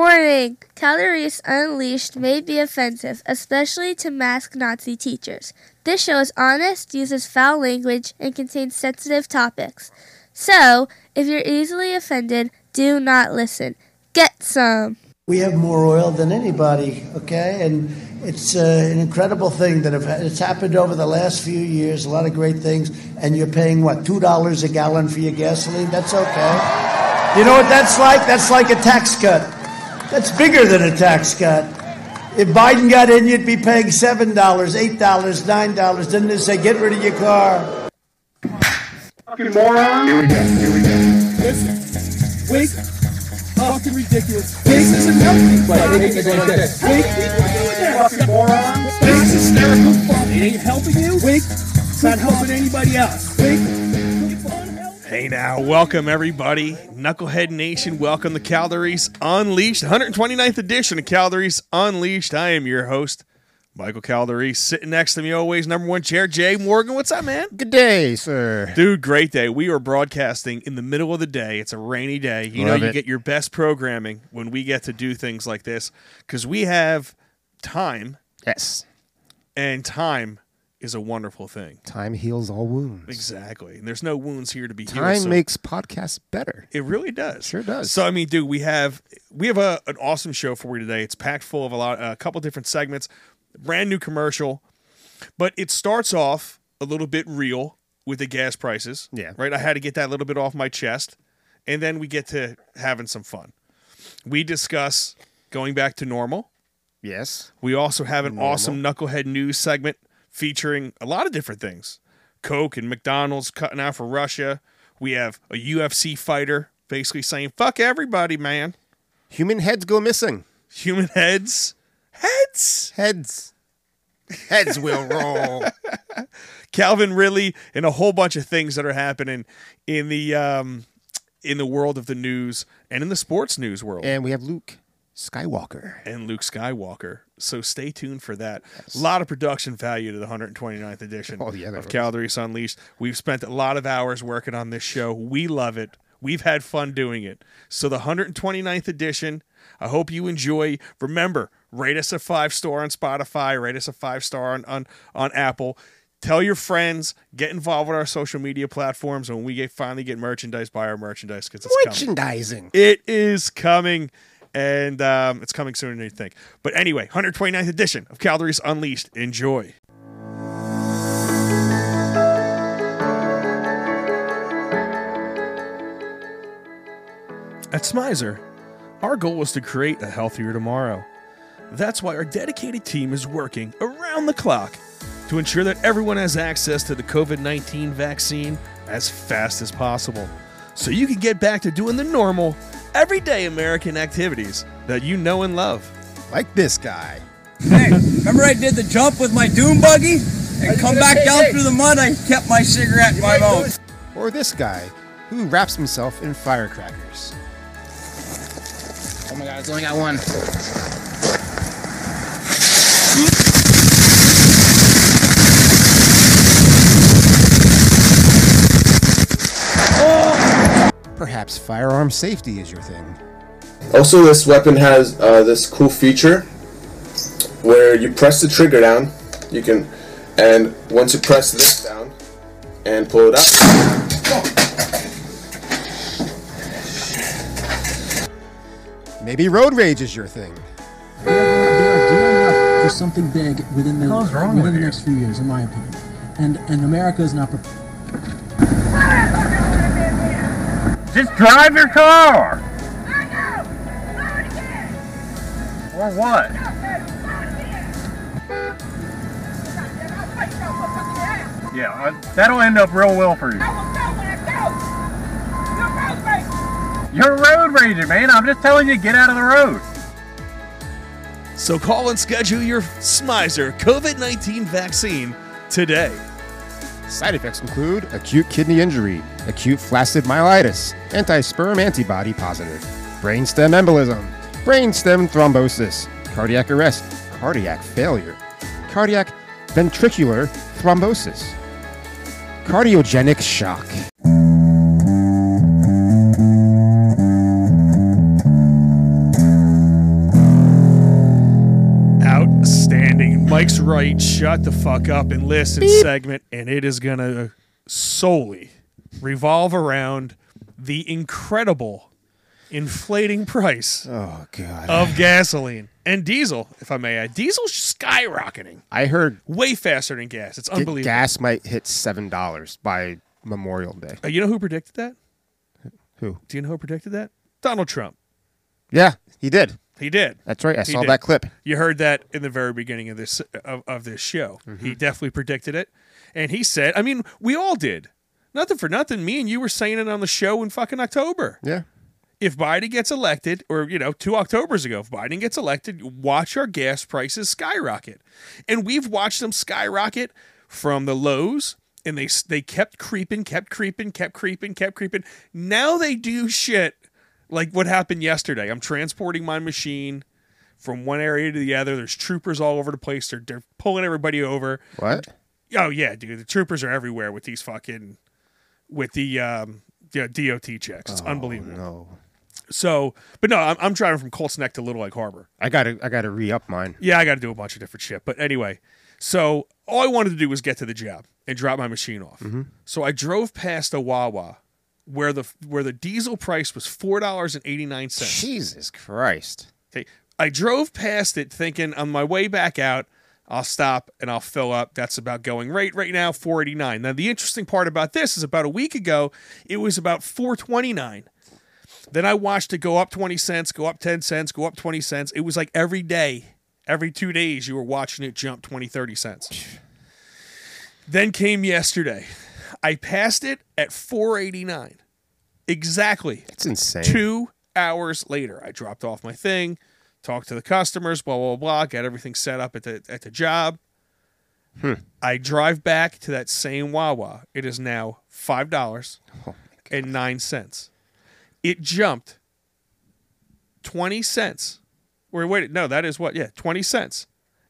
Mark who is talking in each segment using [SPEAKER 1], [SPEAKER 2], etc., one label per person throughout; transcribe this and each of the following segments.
[SPEAKER 1] Warning Calories Unleashed may be offensive, especially to masked Nazi teachers. This show is honest, uses foul language, and contains sensitive topics. So, if you're easily offended, do not listen. Get some!
[SPEAKER 2] We have more oil than anybody, okay? And it's uh, an incredible thing that have, it's happened over the last few years, a lot of great things. And you're paying, what, $2 a gallon for your gasoline? That's okay. You know what that's like? That's like a tax cut. That's bigger than a tax cut. If Biden got in, you'd be paying $7, $8, $9. Didn't they say, get rid of your car?
[SPEAKER 3] Fucking moron.
[SPEAKER 4] Here we go, here we go.
[SPEAKER 3] Listen, wake fucking ridiculous. This is nothing but it ain't like this. Wake people doing that, fucking moron.
[SPEAKER 4] This is hysterical.
[SPEAKER 3] It ain't helping you. Wake. It's not helping anybody else. Wake.
[SPEAKER 5] Hey now, welcome everybody. Knucklehead Nation, welcome to Caldaries Unleashed, 129th edition of Caldaries Unleashed. I am your host, Michael Caldaries. Sitting next to me always, number one chair, Jay Morgan. What's up, man?
[SPEAKER 6] Good day, sir.
[SPEAKER 5] Dude, great day. We are broadcasting in the middle of the day. It's a rainy day. You
[SPEAKER 6] Love
[SPEAKER 5] know, you
[SPEAKER 6] it.
[SPEAKER 5] get your best programming when we get to do things like this because we have time,
[SPEAKER 6] Yes.
[SPEAKER 5] and time is a wonderful thing.
[SPEAKER 6] Time heals all wounds.
[SPEAKER 5] Exactly. And there's no wounds here to be healed.
[SPEAKER 6] Time
[SPEAKER 5] so-
[SPEAKER 6] makes podcasts better.
[SPEAKER 5] It really does.
[SPEAKER 6] Sure does.
[SPEAKER 5] So I mean, dude, we have we have a, an awesome show for you today. It's packed full of a lot, a couple different segments, brand new commercial, but it starts off a little bit real with the gas prices.
[SPEAKER 6] Yeah.
[SPEAKER 5] Right. I had to get that little bit off my chest, and then we get to having some fun. We discuss going back to normal.
[SPEAKER 6] Yes.
[SPEAKER 5] We also have an awesome knucklehead news segment featuring a lot of different things. Coke and McDonald's cutting out for Russia. We have a UFC fighter basically saying, fuck everybody, man.
[SPEAKER 6] Human heads go missing.
[SPEAKER 5] Human heads. Heads.
[SPEAKER 6] Heads. Heads will roll.
[SPEAKER 5] Calvin Ridley and a whole bunch of things that are happening in the um in the world of the news and in the sports news world.
[SPEAKER 6] And we have Luke Skywalker.
[SPEAKER 5] and Luke Skywalker. So stay tuned for that. A lot of production value to the 129th edition
[SPEAKER 6] Oh, yeah, there
[SPEAKER 5] of
[SPEAKER 6] was.
[SPEAKER 5] Calgary's Unleashed. We've spent a lot of hours working on this show. We love it. We've had fun doing it. So the 129th edition, I hope you enjoy. Remember, rate us a five star on Spotify, rate us a five star on, on, on Apple. Tell your friends, get involved with our social media platforms. And when we get, finally get merchandise, buy our merchandise because it's coming.
[SPEAKER 6] Merchandising.
[SPEAKER 5] It is coming, and um, it's coming sooner than you think. But anyway, 129th edition of Calories Unleashed. Enjoy. At Smizer, our goal is to create a healthier tomorrow. That's why our dedicated team is working around the clock to ensure that everyone has access to the COVID 19 vaccine as fast as possible so you can get back to doing the normal, everyday American activities that you know and love.
[SPEAKER 6] Like this guy.
[SPEAKER 7] Hey, remember I did the jump with my doom buggy and come back down through the mud? I kept my cigarette in my mouth.
[SPEAKER 6] Or this guy who wraps himself in firecrackers.
[SPEAKER 7] Oh my god, it's only got one.
[SPEAKER 6] Perhaps firearm safety is your thing.
[SPEAKER 8] Also, this weapon has uh, this cool feature where you press the trigger down. You can, and once you press this down and pull it up,
[SPEAKER 6] Maybe road rage is your thing.
[SPEAKER 9] they are gearing up for something big within the, within the next few years, in my opinion. And and America is not prepared.
[SPEAKER 10] Just drive your car. Or what? Yeah, I- that'll end up real well for you. You're a road rager, man. I'm just telling you, get out of the road.
[SPEAKER 5] So call and schedule your Smizer COVID 19 vaccine today.
[SPEAKER 6] Side effects include acute kidney injury, acute flaccid myelitis, anti-sperm antibody positive, brainstem embolism, brainstem thrombosis, cardiac arrest, cardiac failure, cardiac ventricular thrombosis, cardiogenic shock.
[SPEAKER 5] fucking Mike's right. Shut the fuck up and listen segment, and it is gonna solely revolve around the incredible inflating price
[SPEAKER 6] Oh god.
[SPEAKER 5] of gasoline and diesel. If I may add, diesel's skyrocketing
[SPEAKER 6] I heard
[SPEAKER 5] way faster than gas. It's
[SPEAKER 6] g-
[SPEAKER 5] unbelievable.
[SPEAKER 6] gas might hit seven dollars by Memorial Day.
[SPEAKER 5] Uh, you know who predicted that?
[SPEAKER 6] Who?
[SPEAKER 5] Do you know who predicted that? Donald Trump.
[SPEAKER 6] Yeah, he did.
[SPEAKER 5] He did.
[SPEAKER 6] That's right. I
[SPEAKER 5] He
[SPEAKER 6] saw
[SPEAKER 5] did.
[SPEAKER 6] that clip.
[SPEAKER 5] You heard that in the very beginning of this of, of this show.
[SPEAKER 6] Mm-hmm.
[SPEAKER 5] He definitely predicted it, and he said, "I mean, we all did. Nothing for nothing. Me and you were saying it on the show in fucking October.
[SPEAKER 6] Yeah.
[SPEAKER 5] If Biden gets elected, or you know, two Octobers ago, if Biden gets elected, watch our gas prices skyrocket, and we've watched them skyrocket from the lows." And they s- they kept creeping, kept creeping, kept creeping, kept creeping. Now they do shit like what happened yesterday. I'm transporting my machine from one area to the other. There's troopers all over the place. They're, they're pulling everybody over.
[SPEAKER 6] What?
[SPEAKER 5] Oh yeah, dude, the troopers are everywhere with these fucking with the um yeah, DOT checks. It's unbelievable.
[SPEAKER 6] No.
[SPEAKER 5] So, but no, I'm, I'm driving from Colts Neck to Little Lake Harbor.
[SPEAKER 6] I gotta I gotta re up mine.
[SPEAKER 5] Yeah, I got to do a bunch of different shit. But anyway, so all I wanted to do was get to the job and drop my machine off. So I drove past a Wawa where the where the diesel price was four dollars and eighty nine cents.
[SPEAKER 6] Jesus Christ.
[SPEAKER 5] Okay. I drove past it thinking on my way back out, I'll stop and I'll fill up. That's about going rate right now, 489. Now the interesting part about this is about a week ago, it was about 429. Then I watched it go up 20 cents, go up 10 cents, go up 20 cents. It was like every day, every two days, you were watching it jump 20, 30 cents. then came yesterday. I passed it at 489. Exactly
[SPEAKER 6] It's insane.
[SPEAKER 5] two hours later i dropped off my thing talked to the customers blah blah blah got everything set up at the at the job i drive back to that same wawa it is now five dollars and nine cents it jumped 20 cents or wait no that is what yeah 20 cents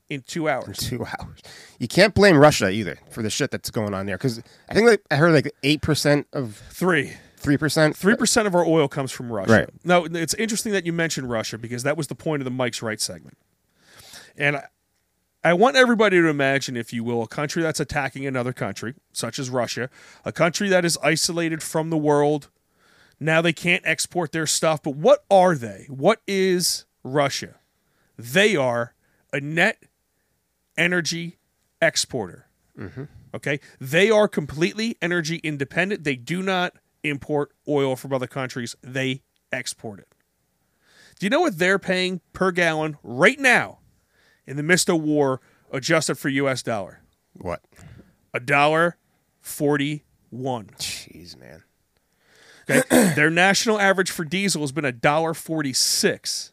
[SPEAKER 5] in two hours
[SPEAKER 6] Two hours. You can't blame Russia either for the shit that's going on there because I think like, I heard like eight percent of
[SPEAKER 5] three
[SPEAKER 6] three percent.
[SPEAKER 5] Three percent of our oil comes from Russia.
[SPEAKER 6] Right.
[SPEAKER 5] Now it's interesting that you mentioned Russia because that was the point of the Mike's Right segment. And I, I want everybody to imagine, if you will, a country that's attacking another country, such as Russia, a country that is isolated from the world. Now they can't export their stuff. But what are they? What is Russia? They are a net energy exporter. Okay. They are completely energy independent. They do not import oil from other countries, they export it. Do you know what they're paying per gallon right now in the midst of war, adjusted for US dollar?
[SPEAKER 6] What?
[SPEAKER 5] A dollar forty one.
[SPEAKER 6] Jeez, man.
[SPEAKER 5] Okay. Their national average for diesel has been a dollar forty six.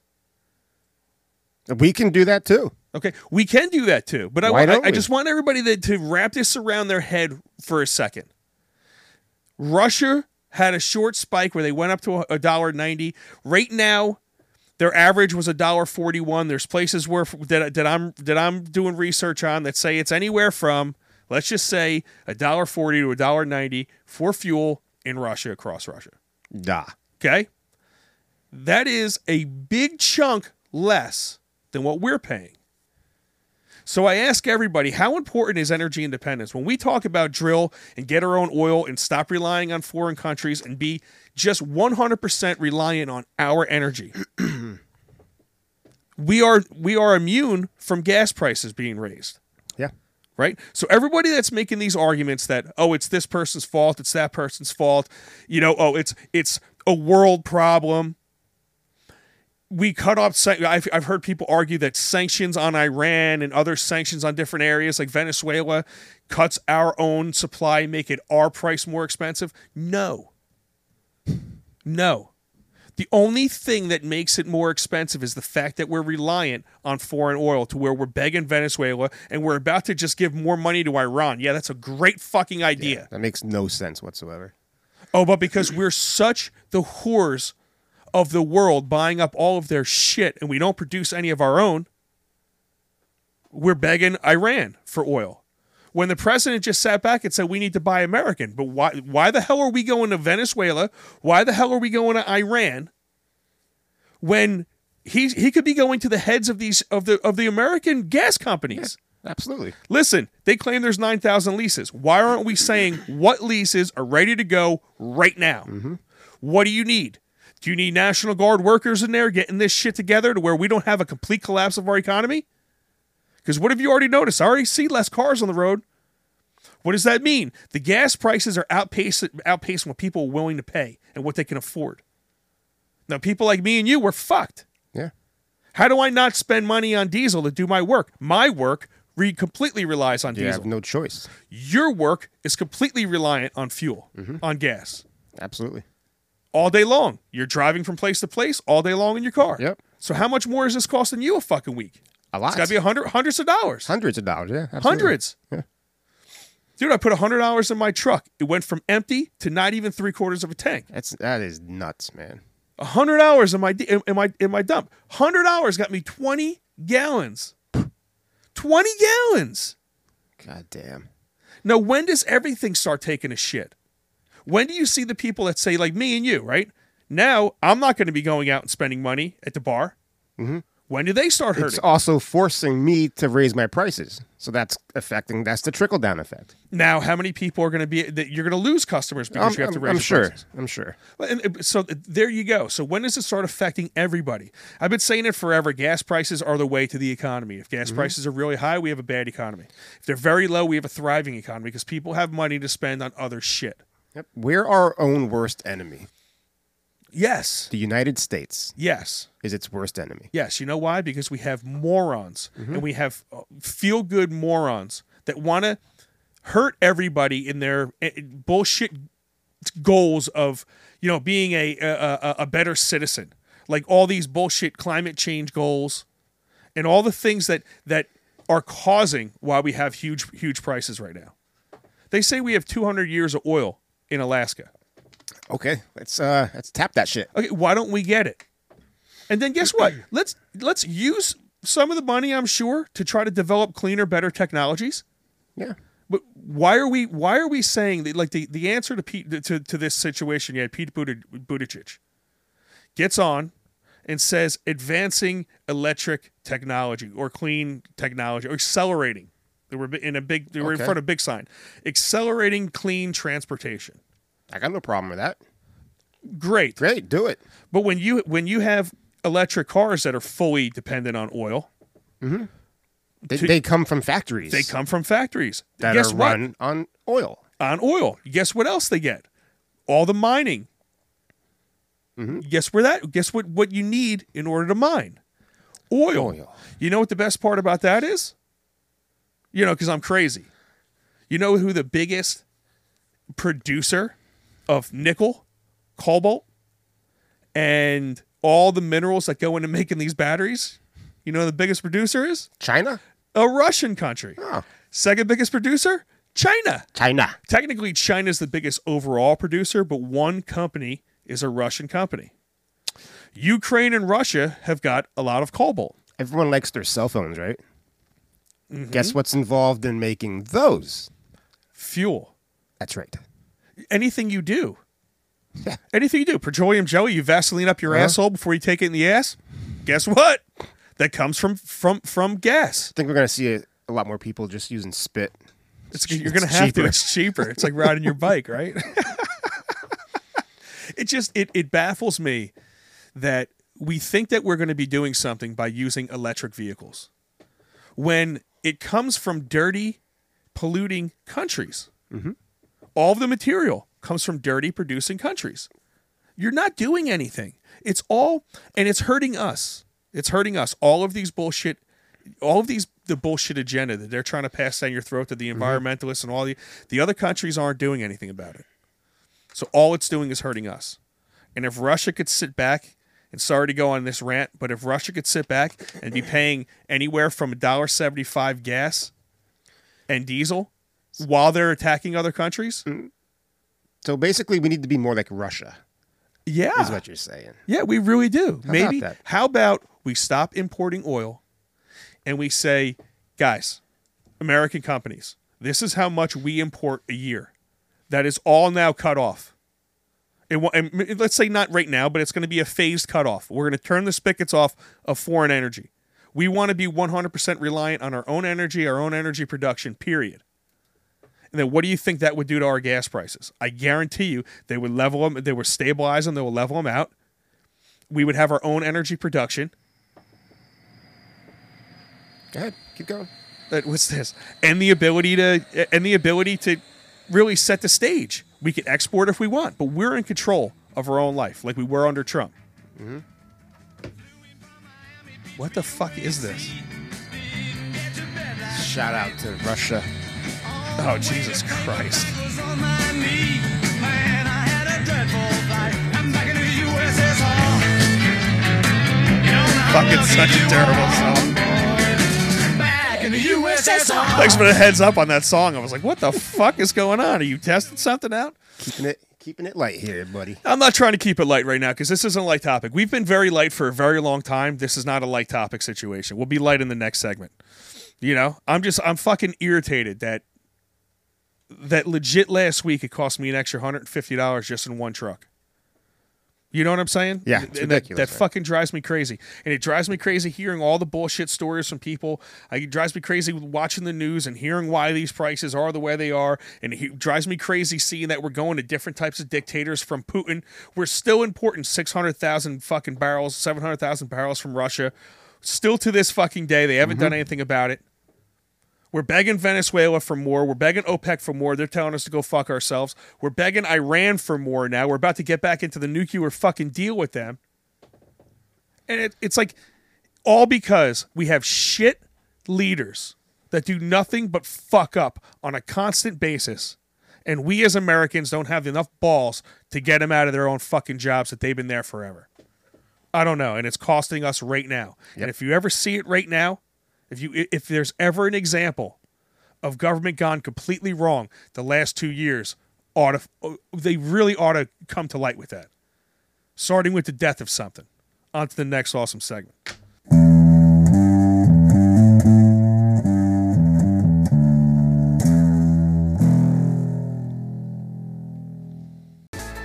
[SPEAKER 6] We can do that too.
[SPEAKER 5] Okay, we can do that too, but I,
[SPEAKER 6] Why
[SPEAKER 5] I-
[SPEAKER 6] don't
[SPEAKER 5] I
[SPEAKER 6] we?
[SPEAKER 5] just want everybody to, to wrap this around their head for a second. Russia had a short spike where they went up to a dollar ninety. Right now, their average was a dollar forty one. There's places where that, that I'm that I'm doing research on that say it's anywhere from let's just say a dollar forty to a dollar ninety for fuel in Russia across Russia.
[SPEAKER 6] Nah.
[SPEAKER 5] Okay. That is a big chunk less than what we're paying. So I ask everybody, how important is energy independence? When we talk about drill and get our own oil and stop relying on foreign countries and be just 100% reliant on our energy. we are we are immune from gas prices being raised
[SPEAKER 6] Yeah.
[SPEAKER 5] right? So everybody that's making these arguments that oh it's this person's fault, it's that person's fault, you know, oh it's it's a world problem. We cut off. san- I've, I've heard people argue that sanctions on Iran and other sanctions on different areas like Venezuela cuts our own supply, make it our price more expensive. No. No. The only thing that makes it more expensive is the fact that we're reliant on foreign oil to where we're begging Venezuela and we're about to just give more money to Iran. Yeah, that's a great fucking idea.
[SPEAKER 6] That makes no sense whatsoever.
[SPEAKER 5] Oh, but because we're such the whores of the world buying up all of their shit and we don't produce any of our own, we're begging Iran for oil. When the president just sat back and said we need to buy American, but why why the hell are we going to Venezuela? Why the hell are we going to Iran when He he could be going to the heads of these of the of the American gas companies.
[SPEAKER 6] Absolutely.
[SPEAKER 5] Listen, they claim there's 9,000 leases. Why aren't we saying what leases are ready to go right now? What do you need? Do you need National Guard workers in there getting this shit together to where we don't have a complete collapse of our economy? Because what have you already noticed? I already see less cars on the road. What does that mean? The gas prices are outpacing, outpacing what people are willing to pay and what they can afford. Now, people like me and you, we're fucked.
[SPEAKER 6] Yeah.
[SPEAKER 5] How do I not spend money on diesel to do my work? My work re- completely relies on
[SPEAKER 6] You
[SPEAKER 5] diesel.
[SPEAKER 6] have no choice.
[SPEAKER 5] Your work is completely reliant on fuel,
[SPEAKER 6] Mm-hmm.
[SPEAKER 5] on gas,
[SPEAKER 6] Absolutely.
[SPEAKER 5] all day long. You're driving from place to place all day long in your car.
[SPEAKER 6] Yep.
[SPEAKER 5] So how much more is this costing you a fucking week?
[SPEAKER 6] A lot.
[SPEAKER 5] It's got to be a hundred, hundreds of dollars.
[SPEAKER 6] hundreds of dollars. Yeah. absolutely.
[SPEAKER 5] Hundreds.
[SPEAKER 6] Yeah.
[SPEAKER 5] Dude, I put a hundred dollars in my truck. It went from empty to not even three quarters of a tank.
[SPEAKER 6] That's that is nuts, man.
[SPEAKER 5] A hundred hours in my d- in in my in my dump. Hundred hours got me twenty gallons. Twenty gallons.
[SPEAKER 6] God damn.
[SPEAKER 5] Now, when does everything start taking a shit? When do you see the people that say, like me and you, right? Now, I'm not going to be going out and spending money at the bar. When do they start hurting?
[SPEAKER 6] Mm-hmm. It's also forcing me to raise my prices. So that's affecting. That's the trickle down effect.
[SPEAKER 5] now, how many people are going to be that you're going to lose customers because
[SPEAKER 6] I'm,
[SPEAKER 5] you have to
[SPEAKER 6] I'm-
[SPEAKER 5] raise
[SPEAKER 6] I'm
[SPEAKER 5] your
[SPEAKER 6] sure.
[SPEAKER 5] prices?
[SPEAKER 6] I'm sure.
[SPEAKER 5] Well, And, and so th- there you go. So when does it start affecting everybody? I've been saying it forever. Gas prices are the way to the economy. If
[SPEAKER 6] Mm-hmm.
[SPEAKER 5] gas prices are really high, we have a bad economy. If they're very low, we have a thriving economy because people have money to spend on other shit.
[SPEAKER 6] Yep. We're our own worst enemy.
[SPEAKER 5] Yes.
[SPEAKER 6] The United States
[SPEAKER 5] Yes.
[SPEAKER 6] is its worst enemy.
[SPEAKER 5] Yes, you know why? Because we have morons and we have feel good morons that want to hurt everybody in their eh, eh, bullshit goals of you know being a a, a a better citizen, like all these bullshit climate change goals and all the things that that are causing why we have huge huge prices right now. They say we have 200 years of oil in Alaska.
[SPEAKER 6] Okay. Let's uh let's tap that shit.
[SPEAKER 5] Okay, why don't we get it? And then guess what? Let's let's use some of the money, I'm sure, to try to develop cleaner, better technologies.
[SPEAKER 6] Yeah.
[SPEAKER 5] But why are we why are we saying that like the, the answer to Pete to, to this situation? You had Pete Buttig- Buttigieg gets on and says advancing electric technology or clean technology or accelerating. They were in a big they were
[SPEAKER 6] Okay.
[SPEAKER 5] in front of a big sign accelerating clean transportation.
[SPEAKER 6] I got no problem with that.
[SPEAKER 5] Great.
[SPEAKER 6] Great. Do it.
[SPEAKER 5] But when you when you have electric cars that are fully dependent on oil,
[SPEAKER 6] They, they come from factories.
[SPEAKER 5] they come from factories.
[SPEAKER 6] that
[SPEAKER 5] Guess
[SPEAKER 6] are
[SPEAKER 5] what?
[SPEAKER 6] run on oil.
[SPEAKER 5] On oil. Guess what else they get? All the mining. Guess where that? Guess what? What you need in order to mine? Oil.
[SPEAKER 6] Oil.
[SPEAKER 5] You know what the best part about that is? You know, because I'm crazy. You know who the biggest producer of nickel, cobalt, and all the minerals that go into making these batteries? You know who the biggest producer is?
[SPEAKER 6] China.
[SPEAKER 5] A Russian country.
[SPEAKER 6] Oh.
[SPEAKER 5] Second biggest producer? China.
[SPEAKER 6] China.
[SPEAKER 5] Technically, China's the biggest overall producer, but one company is a Russian company. Ukraine and Russia have got a lot of cobalt.
[SPEAKER 6] Everyone likes their cell phones, right?
[SPEAKER 5] Mm-hmm.
[SPEAKER 6] Guess what's involved in making those?
[SPEAKER 5] Fuel.
[SPEAKER 6] That's right.
[SPEAKER 5] Anything you do. Anything you do. Petroleum jelly, you Vaseline up your asshole before you take it in the ass. Guess what? That comes from from from
[SPEAKER 6] I
[SPEAKER 5] gas.
[SPEAKER 6] think we're gonna see a, a lot more people just using spit.
[SPEAKER 5] It's,
[SPEAKER 6] It's
[SPEAKER 5] you're gonna have
[SPEAKER 6] cheaper.
[SPEAKER 5] to. It's cheaper. It's like riding your bike, right? it just it it baffles me that we think that we're going to be doing something by using electric vehicles when it comes from dirty, polluting countries.
[SPEAKER 6] Mm-hmm.
[SPEAKER 5] All of the material comes from dirty producing countries. You're not doing anything. It's all and it's hurting us. It's hurting us. All of these bullshit all of these the bullshit agenda that they're trying to pass down your throat to the
[SPEAKER 6] Mm-hmm.
[SPEAKER 5] environmentalists and all the the other countries aren't doing anything about it. So all it's doing is hurting us. And if Russia could sit back, and sorry to go on this rant, but if Russia could sit back and be paying anywhere from $1.75 gas and diesel while they're attacking other countries,
[SPEAKER 6] Mm-hmm. So basically, we need to be more like Russia.
[SPEAKER 5] yeah.
[SPEAKER 6] Is what you're saying?
[SPEAKER 5] Yeah, we really do. Maybe
[SPEAKER 6] that?
[SPEAKER 5] how about we stop importing oil and we say, guys, American companies, this is how much we import a year. That is all now cut off. It, wa- and m- let's say not right now, but it's going to be a phased cutoff. We're going to turn the spigots off of foreign energy. We want to be 100% reliant on our own energy, our own energy production, period. And then what do you think that would do to our gas prices? I guarantee you they would level them, they would stabilize them, they would level them out. We would have our own energy production.
[SPEAKER 6] Go ahead, keep going.
[SPEAKER 5] Uh, What's this? And the ability to uh, and the ability to really set the stage. We could export if we want, but we're in control of our own life, like we were under Trump.
[SPEAKER 6] Mhm.
[SPEAKER 5] What the fuck is this?
[SPEAKER 6] Shout out to Russia.
[SPEAKER 5] Oh Jesus Christ! Fucking such a terrible song. Thanks for the heads up on that song. I was like, what the fuck is going on? Are you testing something out?
[SPEAKER 6] Keeping it, keeping it light here, buddy.
[SPEAKER 5] I'm not trying to keep it light right now because this isn't a light topic. We've been very light for a very long time. This is not a light topic situation. We'll be light in the next segment. You know, I'm just I'm fucking irritated that that legit last week it cost me an extra hundred and fifty dollars just in one truck. You know what I'm saying?
[SPEAKER 6] Yeah, it's
[SPEAKER 5] And that-
[SPEAKER 6] ridiculous,
[SPEAKER 5] That,
[SPEAKER 6] man.
[SPEAKER 5] fucking drives me crazy, and it drives me crazy hearing all the bullshit stories from people. I, it drives me crazy watching the news and hearing why these prices are the way they are, and it drives me crazy seeing that we're going to different types of dictators from Putin. We're still importing six hundred thousand fucking barrels, seven hundred thousand barrels from Russia, still to this fucking day. They
[SPEAKER 6] Mm-hmm.
[SPEAKER 5] haven't done anything about it. We're begging Venezuela for more. We're begging OPEC for more. They're telling us to go fuck ourselves. We're begging Iran for more now. We're about to get back into the nuclear fucking deal with them. And it, it's like all because we have shit leaders that do nothing but fuck up on a constant basis. And we as Americans don't have enough balls to get them out of their own fucking jobs that they've been there forever. I don't know, and it's costing us right now. And if you ever see it right now, if you i- if there's ever an example of government gone completely wrong the last two years, ought to, they really ought to come to light with that. Starting with the death of something. On to the next awesome segment.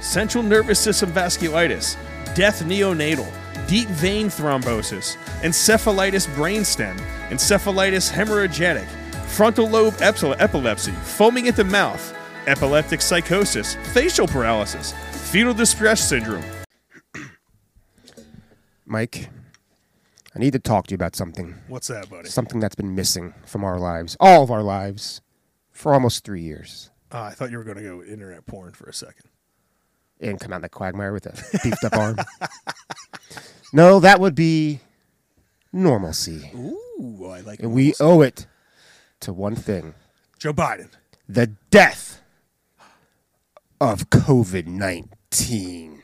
[SPEAKER 5] central nervous system vasculitis, death neonatal, deep vein thrombosis, encephalitis brainstem, encephalitis hemorrhagic, frontal lobe epsil- epilepsy, foaming at the mouth, epileptic psychosis, facial paralysis, fetal distress syndrome.
[SPEAKER 6] Mike, I need to talk to you about something.
[SPEAKER 5] What's that, buddy?
[SPEAKER 6] Something that's been missing from our lives, all of our lives, for almost three years.
[SPEAKER 5] Ah, I thought you were going to go internet porn for a second.
[SPEAKER 6] And come out like Quagmire with a beefed up arm. No, that would be normalcy.
[SPEAKER 5] Ooh, I like
[SPEAKER 6] And we owe it to one thing
[SPEAKER 5] Joe Biden.
[SPEAKER 6] the death of COVID 19.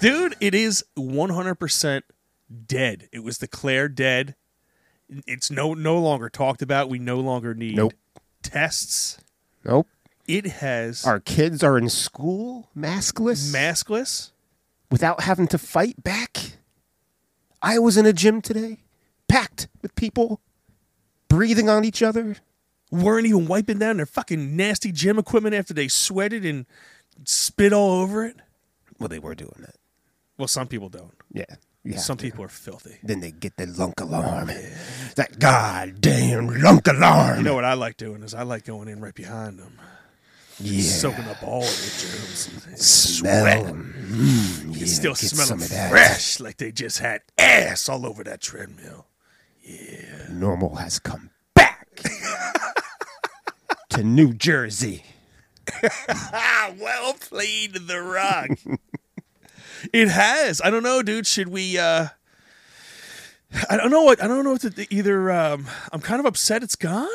[SPEAKER 5] Dude, it is 100% dead. It was declared dead. It's no no longer talked about. We no longer need
[SPEAKER 6] Nope.
[SPEAKER 5] tests.
[SPEAKER 6] Nope.
[SPEAKER 5] It has
[SPEAKER 6] Our kids are in school maskless
[SPEAKER 5] maskless.
[SPEAKER 6] without having to fight back. I was in a gym today, packed with people, breathing on each other.
[SPEAKER 5] Weren't even wiping down their fucking nasty gym equipment after they sweated and spit all over it.
[SPEAKER 6] Well, they were doing that.
[SPEAKER 5] Well, some people don't.
[SPEAKER 6] Yeah. You have
[SPEAKER 5] some
[SPEAKER 6] to.
[SPEAKER 5] people are filthy.
[SPEAKER 6] Then they get the lunk alarm. That goddamn lunk alarm.
[SPEAKER 5] You know what I like doing is I like going in right behind them,
[SPEAKER 6] yeah.
[SPEAKER 5] soaking up all of the germs.
[SPEAKER 6] smell 'em. Mm, yeah,
[SPEAKER 5] It's still
[SPEAKER 6] get some
[SPEAKER 5] smelling
[SPEAKER 6] of that.
[SPEAKER 5] fresh, like they just had ass all over that treadmill.
[SPEAKER 6] normal has come back to New Jersey.
[SPEAKER 5] Ah, well played, The Rock. it has. I don't know, dude. Should we? uh I don't know what. I don't know what to th- either. Um, I'm kind of upset it's gone.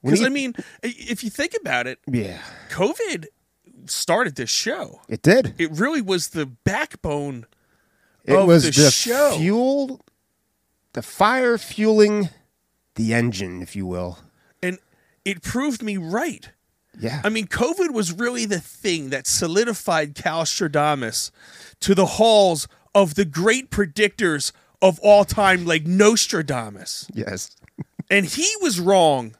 [SPEAKER 6] When
[SPEAKER 5] Because
[SPEAKER 6] you-
[SPEAKER 5] I mean, i- if you think about it,
[SPEAKER 6] Yeah,
[SPEAKER 5] COVID started this show.
[SPEAKER 6] it did.
[SPEAKER 5] It really was the backbone.
[SPEAKER 6] It
[SPEAKER 5] of
[SPEAKER 6] was
[SPEAKER 5] the
[SPEAKER 6] the,
[SPEAKER 5] show.
[SPEAKER 6] fuel, the fire fueling the engine, if you will.
[SPEAKER 5] and it proved me right.
[SPEAKER 6] Yeah,
[SPEAKER 5] I mean, COVID was really the thing that solidified Cal Stradamus to the halls of the great predictors of all time, like Nostradamus.
[SPEAKER 6] yes,
[SPEAKER 5] And he was wrong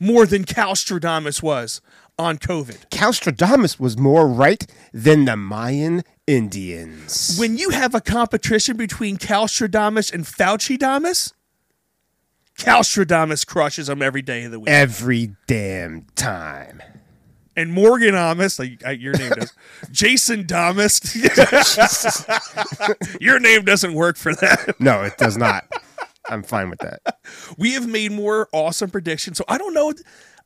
[SPEAKER 5] more than Cal Stradamus was on COVID.
[SPEAKER 6] Calstradamus was more right than the Mayan Indians.
[SPEAKER 5] When you have a competition between Calstradamus and Faucidamus, Calstradamus crushes them every day of the week.
[SPEAKER 6] Every damn time.
[SPEAKER 5] and Morgan Amis, like, uh, your name does, Jason Damas. your name doesn't work for that.
[SPEAKER 6] No, it does not. I'm fine with that.
[SPEAKER 5] We have made more awesome predictions, so I don't know.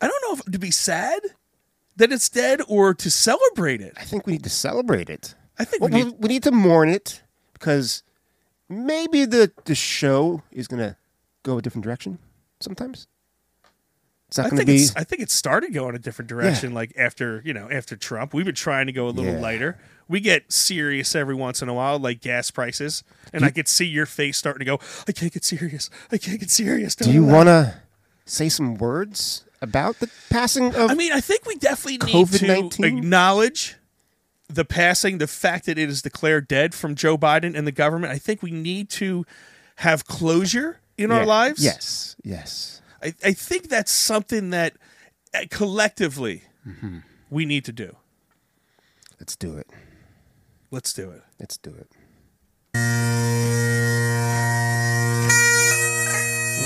[SPEAKER 5] I don't know if to be sad that it's dead or to celebrate it.
[SPEAKER 6] I think we need to celebrate it.
[SPEAKER 5] I think
[SPEAKER 6] Well,
[SPEAKER 5] we
[SPEAKER 6] we,
[SPEAKER 5] need-
[SPEAKER 6] we need to mourn it because maybe the, the show is going to go a different direction sometimes. It's
[SPEAKER 5] I
[SPEAKER 6] not going to
[SPEAKER 5] think
[SPEAKER 6] be.
[SPEAKER 5] it's, I think it started going a different direction. Like after you know after Trump, we've been trying to go a little
[SPEAKER 6] Yeah.
[SPEAKER 5] lighter. We get serious every once in a while, like gas prices, and I could see your face starting to go. I can't get serious. I can't get serious.
[SPEAKER 6] Do you want to say some words about the passing of.
[SPEAKER 5] I mean, I think we definitely need to
[SPEAKER 6] COVID-19?
[SPEAKER 5] acknowledge the passing, the fact that it is declared dead from Joe Biden and the government. I think we need to have closure in our
[SPEAKER 6] Yeah.
[SPEAKER 5] lives.
[SPEAKER 6] Yes, yes.
[SPEAKER 5] I, I think that's something that uh, collectively
[SPEAKER 6] Mm-hmm.
[SPEAKER 5] we need to do.
[SPEAKER 6] Let's do it.
[SPEAKER 5] Let's do it.
[SPEAKER 6] Let's do it.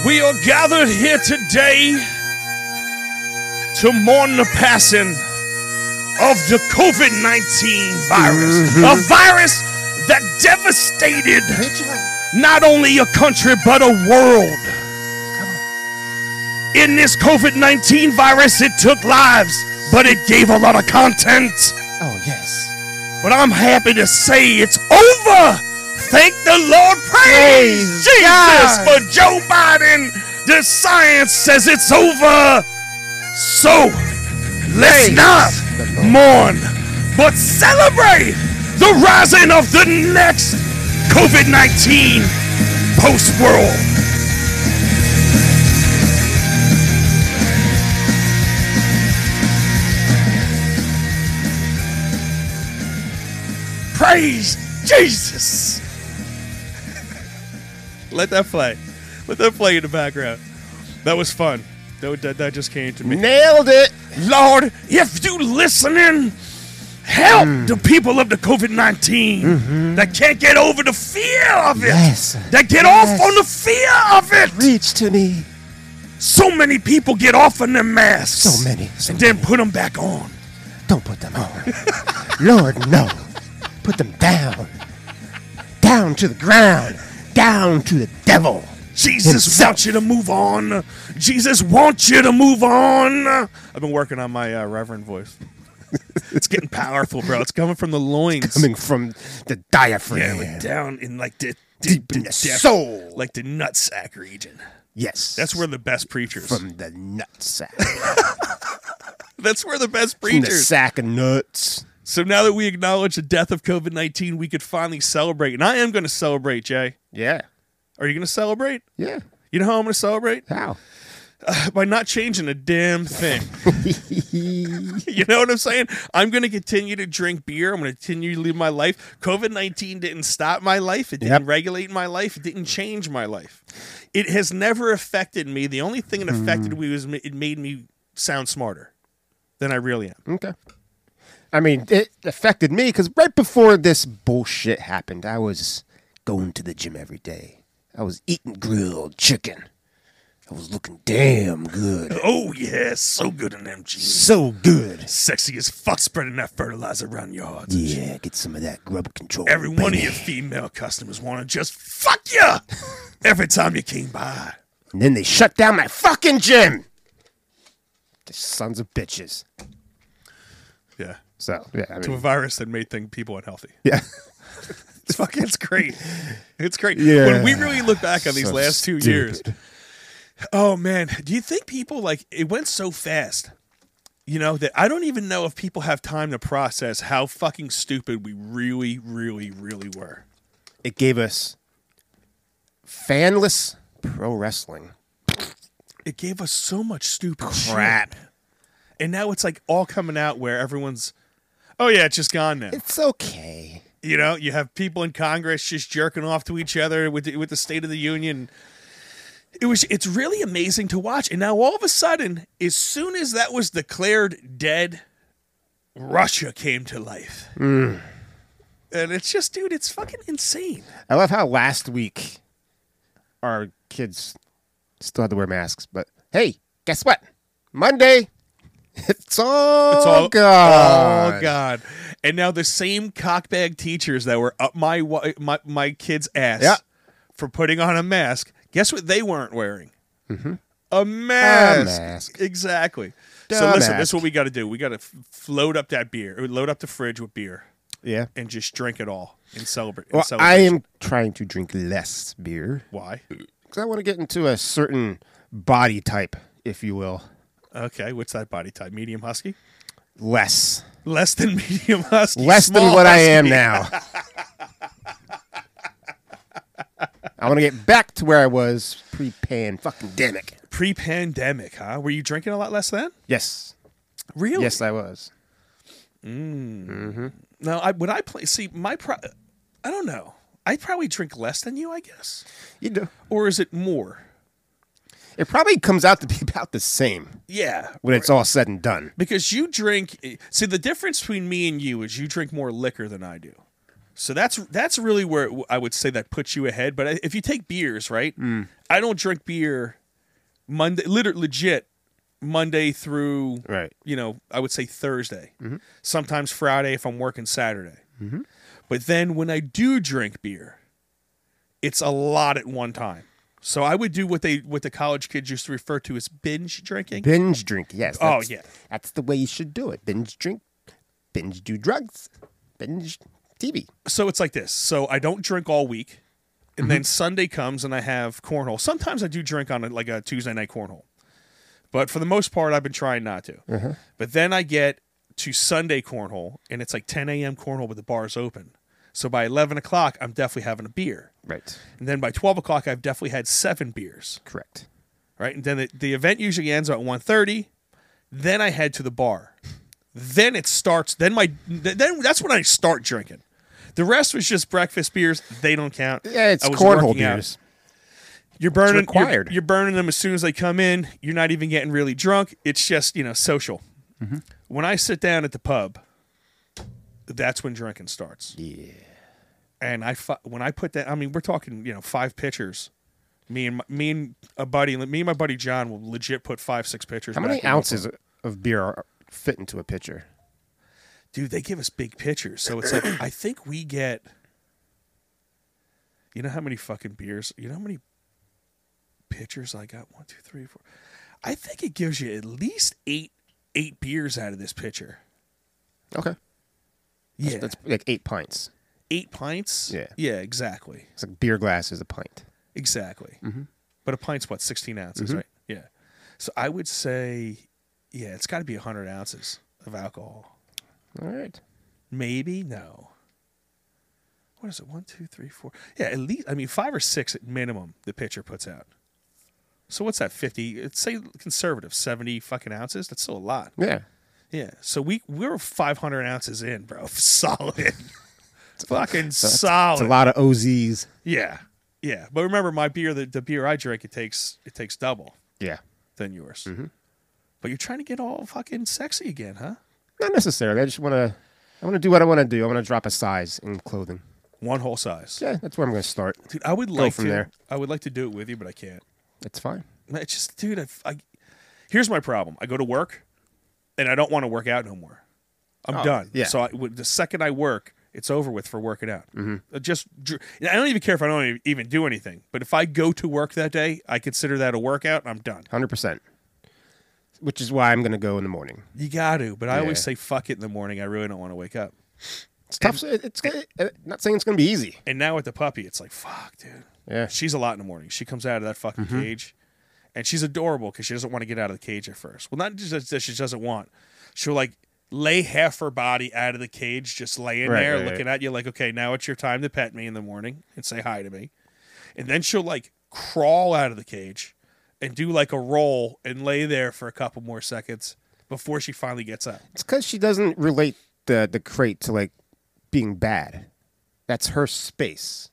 [SPEAKER 5] We are gathered here today to mourn the passing of the COVID 19 virus, a virus that devastated not only a country but a world. In this COVID 19 virus, it took lives, but it gave a lot of content.
[SPEAKER 6] Oh, yes.
[SPEAKER 5] But I'm happy to say it's over. Thank the Lord. Praise,
[SPEAKER 6] Praise
[SPEAKER 5] Jesus
[SPEAKER 6] God.
[SPEAKER 5] for Joe Biden. The science says it's over. So let's not mourn, but celebrate the rising of the next COVID 19 post world. Praise Jesus. Let that play. Let that play in the background. That was fun. That, that, that just came to me.
[SPEAKER 6] Nailed it.
[SPEAKER 5] Lord, if you listening, help the people of the COVID 19 that can't get over the fear of it.
[SPEAKER 6] Yes.
[SPEAKER 5] That get
[SPEAKER 6] Yes.
[SPEAKER 5] off on the fear of it.
[SPEAKER 6] Reach to me.
[SPEAKER 5] So many people get off on their masks.
[SPEAKER 6] So many. So
[SPEAKER 5] And then put them back on.
[SPEAKER 6] Don't put them on. Lord, no. Put them down. Down to the ground. Down to the devil.
[SPEAKER 5] Jesus wants you to move on. Jesus wants you to move on. I've been working on my uh, reverend voice. it's getting powerful, bro. It's coming from the loins.
[SPEAKER 6] Coming from the
[SPEAKER 5] yeah,
[SPEAKER 6] diaphragm.
[SPEAKER 5] like down in like the
[SPEAKER 6] Deep in the soul.
[SPEAKER 5] like the nutsack region.
[SPEAKER 6] yes.
[SPEAKER 5] That's where the best preachers.
[SPEAKER 6] From the nutsack.
[SPEAKER 5] That's where the best
[SPEAKER 6] from the
[SPEAKER 5] preachers.
[SPEAKER 6] sack of nuts.
[SPEAKER 5] So now that we acknowledge the death of COVID nineteen, we could finally celebrate, and I am going to celebrate. Jay,
[SPEAKER 6] Yeah.
[SPEAKER 5] are you going to celebrate?
[SPEAKER 6] Yeah.
[SPEAKER 5] You know how I'm going to celebrate
[SPEAKER 6] How?
[SPEAKER 5] by not changing a damn thing. you know what I'm saying? I'm going to continue to drink beer. I'm going to continue to live my life. COVID 19 didn't stop my life. It didn't
[SPEAKER 6] Yep.
[SPEAKER 5] regulate my life. It didn't change my life. It has never affected me. The only thing it affected
[SPEAKER 6] Mm.
[SPEAKER 5] me was ma- it made me sound smarter than I really am.
[SPEAKER 6] Okay. I mean, it affected me because right before this bullshit happened, I was going to the gym every day. I was eating grilled chicken. I was looking damn good.
[SPEAKER 5] Oh, yeah. So good in them jeans.
[SPEAKER 6] So good.
[SPEAKER 5] Sexy as fuck spreading that fertilizer around your heart.
[SPEAKER 6] Yeah, get some of that grub control.
[SPEAKER 5] Every one of
[SPEAKER 6] baby.
[SPEAKER 5] your female customers want to just fuck you every time you came by.
[SPEAKER 6] And then they shut down my fucking gym. The sons of bitches.
[SPEAKER 5] Yeah.
[SPEAKER 6] So yeah, I
[SPEAKER 5] to a
[SPEAKER 6] mean,
[SPEAKER 5] virus that made thing people unhealthy.
[SPEAKER 6] yeah,
[SPEAKER 5] It's fucking it's great. It's great.
[SPEAKER 6] Yeah.
[SPEAKER 5] When we really look back on these
[SPEAKER 6] So
[SPEAKER 5] last two years,
[SPEAKER 6] stupid.
[SPEAKER 5] oh man, do you think people like it went so fast? You know, that I don't even know if people have time to process how fucking stupid we really, really, really were.
[SPEAKER 6] it gave us fanless pro wrestling.
[SPEAKER 5] It gave us so much stupid shit.
[SPEAKER 6] Crap.
[SPEAKER 5] And now it's like all coming out where everyone's Oh yeah, it's just gone now.
[SPEAKER 6] It's okay.
[SPEAKER 5] You know, you have people in Congress just jerking off to each other with the, with the State of the Union. it was it's really amazing to watch. And now all of a sudden, as soon as that was declared dead, Russia came to life.
[SPEAKER 6] Mm.
[SPEAKER 5] And it's just, dude, it's fucking insane.
[SPEAKER 6] I love how last week our kids still had to wear masks, but hey, guess what? Monday, it's all,
[SPEAKER 5] It's all
[SPEAKER 6] gone.
[SPEAKER 5] Oh god! And now the same cockbag teachers that were up my wi- my my kid's ass
[SPEAKER 6] Yeah.
[SPEAKER 5] for putting on a mask. Guess what they weren't wearing?
[SPEAKER 6] Mhm.
[SPEAKER 5] A mask.
[SPEAKER 6] mask.
[SPEAKER 5] Exactly. so
[SPEAKER 6] Duh,
[SPEAKER 5] listen, this
[SPEAKER 6] mask.
[SPEAKER 5] is what we got to do. We got to f- load up that beer. or Load up the fridge with beer.
[SPEAKER 6] Yeah.
[SPEAKER 5] And just drink it all and celebrate. and
[SPEAKER 6] Well, I
[SPEAKER 5] celebrate.
[SPEAKER 6] am trying to drink less beer
[SPEAKER 5] Why?
[SPEAKER 6] because I want to get into a certain body type, if you will.
[SPEAKER 5] Okay. What's that body type? Medium husky.
[SPEAKER 6] Less.
[SPEAKER 5] Less than medium husky.
[SPEAKER 6] Less than
[SPEAKER 5] small
[SPEAKER 6] what I am
[SPEAKER 5] husky.
[SPEAKER 6] now. I want to get back to where I was pre pan fucking demic.
[SPEAKER 5] Pre-pandemic, huh? Were you drinking a lot less then?
[SPEAKER 6] Yes.
[SPEAKER 5] Really?
[SPEAKER 6] Yes, I was.
[SPEAKER 5] Mm. Now, I would I play? See, my pro, I don't know. I probably drink less than you, I guess.
[SPEAKER 6] You do,
[SPEAKER 5] or is it more?
[SPEAKER 6] It probably comes out to be about the same
[SPEAKER 5] Yeah,
[SPEAKER 6] when it's all said and done.
[SPEAKER 5] because you drink. See, the difference between me and you is you drink more liquor than I do. So that's that's really where I would say that puts you ahead. But if you take beers, right?
[SPEAKER 6] Mm.
[SPEAKER 5] I don't drink beer Monday, literally legit Monday through
[SPEAKER 6] right.
[SPEAKER 5] You know, I would say Thursday,
[SPEAKER 6] Mhm.
[SPEAKER 5] sometimes Friday if I'm working Saturday.
[SPEAKER 6] Mm-hmm.
[SPEAKER 5] But then when I do drink beer, it's a lot at one time. So I would do what they what the college kids used to refer to as binge drinking.
[SPEAKER 6] Binge drink, yes.
[SPEAKER 5] Oh,
[SPEAKER 6] that's-
[SPEAKER 5] yeah.
[SPEAKER 6] That's the way you should do it. Binge drink, binge do drugs, binge TV.
[SPEAKER 5] So it's like this. So I don't drink all week, and then Sunday comes and I have cornhole. Sometimes I do drink on a, like a Tuesday night cornhole, but for the most part, I've been trying not to.
[SPEAKER 6] Uh-huh.
[SPEAKER 5] But then I get to Sunday cornhole, and it's like 10 a.m. cornhole, but the bar's open. So by 11 o'clock, I'm definitely having a beer.
[SPEAKER 6] Right.
[SPEAKER 5] And then by 12 o'clock, I've definitely had seven beers.
[SPEAKER 6] Correct.
[SPEAKER 5] Right. And then the, the event usually ends at 1.30. Then I head to the bar. Then it starts. Then my th- then that's when I start drinking. The rest was just breakfast beers. They don't count.
[SPEAKER 6] Yeah, it's
[SPEAKER 5] I was
[SPEAKER 6] cornhole
[SPEAKER 5] working out.
[SPEAKER 6] beers.
[SPEAKER 5] You're burning you're-
[SPEAKER 6] required.
[SPEAKER 5] You're, burning them as soon as they come in. You're not even getting really drunk. It's just you know social.
[SPEAKER 6] Mm-hmm.
[SPEAKER 5] When I sit down at the pub, that's when drinking starts.
[SPEAKER 6] Yeah.
[SPEAKER 5] And I fu- when I put that, I mean we're talking you know five pitchers. Me and my, me and a buddy, me and my buddy John will legit put five six pitchers.
[SPEAKER 6] How many
[SPEAKER 5] back in.
[SPEAKER 6] ounces of beer are fit into a pitcher?
[SPEAKER 5] dude, they give us big pitchers. So it's like I think we get you know how many fucking beers you know how many pitchers I got? One, two, three, four. I think it gives you at least eight eight beers out of this pitcher.
[SPEAKER 6] Okay.
[SPEAKER 5] Yeah.
[SPEAKER 6] That's, that's like eight pints.
[SPEAKER 5] eight pints?
[SPEAKER 6] Yeah.
[SPEAKER 5] Yeah, exactly.
[SPEAKER 6] It's like beer glass is a pint.
[SPEAKER 5] Exactly.
[SPEAKER 6] Mhm.
[SPEAKER 5] But a pint's what, sixteen ounces,
[SPEAKER 6] Mhm.
[SPEAKER 5] right? Yeah. So I would say yeah, it's gotta be hundred ounces of alcohol.
[SPEAKER 6] All right.
[SPEAKER 5] Maybe no. What is it? One, two, three, four. Yeah, at least I mean five or six at minimum the pitcher puts out. So what's that? Fifty? It's say conservative seventy fucking ounces. That's still a lot.
[SPEAKER 6] Yeah.
[SPEAKER 5] Yeah. So we we were five hundred ounces in, bro. Solid. fucking
[SPEAKER 6] So that's-
[SPEAKER 5] solid.
[SPEAKER 6] It's a lot of OZs.
[SPEAKER 5] Yeah. Yeah. But remember, my beer the, the beer I drink it takes it takes double
[SPEAKER 6] Yeah.
[SPEAKER 5] than yours.
[SPEAKER 6] Mm-hmm.
[SPEAKER 5] But you're trying to get all fucking sexy again, huh?
[SPEAKER 6] Not necessarily. I just want to. I want to do what I want to do. I want to drop a size in clothing.
[SPEAKER 5] One whole size.
[SPEAKER 6] Yeah, that's where I'm going to start.
[SPEAKER 5] Dude, I would
[SPEAKER 6] Go
[SPEAKER 5] like
[SPEAKER 6] from
[SPEAKER 5] to.
[SPEAKER 6] there.
[SPEAKER 5] I would like to do it with you, but I can't.
[SPEAKER 6] That's fine.
[SPEAKER 5] It's just, dude. I, I- here's my problem. I go to work, and I don't want to work out no more. I'm
[SPEAKER 6] Oh,
[SPEAKER 5] done.
[SPEAKER 6] yeah.
[SPEAKER 5] So I, with- the second I work, it's over with for working out.
[SPEAKER 6] Mhm.
[SPEAKER 5] I just, dr- and I don't even care if I don't e-, even do anything. But if I go to work that day, I consider that a workout. and I'm done.
[SPEAKER 6] Hundred percent. Which is why I'm going to go in the morning.
[SPEAKER 5] You got to. But I always
[SPEAKER 6] Yeah.
[SPEAKER 5] say fuck it in the morning. I really don't want to wake up.
[SPEAKER 6] It's tough. so it- It's gonna- uh, not saying it's going to be easy.
[SPEAKER 5] And now with the puppy, it's like fuck, dude.
[SPEAKER 6] Yeah.
[SPEAKER 5] She's a lot in the morning. She comes out of that fucking
[SPEAKER 6] Mhm.
[SPEAKER 5] cage, and she's adorable because she doesn't want to get out of the cage at first. Well, not just that she doesn't want. She'll like lay half her body out of the cage, just laying
[SPEAKER 6] Right,
[SPEAKER 5] there
[SPEAKER 6] right,
[SPEAKER 5] looking at you, like, okay, now it's your time to pet me in the morning and say hi to me, and then she'll like crawl out of the cage and do like a roll and lay there for a couple more seconds before she finally gets up.
[SPEAKER 6] It's because she doesn't relate the the crate to like being bad. That's her space.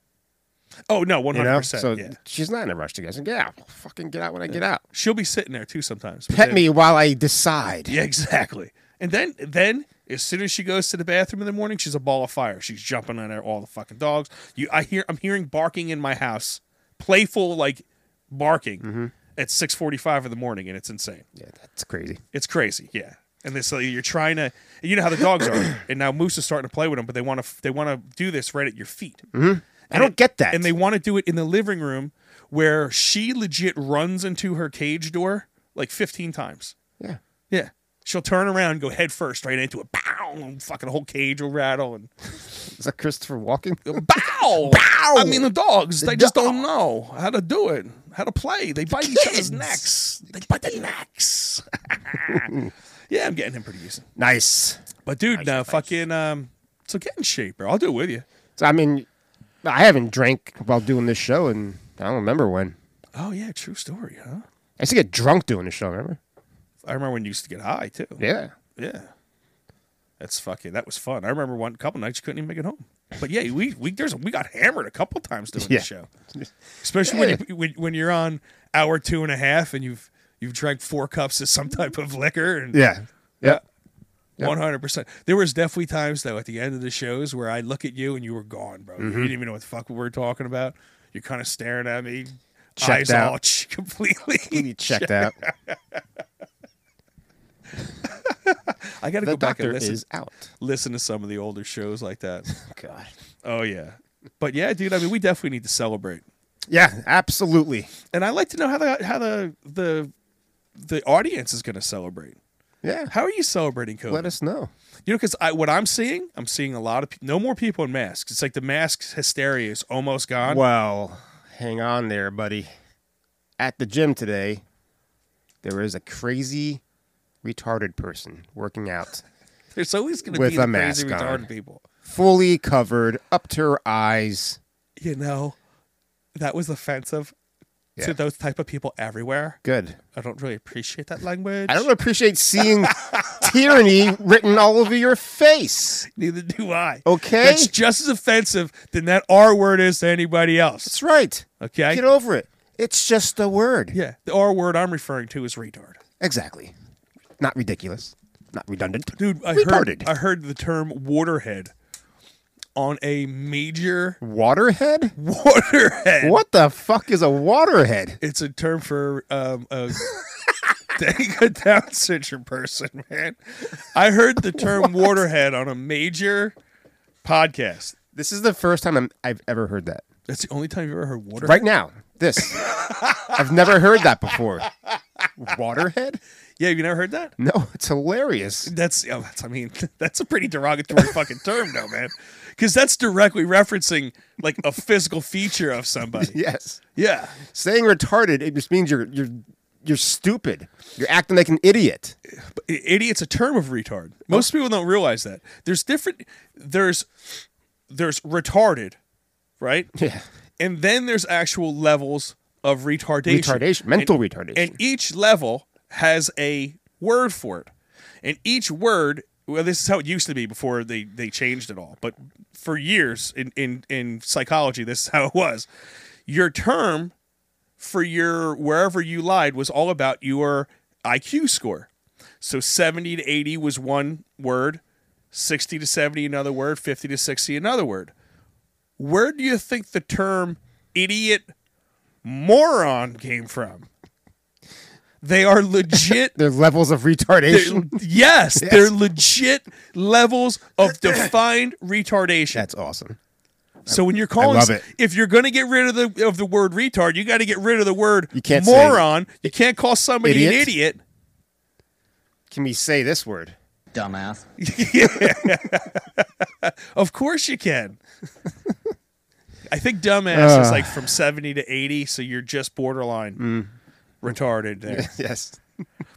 [SPEAKER 5] Oh no, one
[SPEAKER 6] You
[SPEAKER 5] hundred
[SPEAKER 6] know?
[SPEAKER 5] percent.
[SPEAKER 6] So
[SPEAKER 5] yeah.
[SPEAKER 6] she's not in a rush to get. She's like, Yeah, I'll fucking get out when I get out.
[SPEAKER 5] She'll be sitting there too sometimes. but
[SPEAKER 6] Pet
[SPEAKER 5] then-
[SPEAKER 6] me while I decide.
[SPEAKER 5] Yeah, exactly. And then then as soon as she goes to the bathroom in the morning, she's a ball of fire. She's jumping on all the fucking dogs. You I hear I'm hearing barking in my house. Playful like barking at 6:45 in the morning and it's insane.
[SPEAKER 6] Yeah, that's crazy.
[SPEAKER 5] It's crazy. Yeah. And this, like, you're trying to, and you know how the dogs are, and now Moose is starting to play with them, but they want to, they want to do this right at your feet.
[SPEAKER 6] hmm I
[SPEAKER 5] And
[SPEAKER 6] don't
[SPEAKER 5] it-
[SPEAKER 6] get that.
[SPEAKER 5] And they want to do it in the living room where she legit runs into her cage door like 15 times.
[SPEAKER 6] Yeah.
[SPEAKER 5] Yeah. She'll turn around and go head first right into it. Bow! And fucking whole cage will rattle and
[SPEAKER 6] Is that Christopher Walken?
[SPEAKER 5] bow! Bow! I mean, the dogs, they just don't know how to do it, how to play. They bite each other's necks. They bite their necks. yeah, I'm getting him pretty decent.
[SPEAKER 6] Nice.
[SPEAKER 5] But dude, no, fucking, um, so get in shape, bro. I'll do it with you.
[SPEAKER 6] So, I mean, I haven't drank while doing this show, and I don't remember when.
[SPEAKER 5] Oh, yeah, true story, huh?
[SPEAKER 6] I used to get drunk doing the show. Remember?
[SPEAKER 5] I remember when you used to get high too.
[SPEAKER 6] Yeah.
[SPEAKER 5] Yeah. That's fucking that was fun. I remember one couple nights you couldn't even make it home. But yeah, we we there's we got hammered a couple times doing
[SPEAKER 6] Yeah.
[SPEAKER 5] the show. Especially when, you, when when you're on hour two and a half and you've you've drank four cups of some type of liquor and
[SPEAKER 6] Yeah. Yeah. Yeah.
[SPEAKER 5] one hundred percent. There was definitely times though at the end of the shows where I look at you and you were gone, bro. You
[SPEAKER 6] Mhm.
[SPEAKER 5] didn't even know what the fuck we were talking about. You're kind of staring at me,
[SPEAKER 6] Checked
[SPEAKER 5] eyes
[SPEAKER 6] out.
[SPEAKER 5] all ch- completely
[SPEAKER 6] Completely checked out.
[SPEAKER 5] I got to
[SPEAKER 6] The
[SPEAKER 5] go back and
[SPEAKER 6] doctor
[SPEAKER 5] listen
[SPEAKER 6] is out.
[SPEAKER 5] Listen to some of the older shows like that.
[SPEAKER 6] God.
[SPEAKER 5] Oh yeah, but yeah, dude. I mean, we definitely need to celebrate,
[SPEAKER 6] Yeah, absolutely.
[SPEAKER 5] and I like to know how the how the the the audience is going to celebrate.
[SPEAKER 6] Yeah.
[SPEAKER 5] How are you celebrating COVID?
[SPEAKER 6] Let us know.
[SPEAKER 5] You know, because I what I'm seeing, I'm seeing a lot of pe- no more people in masks. It's like the mask hysteria is almost gone.
[SPEAKER 6] Well, hang on there, buddy. At the gym today, there was a crazy, retarded person working out,
[SPEAKER 5] There's always going to
[SPEAKER 6] With
[SPEAKER 5] be
[SPEAKER 6] a
[SPEAKER 5] the
[SPEAKER 6] mask
[SPEAKER 5] crazy
[SPEAKER 6] on.
[SPEAKER 5] retarded people.
[SPEAKER 6] fully covered up to her eyes.
[SPEAKER 5] You know, that was offensive
[SPEAKER 6] Yeah.
[SPEAKER 5] to those type of people everywhere.
[SPEAKER 6] Good.
[SPEAKER 5] I don't really appreciate that language.
[SPEAKER 6] I don't appreciate seeing tyranny written all over your face.
[SPEAKER 5] Neither do I.
[SPEAKER 6] Okay?
[SPEAKER 5] That's just as offensive than that R word is to anybody else.
[SPEAKER 6] That's right.
[SPEAKER 5] Okay.
[SPEAKER 6] Get over it. It's just a word.
[SPEAKER 5] Yeah. The R word I'm referring to is retard.
[SPEAKER 6] Exactly. Not ridiculous. Not redundant.
[SPEAKER 5] Dude, I
[SPEAKER 6] Retarded.
[SPEAKER 5] heard I heard the term waterhead on a major
[SPEAKER 6] Waterhead?
[SPEAKER 5] waterhead.
[SPEAKER 6] What the fuck is a waterhead?
[SPEAKER 5] It's a term for um a dang good Down syndrome person, man. I heard the term waterhead on a major podcast.
[SPEAKER 6] This is the first time I'm, I've ever heard that.
[SPEAKER 5] That's the only time you've ever heard waterhead.
[SPEAKER 6] Right now, this. I've never heard that before. Waterhead?
[SPEAKER 5] Yeah, you never heard that?
[SPEAKER 6] No, it's hilarious.
[SPEAKER 5] That's, oh, that's I mean, that's a pretty derogatory fucking term, though, man. Because that's directly referencing like a physical feature of somebody.
[SPEAKER 6] Yes.
[SPEAKER 5] Yeah.
[SPEAKER 6] Saying retarded, it just means you're you're you're stupid. You're acting like an idiot.
[SPEAKER 5] But i- idiot's a term of retard.
[SPEAKER 6] Oh.
[SPEAKER 5] Most people don't realize that. There's different there's there's retarded, right?
[SPEAKER 6] Yeah.
[SPEAKER 5] And then there's actual levels of retardation.
[SPEAKER 6] Retardation, mental
[SPEAKER 5] And-
[SPEAKER 6] retardation.
[SPEAKER 5] And e each level has a word for it. And each word well, this is how it used to be before they, they changed it all. But for years in, in, in psychology, this is how it was. Your term for your wherever you lied was all about your IQ score. So 70 to 80 was one word, 60 to 70 another word, 50 to 60 another word. Where do you think the term idiot moron came from? They are legit
[SPEAKER 6] They're levels of
[SPEAKER 5] they're-
[SPEAKER 6] retardation.
[SPEAKER 5] yes, they're legit levels of defined retardation.
[SPEAKER 6] That's awesome.
[SPEAKER 5] So when you're calling,
[SPEAKER 6] love it.
[SPEAKER 5] if you're going to get rid of the of the word retard, you got to get rid of the word
[SPEAKER 6] You can't say
[SPEAKER 5] moron. you can't call somebody an
[SPEAKER 6] idiot.
[SPEAKER 5] idiot.
[SPEAKER 6] Can we say this word?
[SPEAKER 7] Dumbass.
[SPEAKER 5] Of course you can. I think dumbass is
[SPEAKER 6] Ugh.
[SPEAKER 5] like from seventy to eighty, so you're just borderline
[SPEAKER 6] Mm.
[SPEAKER 5] retarded there.
[SPEAKER 6] Yes.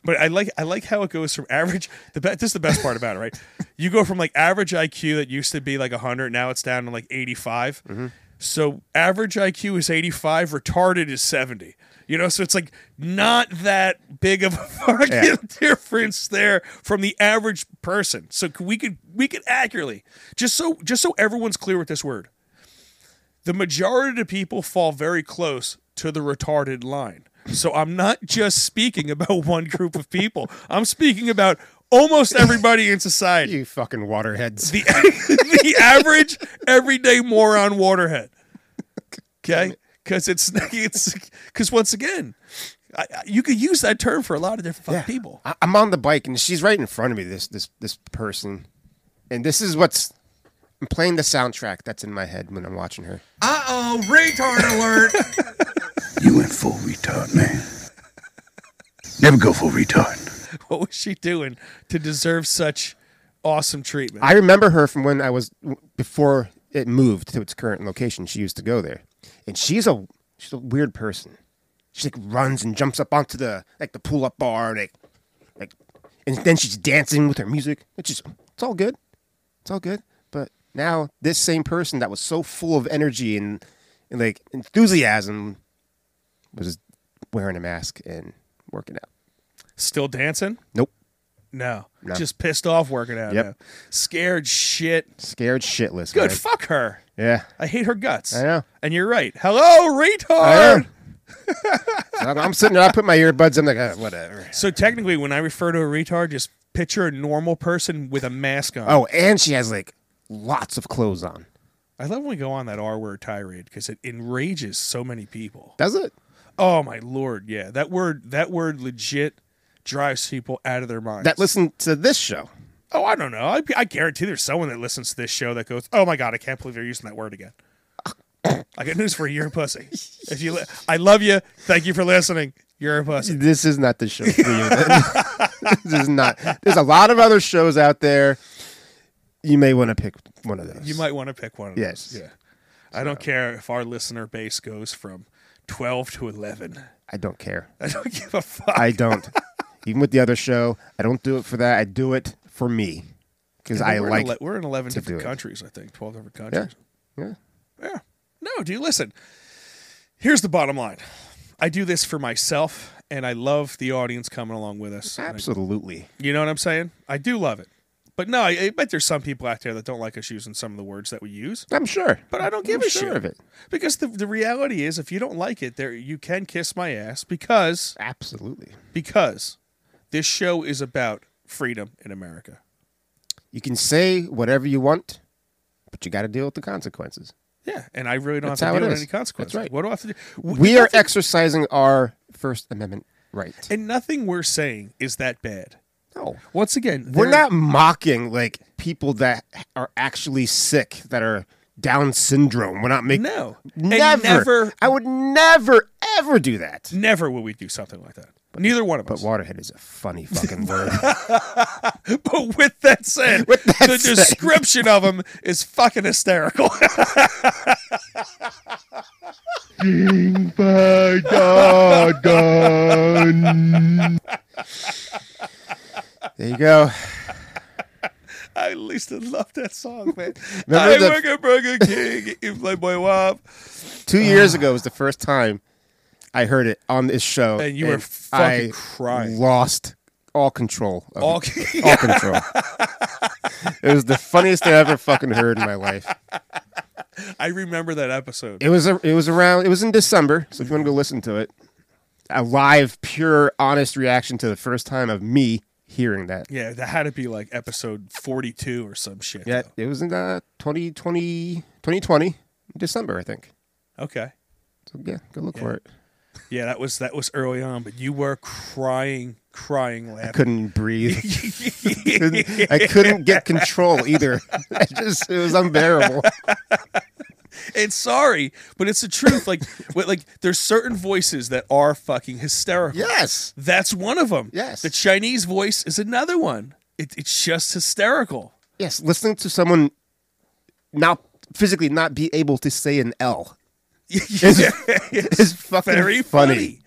[SPEAKER 5] But I like I like how it goes from average. The be, this is the best part about it, right? You go from like average IQ that used to be like hundred, now it's down to like eighty So average IQ is eighty five, retarded is seventy. You know, so it's like not that big of a fucking
[SPEAKER 6] Yeah.
[SPEAKER 5] difference there from the average person. So c- we could we could accurately just so just so everyone's clear with this word. the majority of people fall very close to the retarded line. So I'm not just speaking about one group of people. I'm speaking about almost everybody in society.
[SPEAKER 6] You fucking waterheads.
[SPEAKER 5] The, the average everyday moron waterhead. Okay? Cuz it's it's cuz once again, I, I- you could use that term for a lot of different fucking people.
[SPEAKER 6] I- I'm on the bike and she's right in front of me. This this this person, and this is what's I'm playing the soundtrack that's in my head when I'm watching her.
[SPEAKER 3] Uh oh, retard alert.
[SPEAKER 11] You went full retard, man. Never go full retard.
[SPEAKER 5] What was she doing to deserve such awesome treatment?
[SPEAKER 6] I remember her from when I was before it moved to its current location. She used to go there, and she's a she's a weird person. She like runs and jumps up onto the like the pull up bar, like like, and then she's dancing with her music. It's just it's all good, it's all good. But now this same person that was so full of energy and and like enthusiasm was wearing a mask and working out.
[SPEAKER 5] Still dancing?
[SPEAKER 6] Nope,
[SPEAKER 5] No.
[SPEAKER 6] No.
[SPEAKER 5] Just pissed off working out.
[SPEAKER 6] Yep.
[SPEAKER 5] now. Scared shit.
[SPEAKER 6] scared shitless.
[SPEAKER 5] Good.
[SPEAKER 6] man.
[SPEAKER 5] Fuck her.
[SPEAKER 6] Yeah,
[SPEAKER 5] I hate her guts.
[SPEAKER 6] I know.
[SPEAKER 5] And you're right. Hello,
[SPEAKER 6] I am.
[SPEAKER 5] retard.
[SPEAKER 6] So I'm, I'm sitting there. I put my earbuds. in, like, "Ah, whatever.
[SPEAKER 5] So technically, when I refer to a retard, just picture a normal person with a mask on.
[SPEAKER 6] Oh, and she has like lots of clothes on.
[SPEAKER 5] I love when we go on that R word tirade because it enrages so many people.
[SPEAKER 6] Does it?
[SPEAKER 5] Oh my lord, yeah. That word, that word, legit drives people out of their minds.
[SPEAKER 6] That listen to this show.
[SPEAKER 5] oh, I don't know. I, I guarantee there's someone that listens to this show that goes, "Oh my god, I can't believe you're using that word again." I got news for you. You're a pussy. If you, li- I love you. Thank you for listening. You're a pussy.
[SPEAKER 6] This is not the show for you. this is not. There's a lot of other shows out there. You may want to pick one of those.
[SPEAKER 5] You might want to pick one of
[SPEAKER 6] Yes.
[SPEAKER 5] those. Yeah. I don't care if our listener base goes from 12 to 11.
[SPEAKER 6] I don't care.
[SPEAKER 5] I don't give a fuck.
[SPEAKER 6] I don't. Even with the other show, I don't do it for that. I do it for me because
[SPEAKER 5] Yeah,
[SPEAKER 6] I
[SPEAKER 5] we're
[SPEAKER 6] like.
[SPEAKER 5] In ele- we're in 11
[SPEAKER 6] to
[SPEAKER 5] different
[SPEAKER 6] do it.
[SPEAKER 5] countries, I think. 12 different
[SPEAKER 6] Yeah.
[SPEAKER 5] countries.
[SPEAKER 6] Yeah.
[SPEAKER 5] Yeah. No, dude, listen. Here's the bottom line I do this for myself, and I love the audience coming along with us. And I-
[SPEAKER 6] Absolutely.
[SPEAKER 5] You know what I'm saying? I do love it. But no, I, I bet there's some people out there that don't like us using some of the words that we use.
[SPEAKER 6] I'm sure.
[SPEAKER 5] But I don't give
[SPEAKER 6] I'm
[SPEAKER 5] a
[SPEAKER 6] sure
[SPEAKER 5] shit
[SPEAKER 6] of it.
[SPEAKER 5] Because the, the reality is, if you don't like it, there you can kiss my ass because
[SPEAKER 6] Absolutely.
[SPEAKER 5] because this show is about freedom in America.
[SPEAKER 6] You can say whatever you want, but you got to deal with the consequences.
[SPEAKER 5] Yeah, and I really don't
[SPEAKER 6] That's
[SPEAKER 5] have
[SPEAKER 6] how
[SPEAKER 5] to
[SPEAKER 6] it
[SPEAKER 5] deal with
[SPEAKER 6] is.
[SPEAKER 5] any consequences.
[SPEAKER 6] That's right.
[SPEAKER 5] What do I have to do? W-
[SPEAKER 6] We are
[SPEAKER 5] nothing-
[SPEAKER 6] exercising our First Amendment right.
[SPEAKER 5] and nothing we're saying is that bad.
[SPEAKER 6] No.
[SPEAKER 5] Once again,
[SPEAKER 6] We're
[SPEAKER 5] there-
[SPEAKER 6] not mocking like people that are actually sick that are Down syndrome. We're not making
[SPEAKER 5] No. And
[SPEAKER 6] never,
[SPEAKER 5] never-
[SPEAKER 6] I would never ever do that.
[SPEAKER 5] Never will we do something like that. Neither one of
[SPEAKER 6] But
[SPEAKER 5] us.
[SPEAKER 6] waterhead is a funny fucking word.
[SPEAKER 5] But with that said,
[SPEAKER 6] that
[SPEAKER 5] the
[SPEAKER 6] said-
[SPEAKER 5] description of him is fucking hysterical.
[SPEAKER 6] there you go.
[SPEAKER 5] I at least love that song, man.
[SPEAKER 6] Remember
[SPEAKER 5] I
[SPEAKER 6] the-
[SPEAKER 5] work at Burger King, if like my wife.
[SPEAKER 6] Two years ago was the first time I heard it on this show,
[SPEAKER 5] And you were
[SPEAKER 6] I
[SPEAKER 5] fucking crying.
[SPEAKER 6] Lost all control. Of
[SPEAKER 5] All-
[SPEAKER 6] all control. it was the funniest thing I ever fucking heard in my life.
[SPEAKER 5] I remember that episode.
[SPEAKER 6] It was a, it was around it was in December, so if you want to go listen to it, a live, pure, honest reaction to the first time of me hearing that.
[SPEAKER 5] yeah, that had to be like episode 42 or some shit.
[SPEAKER 6] Yeah, it was in uh, 2020, 2020 December, I think.
[SPEAKER 5] though. Okay.
[SPEAKER 6] So yeah, go look for it.
[SPEAKER 5] Yeah, that was that was early on, but you were crying, crying,
[SPEAKER 6] I
[SPEAKER 5] laughing.
[SPEAKER 6] couldn't breathe. Couldn't- I couldn't get control either. I just it was unbearable.
[SPEAKER 5] and sorry, but it's the truth. Like, what- like there's certain voices that are fucking hysterical.
[SPEAKER 6] Yes.
[SPEAKER 5] That's one of them.
[SPEAKER 6] Yes.
[SPEAKER 5] The Chinese voice is another one. It, it's just hysterical.
[SPEAKER 6] Yes, listening to someone not physically not be able to say an L is, is fucking
[SPEAKER 5] Very funny.
[SPEAKER 6] funny.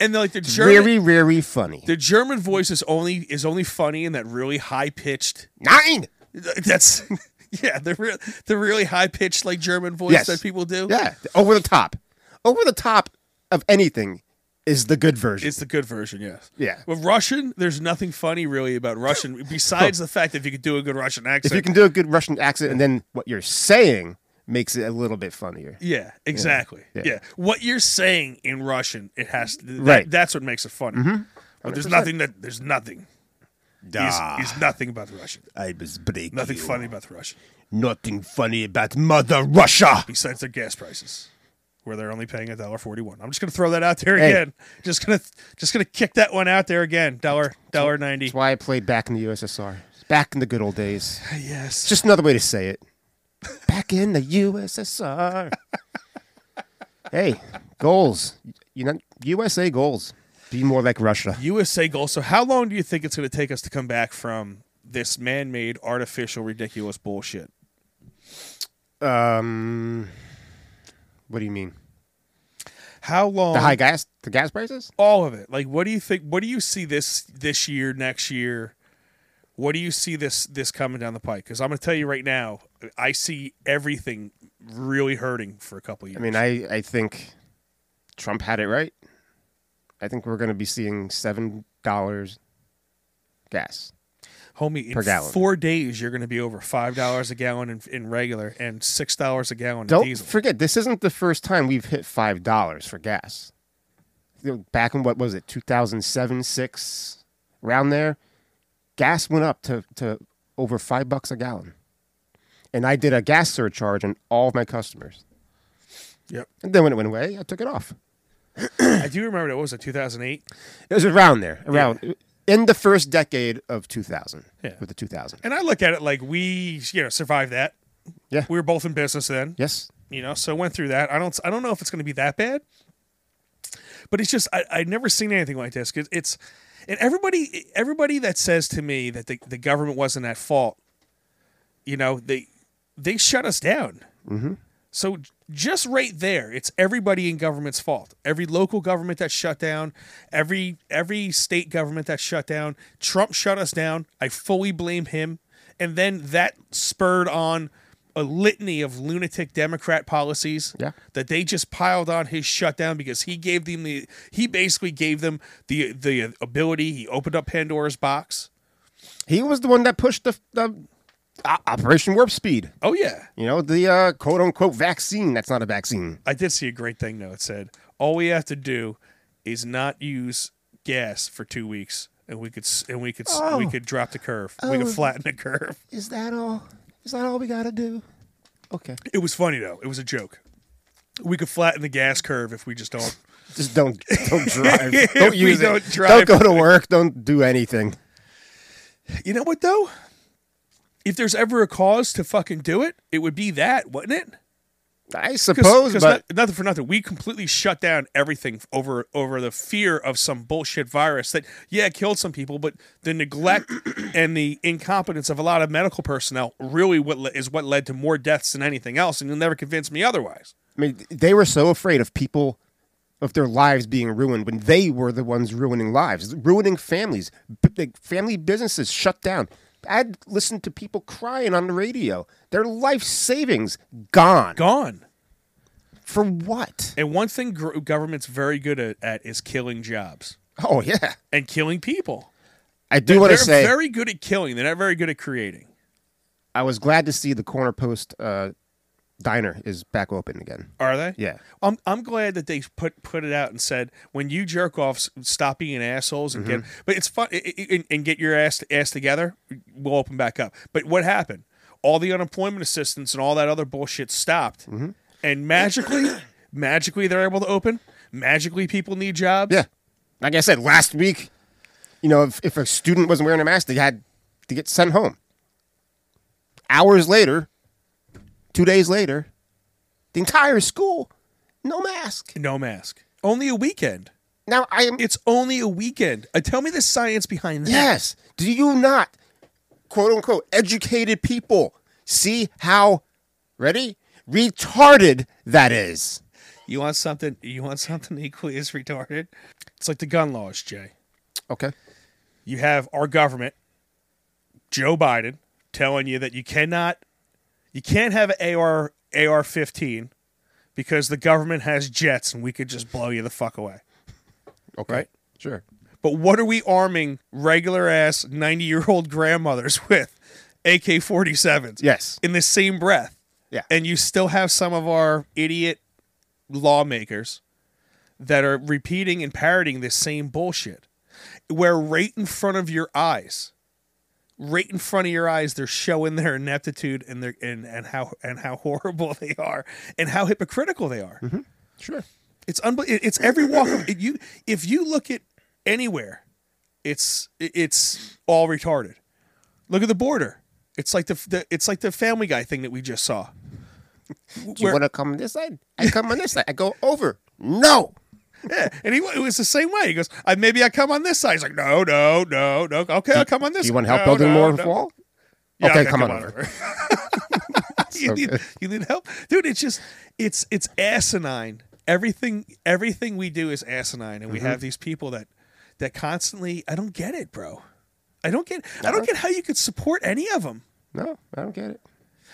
[SPEAKER 5] And they're like the German,
[SPEAKER 6] Very, very funny.
[SPEAKER 5] the German voice is only is only funny in that really high pitched.
[SPEAKER 6] Nine.
[SPEAKER 5] That's yeah, the real the really high pitched like German voice
[SPEAKER 6] Yes.
[SPEAKER 5] that people do.
[SPEAKER 6] Yeah, over the top. Over the top of anything is the good version.
[SPEAKER 5] It's the good version, yes.
[SPEAKER 6] Yeah.
[SPEAKER 5] With Russian, there's nothing funny really about Russian besides the fact that if you could do a good Russian accent.
[SPEAKER 6] if you can do a good Russian accent and then what you're saying makes it a little bit funnier.
[SPEAKER 5] Yeah, exactly. Yeah.
[SPEAKER 6] Yeah.
[SPEAKER 5] What you're saying in Russian, it has to, that-
[SPEAKER 6] Right.
[SPEAKER 5] That's what makes it funny.
[SPEAKER 6] Mhm.
[SPEAKER 5] But there's
[SPEAKER 6] 100%.
[SPEAKER 5] nothing that there's nothing.
[SPEAKER 6] Da.
[SPEAKER 5] He's, he's nothing about the Russian.
[SPEAKER 6] I was breaking.
[SPEAKER 5] Nothing funny about the Russian
[SPEAKER 6] Nothing funny about Mother Russia.
[SPEAKER 5] besides their gas prices, where they're only paying a dollar forty-one. I'm just gonna throw that out there
[SPEAKER 6] Hey.
[SPEAKER 5] again. Just gonna just gonna kick that one out there again. Dollar dollar ninety.
[SPEAKER 6] That's why I played back in the USSR. Back in the good old days.
[SPEAKER 5] Yes.
[SPEAKER 6] Just another way to say it. Back in the USSR. hey, goals. You know, USA goals. Be more like Russia.
[SPEAKER 5] USA goal. So how long do you think it's gonna take us to come back from this man-made, artificial, ridiculous bullshit?
[SPEAKER 6] Um, what do you mean?
[SPEAKER 5] How long?
[SPEAKER 6] The high gas, the gas prices.
[SPEAKER 5] all of it like what do you think what do you see this this year next year what do you see this this coming down the pike because i'm going to tell you right now i see everything really hurting for a couple years
[SPEAKER 6] I mean, I I think Trump had it right. I think we're going to be seeing seven dollars gas.
[SPEAKER 5] homie in
[SPEAKER 6] per gallon.
[SPEAKER 5] four days you're going to be over five dollars a gallon in, in regular and six dollars a gallon in
[SPEAKER 6] Don't
[SPEAKER 5] diesel
[SPEAKER 6] forget, this isn't the first time we've hit five dollars for gas. You know, Back in what was it, two thousand seven, six, around there, gas went up to to over five bucks a gallon, and I did a gas surcharge on all of my customers.
[SPEAKER 5] Yep.
[SPEAKER 6] And then when it went away, I took it off.
[SPEAKER 5] i do remember that what was it 2008
[SPEAKER 6] It was around there, around in the first decade of two thousand.
[SPEAKER 5] Yeah.
[SPEAKER 6] With the two thousand.
[SPEAKER 5] and i look at it like we you know survived that
[SPEAKER 6] Yeah.
[SPEAKER 5] we were both in business then
[SPEAKER 6] Yes.
[SPEAKER 5] you know so went through that i don't i don't know if it's going to be that bad but it's just i i never seen anything like this 'Cause it's and everybody everybody that says to me that the, the government wasn't at fault you know they they shut us down
[SPEAKER 6] Mm-hmm.
[SPEAKER 5] so j- just right there, it's everybody in government's fault. Every local government that shut down, every every state government that shut down. Trump shut us down. I fully blame him. And then that spurred on a litany of lunatic Democrat policies
[SPEAKER 6] Yeah.
[SPEAKER 5] that they just piled on his shutdown because he gave them the he basically gave them the the ability. He opened up Pandora's box.
[SPEAKER 6] He was the one that pushed the, the O- Operation Warp Speed.
[SPEAKER 5] Oh yeah.
[SPEAKER 6] You know, the uh, quote unquote vaccine. That's not a vaccine.
[SPEAKER 5] I did see a great thing though. It said all we have to do is not use gas for two weeks, and we could s- and we could s we
[SPEAKER 6] Oh.
[SPEAKER 5] could drop the curve. We
[SPEAKER 6] Oh.
[SPEAKER 5] could flatten the curve.
[SPEAKER 6] Is that all? Is that all we got to do? Okay.
[SPEAKER 5] It was funny though. It was a joke. We could flatten the gas curve if we just don't.
[SPEAKER 6] Just don't don't drive.
[SPEAKER 5] If
[SPEAKER 6] don't
[SPEAKER 5] we
[SPEAKER 6] use
[SPEAKER 5] don't
[SPEAKER 6] it.
[SPEAKER 5] drive-
[SPEAKER 6] Don't go to work. Don't do anything.
[SPEAKER 5] You know what though? If there's ever a cause to fucking do it, it would be that, wouldn't it?
[SPEAKER 6] I suppose, but
[SPEAKER 5] not- nothing for nothing. We completely shut down everything over over the fear of some bullshit virus that yeah killed some people, but the neglect and the incompetence of a lot of medical personnel really what le- is what led to more deaths than anything else. And you'll never convince me otherwise.
[SPEAKER 6] I mean, they were so afraid of people, of their lives being ruined when they were the ones ruining lives, ruining families, b- big family businesses shut down. I'd listen to people crying on the radio. Their life savings gone.
[SPEAKER 5] Gone.
[SPEAKER 6] For what?
[SPEAKER 5] And one thing gr- government's very good at, at is killing jobs
[SPEAKER 6] Oh, yeah.
[SPEAKER 5] and killing people.
[SPEAKER 6] I do want to
[SPEAKER 5] They're
[SPEAKER 6] say
[SPEAKER 5] very good at killing. They're not very good at creating.
[SPEAKER 6] I was glad to see the corner post uh, diner is back open again.
[SPEAKER 5] Are they?
[SPEAKER 6] Yeah.
[SPEAKER 5] I'm I'm glad that they put put it out and said when you jerk offs stop being assholes and
[SPEAKER 6] Mm-hmm.
[SPEAKER 5] get but it's fun i- i- and, and get your ass ass together we'll open back up. But what happened? All the unemployment assistance and all that other bullshit stopped,
[SPEAKER 6] Mm-hmm.
[SPEAKER 5] and magically, magically they're able to open. Magically, people need jobs.
[SPEAKER 6] Yeah. Like I said last week, you know, if, if a student wasn't wearing a mask, they had to get sent home. Hours later, two days later, the entire school, no mask.
[SPEAKER 5] No mask. Only a weekend.
[SPEAKER 6] Now I am
[SPEAKER 5] It's only a weekend. Uh, tell me the science behind that.
[SPEAKER 6] Yes. Do you not, quote unquote, educated people see how ready? Retarded that is.
[SPEAKER 5] You want something? You want something equally as retarded? It's like the gun laws, Jay.
[SPEAKER 6] Okay.
[SPEAKER 5] you have our government, Joe Biden, telling you that you cannot, you can't have an AR AR fifteen because the government has jets and we could just blow you the fuck away.
[SPEAKER 6] Okay.
[SPEAKER 5] Right.
[SPEAKER 6] Sure.
[SPEAKER 5] But what are we arming regular ass ninety year old grandmothers with? AK forty sevens.
[SPEAKER 6] Yes.
[SPEAKER 5] In the same breath.
[SPEAKER 6] Yeah.
[SPEAKER 5] And you still have some of our idiot lawmakers that are repeating and parroting this same bullshit. Where right in front of your eyes, right in front of your eyes, they're showing their ineptitude and their and, and how and how horrible they are and how hypocritical they
[SPEAKER 6] Mm-hmm.
[SPEAKER 5] are.
[SPEAKER 6] Sure.
[SPEAKER 5] It's unbel- it- It's every walk of it, you. If you look at anywhere, it's it- it's all retarded. Look at the border. It's like the, the it's like the Family Guy thing that we just saw.
[SPEAKER 6] Do you want to come on this side? I come on this side. I go over. No.
[SPEAKER 5] Yeah, and he it was the same way. He goes, I, "Maybe I come on this side." He's like, "No, no, no, no. Okay, I'll come on this."
[SPEAKER 6] Do you want help
[SPEAKER 5] no,
[SPEAKER 6] building
[SPEAKER 5] no,
[SPEAKER 6] more of
[SPEAKER 5] no."
[SPEAKER 6] a wall?
[SPEAKER 5] Yeah,
[SPEAKER 6] okay, come, on, over.
[SPEAKER 5] you, need, you need help, dude. It's just it's it's asinine. Everything everything we do is asinine, and we
[SPEAKER 6] Mhm.
[SPEAKER 5] have these people that that constantly. I don't get it, bro. I don't get. I don't
[SPEAKER 6] No.
[SPEAKER 5] get how you could support any of them.
[SPEAKER 6] No, I don't get it.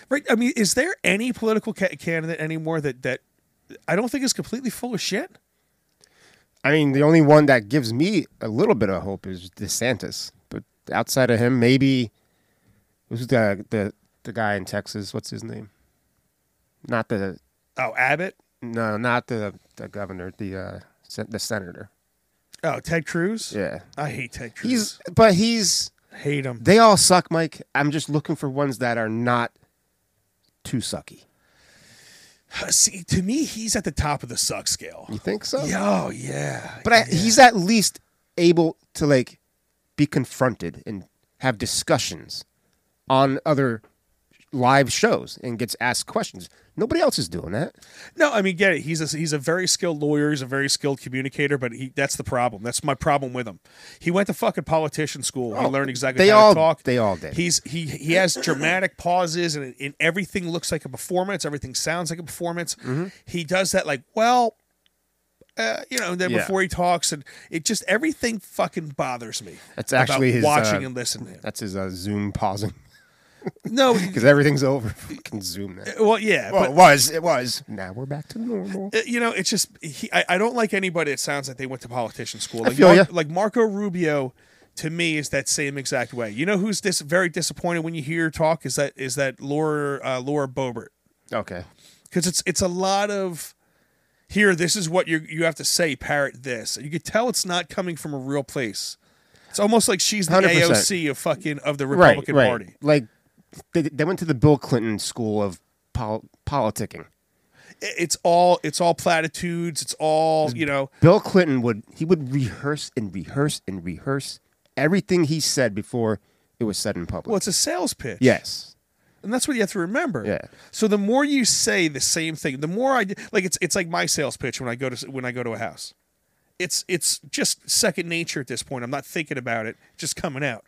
[SPEAKER 5] Right? I mean, is there any political ca- candidate anymore that that I don't think is completely full of shit?
[SPEAKER 6] I mean, the only one that gives me a little bit of hope is DeSantis. But outside of him, maybe who's the the the guy in Texas? What's his name? Not the
[SPEAKER 5] Oh, Abbott.
[SPEAKER 6] no, not the the governor, the uh, sen- the senator.
[SPEAKER 5] Oh, Ted Cruz.
[SPEAKER 6] Yeah.
[SPEAKER 5] I hate Ted Cruz.
[SPEAKER 6] He's but he's
[SPEAKER 5] hate him.
[SPEAKER 6] They all suck, Mike. I'm just looking for ones that are not too sucky.
[SPEAKER 5] See, to me, he's at the top of the suck scale.
[SPEAKER 6] You think so?
[SPEAKER 5] Yeah, oh, yeah.
[SPEAKER 6] But I, he's at least able to like be confronted and have discussions on other live shows and gets asked questions. Nobody else is doing that.
[SPEAKER 5] No, I mean, get it. He's a, he's a very skilled lawyer. He's a very skilled communicator. But he, that's the problem. That's my problem with him. He went to fucking politician school. he
[SPEAKER 6] Oh,
[SPEAKER 5] learned exactly
[SPEAKER 6] They
[SPEAKER 5] how
[SPEAKER 6] all
[SPEAKER 5] to talk.
[SPEAKER 6] they all did.
[SPEAKER 5] He's he he has dramatic pauses and, and everything looks like a performance. Everything sounds like a performance.
[SPEAKER 6] Mm-hmm.
[SPEAKER 5] He does that like well, uh, you know. Then
[SPEAKER 6] Yeah.
[SPEAKER 5] before he talks and it just everything fucking bothers me.
[SPEAKER 6] that's
[SPEAKER 5] about
[SPEAKER 6] actually his
[SPEAKER 5] watching
[SPEAKER 6] uh,
[SPEAKER 5] and listening.
[SPEAKER 6] That's his uh, Zoom pausing
[SPEAKER 5] No,
[SPEAKER 6] because everything's over. Fucking Zoom now.
[SPEAKER 5] well, yeah,
[SPEAKER 6] Well,
[SPEAKER 5] but-
[SPEAKER 6] it was. It was. Now we're back to normal.
[SPEAKER 5] Uh, you know, it's just he, I, I don't like anybody that sounds like they went to politician school.
[SPEAKER 6] I
[SPEAKER 5] Like,
[SPEAKER 6] feel
[SPEAKER 5] Mar-
[SPEAKER 6] ya.
[SPEAKER 5] like Marco Rubio, to me, is that same exact way. You know who's dis- very disappointed when you hear her talk is that is that Laura uh, Laura Boebert
[SPEAKER 6] Okay.
[SPEAKER 5] because it's it's a lot of here. This is what you you have to say. Parrot this. You could tell it's not coming from a real place. It's almost like she's
[SPEAKER 6] 100%.
[SPEAKER 5] the AOC of fucking of the Republican
[SPEAKER 6] right, right.
[SPEAKER 5] Party.
[SPEAKER 6] Like they, they went to the Bill Clinton school of pol- politicking.
[SPEAKER 5] I- It's all it's all platitudes. It's all you know.
[SPEAKER 6] Bill Clinton would he would rehearse and rehearse and rehearse everything he said before it was said in public.
[SPEAKER 5] Well, it's a sales pitch.
[SPEAKER 6] yes.
[SPEAKER 5] And that's what you have to remember.
[SPEAKER 6] Yeah.
[SPEAKER 5] So the more you say the same thing, the more I like it's it's like my sales pitch when I go to when I go to a house. It's it's just second nature at this point. I'm not thinking about it, it's just coming out.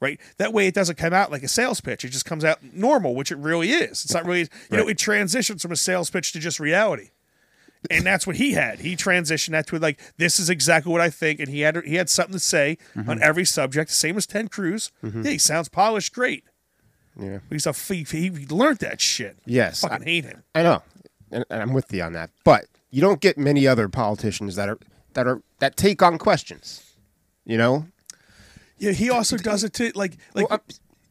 [SPEAKER 5] Right? That way it doesn't come out like a sales pitch. It just comes out normal, which it really is. It's not really you know,
[SPEAKER 6] Right.
[SPEAKER 5] it transitions from a sales pitch to just reality. And that's what he had. He transitioned that to like this is exactly what I think and he had he had something to say on
[SPEAKER 6] Mhm.
[SPEAKER 5] every subject, same as Ted Cruz.
[SPEAKER 6] Mhm.
[SPEAKER 5] Yeah, he sounds polished great.
[SPEAKER 6] Yeah.
[SPEAKER 5] He's a thief. He he learned that shit.
[SPEAKER 6] Yes.
[SPEAKER 5] Fucking hate him.
[SPEAKER 6] I know. And, and I'm with you on that. But you don't get many other politicians that are that are that take on questions. You know?
[SPEAKER 5] Yeah, he also does it to like like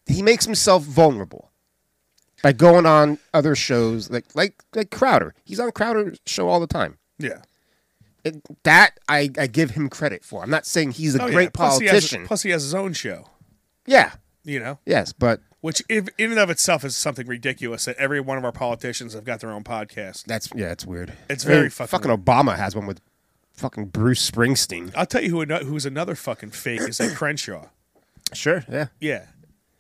[SPEAKER 6] He makes himself vulnerable by going on other shows like like like Crowder. He's on Crowder's show all the time.
[SPEAKER 5] yeah.
[SPEAKER 6] It, that I, I give him credit for. I'm not saying he's a
[SPEAKER 5] Oh, yeah.
[SPEAKER 6] great
[SPEAKER 5] Plus he has-
[SPEAKER 6] politician.
[SPEAKER 5] Plus he has his own show.
[SPEAKER 6] yeah.
[SPEAKER 5] You know.
[SPEAKER 6] Yes, but
[SPEAKER 5] Which if, in and of itself is something ridiculous that every one of our politicians have got their own podcast.
[SPEAKER 6] That's yeah, it's weird.
[SPEAKER 5] It's
[SPEAKER 6] I mean,
[SPEAKER 5] very fucking weird.
[SPEAKER 6] Obama has one with fucking Bruce Springsteen.
[SPEAKER 5] I'll tell you who ano- who's another fucking fake is that Crenshaw.
[SPEAKER 6] Sure, yeah.
[SPEAKER 5] Yeah.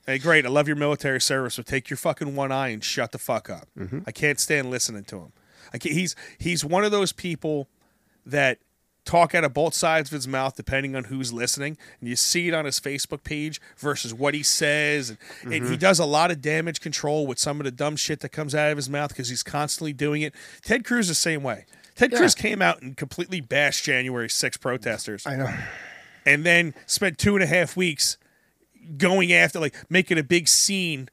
[SPEAKER 5] Hey, great. I love your military service, but take your fucking one eye and shut the fuck up.
[SPEAKER 6] Mhm.
[SPEAKER 5] I can't stand listening to him. I can't, he's he's one of those people that talk out of both sides of his mouth depending on who's listening, and you see it on his Facebook page versus what he says, and, and he
[SPEAKER 6] Mhm.
[SPEAKER 5] does a lot of damage control with some of the dumb shit that comes out of his mouth because he's constantly doing it. Ted Cruz the same way. Ted Cruz came out and completely bashed January 6 protesters. I
[SPEAKER 6] know.
[SPEAKER 5] And then spent two and a half weeks going after, like making a big scene,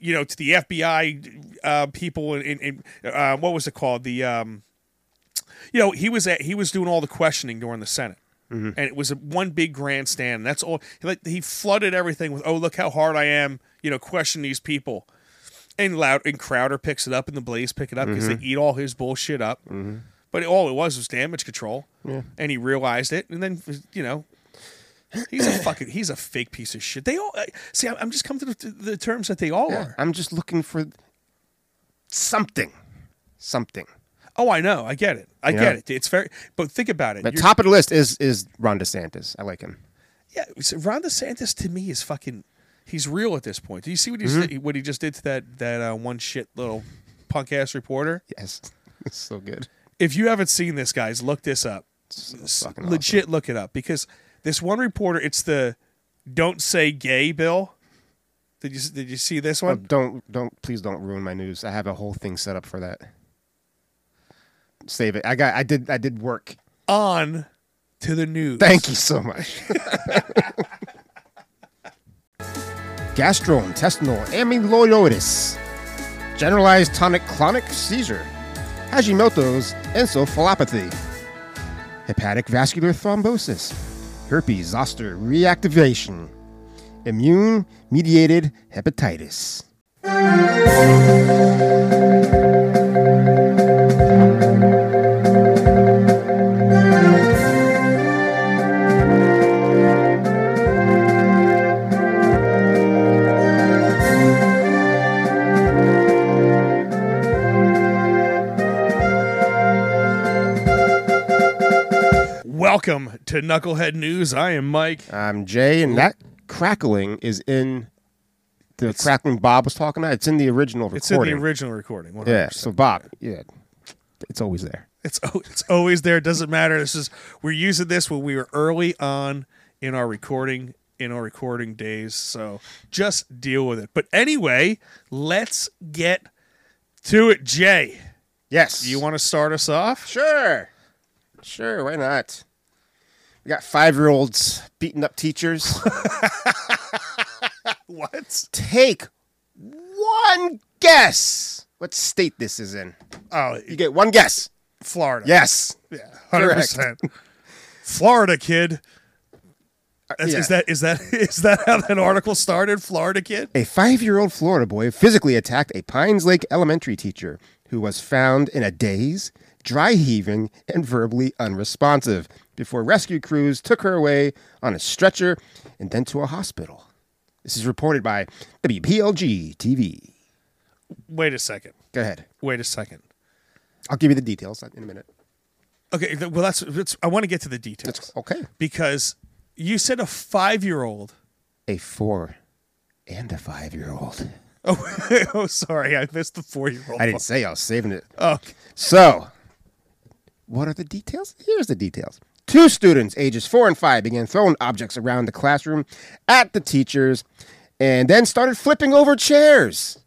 [SPEAKER 5] you know, to the FBI uh, people and, and, and uh, what was it called? The, um, you know, he was at, he was doing all the questioning during the Senate.
[SPEAKER 6] Mhm.
[SPEAKER 5] And it was a, one big grandstand. And that's all. He, like, he flooded everything with, "Oh, look how hard I am," you know, question these people. And loud and Crowder picks it up, and the Blaze pick it up because
[SPEAKER 6] Mhm.
[SPEAKER 5] they eat all his bullshit up.
[SPEAKER 6] Mhm.
[SPEAKER 5] But it- all it was was damage control,
[SPEAKER 6] Yeah.
[SPEAKER 5] and he realized it. And then you know, he's a fucking he's a fake piece of shit. They all I- see. I'm- I'm just coming to the, to the terms that they all
[SPEAKER 6] Yeah,
[SPEAKER 5] are.
[SPEAKER 6] I'm just looking for something, something.
[SPEAKER 5] Oh, I know. I get it. I
[SPEAKER 6] Yeah.
[SPEAKER 5] get it. It's very. But think about it.
[SPEAKER 6] But
[SPEAKER 5] You're-
[SPEAKER 6] top of the list is is Ron DeSantis. I like him.
[SPEAKER 5] Yeah, so Ron DeSantis to me is fucking. He's real at this point. Do you see what he
[SPEAKER 6] Mhm.
[SPEAKER 5] did what he just did to that that uh, one shit little punk ass reporter?
[SPEAKER 6] Yes, it's so good.
[SPEAKER 5] If you haven't seen this, guys, look this up. S-
[SPEAKER 6] fucking
[SPEAKER 5] Legit, look it up because this one reporter. It's the "Don't Say Gay" bill. Did you did you see this
[SPEAKER 6] Oh,
[SPEAKER 5] one?
[SPEAKER 6] don't don't please don't ruin my news. I have a whole thing set up for that. Save it. I got. I did. I did work.
[SPEAKER 5] On to the news.
[SPEAKER 6] Um, Thank you so much. Gastrointestinal amyloidosis, generalized tonic-clonic seizure, Hashimoto's encephalopathy, hepatic vascular thrombosis, herpes zoster reactivation, immune-mediated hepatitis.
[SPEAKER 5] Welcome to Knucklehead News. I am Mike.
[SPEAKER 6] I'm Um, Jay, and that crackling is in the crackling Bob was talking about. It's in the original recording.
[SPEAKER 5] It's in the original recording. 100%.
[SPEAKER 6] Yeah. So Bob, yeah, it's always there.
[SPEAKER 5] It's al- it's always there. It doesn't matter. This is we're using this when we were early on in our recording in our recording days. So just deal with it. But anyway, let's get to it, Jay.
[SPEAKER 6] Yes.
[SPEAKER 5] You want to start us off?
[SPEAKER 6] Sure. Sure. Why not? We got five-year-olds beating up teachers.
[SPEAKER 5] what?
[SPEAKER 6] Take one guess. What state this is in?
[SPEAKER 5] Oh,
[SPEAKER 6] you get one guess.
[SPEAKER 5] Florida.
[SPEAKER 6] Yes.
[SPEAKER 5] Yeah. Hundred percent. Florida kid. That's- Is
[SPEAKER 6] yeah.
[SPEAKER 5] that is that is that how that article started? Florida kid.
[SPEAKER 6] A five year old Florida boy physically attacked a Pines Lake elementary teacher who was found in a daze, dry heaving, and verbally unresponsive before rescue crews took her away on a stretcher and then to a hospital. This is reported by WPLG TV.
[SPEAKER 5] Wait a second.
[SPEAKER 6] Go ahead.
[SPEAKER 5] Wait a second.
[SPEAKER 6] I'll give you the details in a minute.
[SPEAKER 5] Okay, th- well, that's, that's I want to get to the details.
[SPEAKER 6] okay,
[SPEAKER 5] because you said a five-year-old.
[SPEAKER 6] A four and a five year old.
[SPEAKER 5] Oh, oh, sorry, I missed the four-year-old.
[SPEAKER 6] I didn't say I was saving it.
[SPEAKER 5] Oh,
[SPEAKER 6] So, what are the details? Here's the details. Two students, ages four and five, began throwing objects around the classroom at the teachers and then started flipping over chairs.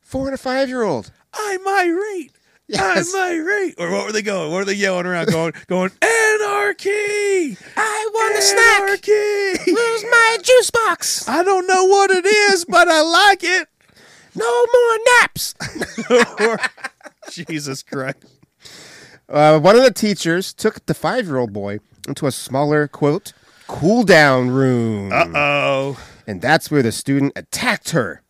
[SPEAKER 6] Four and a five year old.
[SPEAKER 5] I'm irate.
[SPEAKER 6] Yes.
[SPEAKER 5] I'm irate. Or what were they going? What are they yelling around? Going, going anarchy.
[SPEAKER 6] I
[SPEAKER 5] want a snack. Anarchy.
[SPEAKER 6] Where's my juice box?
[SPEAKER 5] I don't know what it is, but I like it.
[SPEAKER 6] No more naps.
[SPEAKER 5] Or- Jesus Christ.
[SPEAKER 6] Uh, one of the teachers took the five year old boy into a smaller, quote, cool down room.
[SPEAKER 5] Uh oh.
[SPEAKER 6] and that's where the student attacked her.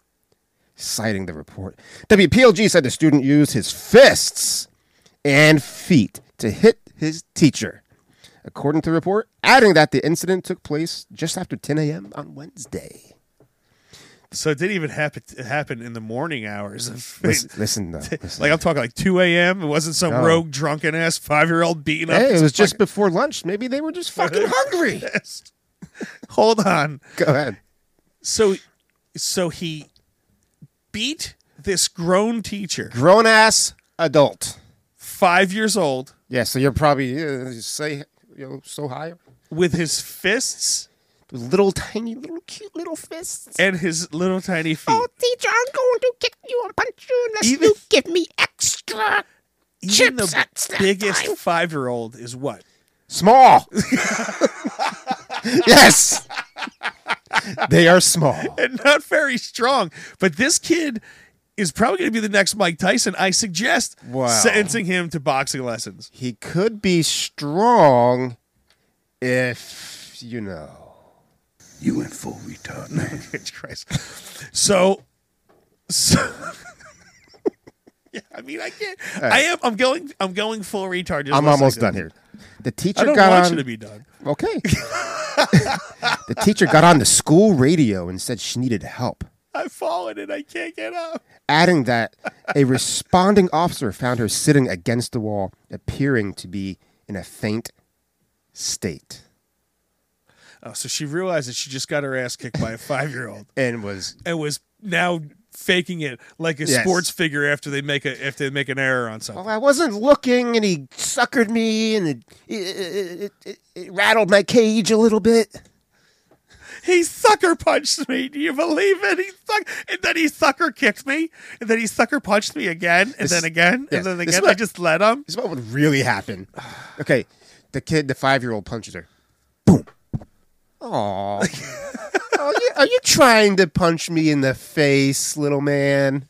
[SPEAKER 6] Citing the report, WPLG said the student used his fists and feet to hit his teacher, according to the report, adding that the incident took place just after 10 a.m. on Wednesday.
[SPEAKER 5] So it didn't even happen happen in the morning hours. Of,
[SPEAKER 6] Listen, listen though. listen.
[SPEAKER 5] like I'm talking like 2 a.m. It wasn't some
[SPEAKER 6] No.
[SPEAKER 5] rogue drunken ass five year old beating up.
[SPEAKER 6] hey, it
[SPEAKER 5] his
[SPEAKER 6] was just
[SPEAKER 5] fucking-
[SPEAKER 6] before lunch. Maybe they were just fucking hungry.
[SPEAKER 5] Hold on.
[SPEAKER 6] Go ahead.
[SPEAKER 5] So, so he beat this grown teacher,
[SPEAKER 6] Grown ass adult.
[SPEAKER 5] five years old,
[SPEAKER 6] Yeah, so you're probably uh, you say you know, so high.
[SPEAKER 5] with his fists
[SPEAKER 6] With little tiny little cute little fists.
[SPEAKER 5] and his little tiny feet.
[SPEAKER 6] Oh, teacher, I'm going to kick you and punch you unless
[SPEAKER 5] Even-
[SPEAKER 6] you give me extra.
[SPEAKER 5] Even
[SPEAKER 6] chips,
[SPEAKER 5] the
[SPEAKER 6] that's not
[SPEAKER 5] biggest
[SPEAKER 6] fine.
[SPEAKER 5] five year old is what?
[SPEAKER 6] Small. yes. They are small.
[SPEAKER 5] And not very strong. But this kid is probably going to be the next Mike Tyson. I suggest
[SPEAKER 6] Wow.
[SPEAKER 5] sentencing him to boxing lessons.
[SPEAKER 6] He could be strong if, you know.
[SPEAKER 11] You went full retard, man.
[SPEAKER 5] Jesus Christ. So So, yeah, I mean, I can't.
[SPEAKER 6] All right.
[SPEAKER 5] I am. I'm going. I'm going full retard. just
[SPEAKER 6] I'm
[SPEAKER 5] one
[SPEAKER 6] almost
[SPEAKER 5] second.
[SPEAKER 6] done here. The teacher
[SPEAKER 5] I don't
[SPEAKER 6] got
[SPEAKER 5] want
[SPEAKER 6] on.
[SPEAKER 5] you to be done.
[SPEAKER 6] Okay. the teacher got on the school radio and said she needed help.
[SPEAKER 5] I've fallen and I can't get up.
[SPEAKER 6] adding that a responding officer found her sitting against the wall, appearing to be in a faint state.
[SPEAKER 5] Oh, so she realized that she just got her ass kicked by a five year old
[SPEAKER 6] and was
[SPEAKER 5] and was now faking it like a
[SPEAKER 6] Yes.
[SPEAKER 5] sports figure after they make a after they make an error on something.
[SPEAKER 6] Oh, I wasn't looking, and he suckered me, and it, it, it, it, it rattled my cage a little bit.
[SPEAKER 5] He sucker punched me. Do you believe it? He suck, and then he sucker kicked me, and then he sucker punched me again, and
[SPEAKER 6] This-
[SPEAKER 5] then again,
[SPEAKER 6] yeah,
[SPEAKER 5] and then
[SPEAKER 6] this
[SPEAKER 5] again.
[SPEAKER 6] is what-
[SPEAKER 5] I just let him.
[SPEAKER 6] This is what would really happen. Okay, the kid, the five year old, punches her. Boom. Aw. are, you, are you trying to punch me in the face, little man?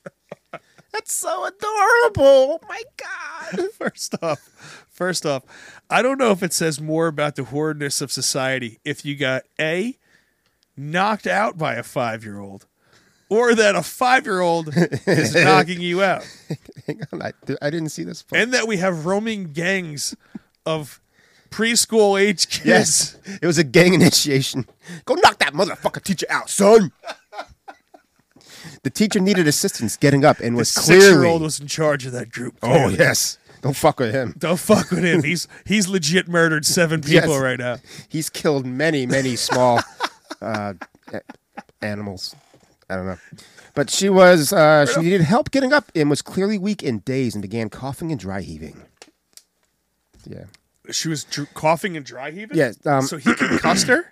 [SPEAKER 6] That's so adorable. Oh My God.
[SPEAKER 5] First off, first off, I don't know if it says more about the horridness of society if you got a knocked out by a five year old, or that a five year old is knocking you out,
[SPEAKER 6] Hang on, I, I didn't see this. Part.
[SPEAKER 5] and that we have roaming gangs of preschool age kids.
[SPEAKER 6] Yes, it was a gang initiation. Go knock that motherfucker teacher out, son. the teacher needed assistance getting up and was
[SPEAKER 5] Six year old
[SPEAKER 6] clearly.
[SPEAKER 5] was in charge of that group.
[SPEAKER 6] Oh
[SPEAKER 5] clearly.
[SPEAKER 6] yes, don't fuck with him.
[SPEAKER 5] Don't fuck with him. He's he's legit murdered seven
[SPEAKER 6] Yes.
[SPEAKER 5] people right now.
[SPEAKER 6] He's killed many, many small uh, a- animals. I don't know, but she was uh, she needed help getting up and was clearly weak and dazed and began coughing and dry heaving. Yeah.
[SPEAKER 5] She was dr- coughing and dry heaving.
[SPEAKER 6] Yes, um,
[SPEAKER 5] so he concussed her.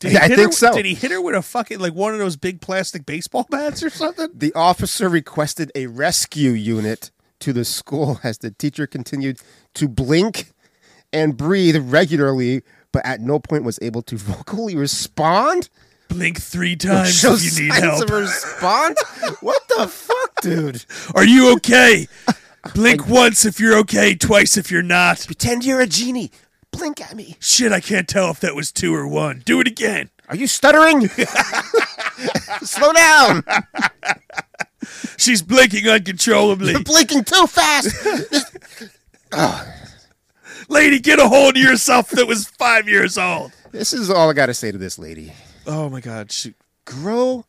[SPEAKER 5] Did he
[SPEAKER 6] Yeah, I
[SPEAKER 5] hit
[SPEAKER 6] think
[SPEAKER 5] her,
[SPEAKER 6] so.
[SPEAKER 5] Did he hit her with a fucking like one of those big plastic baseball bats or something?
[SPEAKER 6] The officer requested a rescue unit to the school as the teacher continued to blink and breathe regularly, but at no point was able to vocally respond.
[SPEAKER 5] Blink three times
[SPEAKER 6] Show
[SPEAKER 5] if you need
[SPEAKER 6] signs
[SPEAKER 5] help.
[SPEAKER 6] of response? what the fuck, dude?
[SPEAKER 5] Are you okay? Blink once if you're okay, twice if you're not.
[SPEAKER 6] Pretend you're a genie. Blink at me.
[SPEAKER 5] Shit, I can't tell if that was two or one. Do it again.
[SPEAKER 6] Are you stuttering? Slow down.
[SPEAKER 5] She's blinking uncontrollably.
[SPEAKER 6] You're blinking too fast.
[SPEAKER 5] Lady, get a hold of yourself that was five years old.
[SPEAKER 6] this is all I got to say to this lady.
[SPEAKER 5] Oh my god, she
[SPEAKER 6] Grow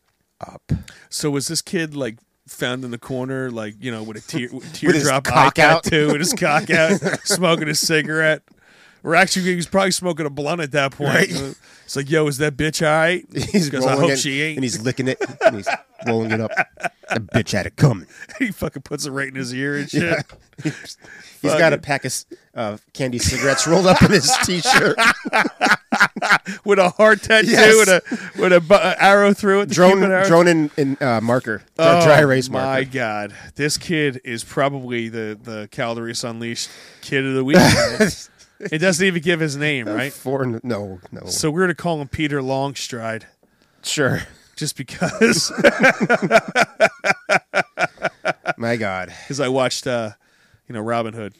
[SPEAKER 5] So was this kid like found in the corner, like you know, with a tear with a
[SPEAKER 6] his
[SPEAKER 5] teardrop eye
[SPEAKER 6] cock out.
[SPEAKER 5] tattoo and his cock out, smoking a cigarette? Or actually, he was probably smoking a blunt at that point.
[SPEAKER 6] Right.
[SPEAKER 5] Uh, It's like, yo, is that bitch all right?
[SPEAKER 6] He's
[SPEAKER 5] Because I
[SPEAKER 6] rolling
[SPEAKER 5] hope
[SPEAKER 6] it,
[SPEAKER 5] she ain't.
[SPEAKER 6] and he's licking it, and he's rolling it up. That bitch had it coming.
[SPEAKER 5] he fucking puts it right in his ear and shit.
[SPEAKER 6] he's got a
[SPEAKER 5] Fucking-
[SPEAKER 6] pack of s- of candy cigarettes rolled up in his t-shirt.
[SPEAKER 5] With a heart tattoo
[SPEAKER 6] Yes.
[SPEAKER 5] and a with a bu- uh, arrow through it. the
[SPEAKER 6] drone,
[SPEAKER 5] Cupid arrow.
[SPEAKER 6] drone in, in uh, marker,
[SPEAKER 5] Oh,
[SPEAKER 6] Dr- dry erase
[SPEAKER 5] My
[SPEAKER 6] marker.
[SPEAKER 5] God, this kid is probably the the Calderus Unleashed kid of the week. it doesn't even give his name, right?
[SPEAKER 6] Four, no, no,
[SPEAKER 5] So we're gonna call him Peter Longstride,
[SPEAKER 6] sure.
[SPEAKER 5] just because.
[SPEAKER 6] My God,
[SPEAKER 5] Because I watched, uh, you know, Robin Hood,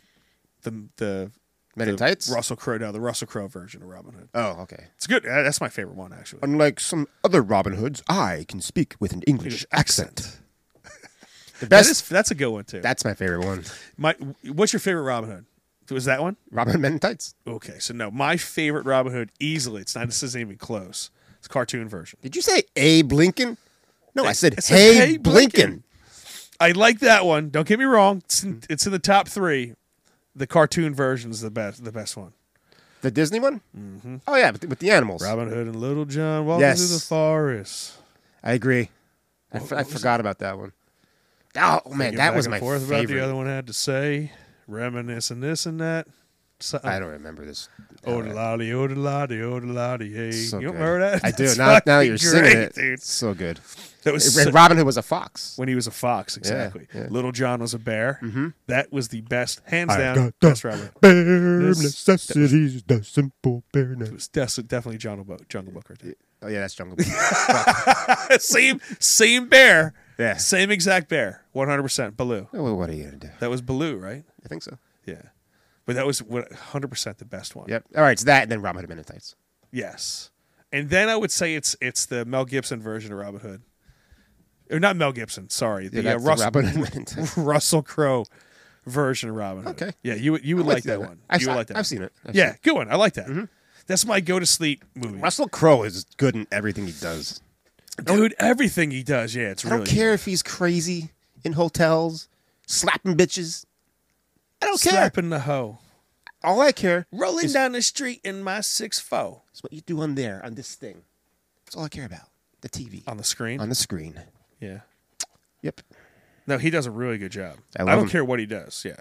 [SPEAKER 5] the the,
[SPEAKER 6] men in
[SPEAKER 5] the
[SPEAKER 6] tights.
[SPEAKER 5] Russell Crowe, no, the Russell Crowe version of Robin Hood.
[SPEAKER 6] Oh, okay.
[SPEAKER 5] It's good. Uh, That's my favorite one actually.
[SPEAKER 6] Unlike some other Robin Hoods, I can speak with an English
[SPEAKER 5] English
[SPEAKER 6] accent. The
[SPEAKER 5] That
[SPEAKER 6] best.
[SPEAKER 5] is, that's a good one too.
[SPEAKER 6] that's my favorite one.
[SPEAKER 5] my what's your favorite Robin Hood? Was that one?
[SPEAKER 6] Robin Men in Tights.
[SPEAKER 5] Okay, so no, my favorite Robin Hood easily. It's not. This isn't even close. It's cartoon version.
[SPEAKER 6] Did you say Abe Lincoln? No, I, said,
[SPEAKER 5] I said,
[SPEAKER 6] Hey,
[SPEAKER 5] "Hey,
[SPEAKER 6] Blinken.
[SPEAKER 5] Blinken." I like that one. Don't get me wrong. It's in, it's in the top three. The cartoon version is the best. The best one.
[SPEAKER 6] The Disney one? Mm-hmm. Oh yeah, with, with the animals.
[SPEAKER 5] Robin Hood and Little John walking
[SPEAKER 6] Yes.
[SPEAKER 5] through the forest.
[SPEAKER 6] I agree. I f- I forgot about that one. Oh man,
[SPEAKER 5] Thinking
[SPEAKER 6] that
[SPEAKER 5] back
[SPEAKER 6] was
[SPEAKER 5] and
[SPEAKER 6] my
[SPEAKER 5] forth
[SPEAKER 6] favorite.
[SPEAKER 5] About the other one had to say, reminiscing this and that. Something.
[SPEAKER 6] I don't remember this.
[SPEAKER 5] Odelati, odelati, odelati, hey.
[SPEAKER 6] So
[SPEAKER 5] you don't
[SPEAKER 6] good.
[SPEAKER 5] remember that?
[SPEAKER 6] I do.
[SPEAKER 5] That's
[SPEAKER 6] Now, now
[SPEAKER 5] fucking
[SPEAKER 6] you're singing
[SPEAKER 5] great,
[SPEAKER 6] it.
[SPEAKER 5] dude.
[SPEAKER 6] So good.
[SPEAKER 5] That was
[SPEAKER 6] and
[SPEAKER 5] so-
[SPEAKER 6] Robin Hood was a fox.
[SPEAKER 5] when he was a fox, exactly.
[SPEAKER 6] yeah. Mm-hmm.
[SPEAKER 5] Little John was a bear. That was the best, hands
[SPEAKER 6] I
[SPEAKER 5] down,
[SPEAKER 6] got the
[SPEAKER 5] best Robin. Hood.
[SPEAKER 6] Bare
[SPEAKER 5] This-
[SPEAKER 6] necessities, the simple bare
[SPEAKER 5] It was des- definitely Jungle Book. Jungle Book right there.
[SPEAKER 6] Oh yeah, that's Jungle Book.
[SPEAKER 5] same, same bear.
[SPEAKER 6] Yeah.
[SPEAKER 5] Same exact bear. One hundred percent Baloo.
[SPEAKER 6] oh, well, what are you gonna do?
[SPEAKER 5] That was Baloo, right?
[SPEAKER 6] I think so.
[SPEAKER 5] Yeah. But that was one hundred percent the best one.
[SPEAKER 6] Yep. All right, it's that, and then Robin Hood Men in Tights.
[SPEAKER 5] Yes. And then I would say it's it's the Mel Gibson version of Robin Hood. or not Mel Gibson. Sorry, the uh,
[SPEAKER 6] that's the
[SPEAKER 5] Russell,
[SPEAKER 6] Robin Hood.
[SPEAKER 5] Russell Crowe version of Robin. Hood.
[SPEAKER 6] Okay.
[SPEAKER 5] yeah, you would- you would
[SPEAKER 6] I'm with
[SPEAKER 5] like
[SPEAKER 6] you
[SPEAKER 5] that
[SPEAKER 6] on that.
[SPEAKER 5] one.
[SPEAKER 6] I've
[SPEAKER 5] you
[SPEAKER 6] se-
[SPEAKER 5] would like that.
[SPEAKER 6] I've seen it. Mm-hmm. I've
[SPEAKER 5] yeah,
[SPEAKER 6] seen
[SPEAKER 5] good one. I like that. That's my go to sleep movie.
[SPEAKER 6] Russell Crowe is good in everything he does.
[SPEAKER 5] Dude, everything he does, yeah, it's
[SPEAKER 6] I
[SPEAKER 5] really.
[SPEAKER 6] don't care if he's crazy in hotels, slapping bitches. I don't care.
[SPEAKER 5] Slapping the hoe.
[SPEAKER 6] All I care
[SPEAKER 5] Rolling
[SPEAKER 6] is,
[SPEAKER 5] down the street in my six foe
[SPEAKER 6] is what you do on there on this thing. That's all I care about. The TV
[SPEAKER 5] on the screen.
[SPEAKER 6] on the screen.
[SPEAKER 5] yeah.
[SPEAKER 6] Yep.
[SPEAKER 5] No, he does a really good job.
[SPEAKER 6] I
[SPEAKER 5] I,
[SPEAKER 6] love
[SPEAKER 5] don't
[SPEAKER 6] him.
[SPEAKER 5] care what he does. Yeah.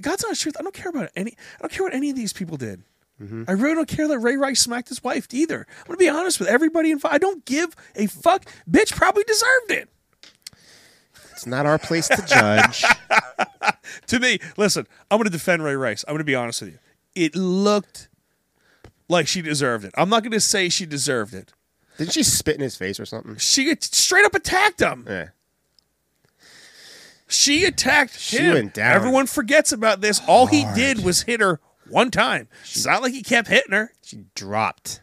[SPEAKER 5] God's honest truth. I don't care about any. I don't care what any of these people did.
[SPEAKER 6] Mm-hmm.
[SPEAKER 5] I really don't care that Ray Rice smacked his wife either. I'm gonna be honest with everybody. Involved. I don't give a fuck. Bitch probably deserved it.
[SPEAKER 6] It's not our place to judge.
[SPEAKER 5] to me, listen, I'm going to defend Ray Rice. I'm going to be honest with you. It looked like she deserved it. I'm not going to say she deserved it.
[SPEAKER 6] Didn't she spit in his face or something?
[SPEAKER 5] She at- straight up attacked him.
[SPEAKER 6] Yeah.
[SPEAKER 5] She attacked
[SPEAKER 6] She
[SPEAKER 5] him.
[SPEAKER 6] went down.
[SPEAKER 5] Everyone forgets about this. All he did was hit her one time. it's not like he kept hitting her.
[SPEAKER 6] She dropped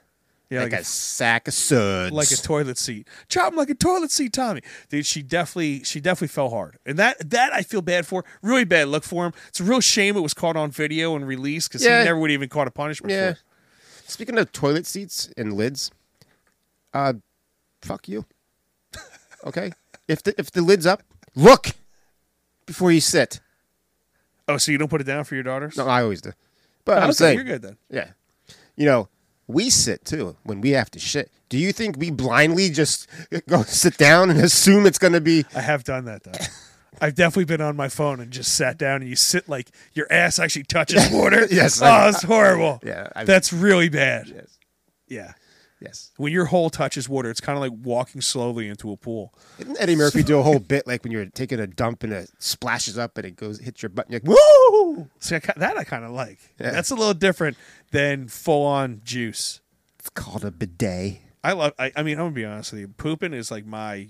[SPEAKER 5] Yeah,
[SPEAKER 6] like,
[SPEAKER 5] like,
[SPEAKER 6] a, sack of suds.
[SPEAKER 5] a, like a toilet seat. Chop him like a toilet seat, Tommy. Dude, she definitely she definitely fell hard. And that that I feel bad for. Really bad look for him. It's a real shame it was caught on video and released because
[SPEAKER 6] Yeah.
[SPEAKER 5] he never would even caught a punishment for
[SPEAKER 6] yeah.
[SPEAKER 5] it.
[SPEAKER 6] Speaking of toilet seats and lids, uh, fuck you. Okay, if the if the lid's up, look before you sit.
[SPEAKER 5] Oh, so you don't put it down for your daughters?
[SPEAKER 6] No, I always do. But
[SPEAKER 5] Oh,
[SPEAKER 6] I'm
[SPEAKER 5] okay,
[SPEAKER 6] saying
[SPEAKER 5] you're good then.
[SPEAKER 6] Yeah. You know, we sit too when we have to shit. Do you think we blindly just go sit down and assume it's going to be?
[SPEAKER 5] I have done that though. I've definitely been on my phone and just sat down and you sit like your ass actually touches water.
[SPEAKER 6] Yes,
[SPEAKER 5] Oh,
[SPEAKER 6] I-
[SPEAKER 5] that's horrible.
[SPEAKER 6] Yeah, I-
[SPEAKER 5] that's really bad.
[SPEAKER 6] Yes.
[SPEAKER 5] Yeah.
[SPEAKER 6] Yes.
[SPEAKER 5] When your hole touches water, it's kind of like walking slowly into a pool.
[SPEAKER 6] Didn't Eddie Murphy do a whole bit like when you're taking a dump and it splashes up and it goes hits your butt and you're like, woo!
[SPEAKER 5] See, I, ki- that I kind of like.
[SPEAKER 6] Yeah.
[SPEAKER 5] That's a little different than full on juice.
[SPEAKER 6] It's called a bidet.
[SPEAKER 5] I love. I, I mean, I'm gonna be honest with you. Pooping is like my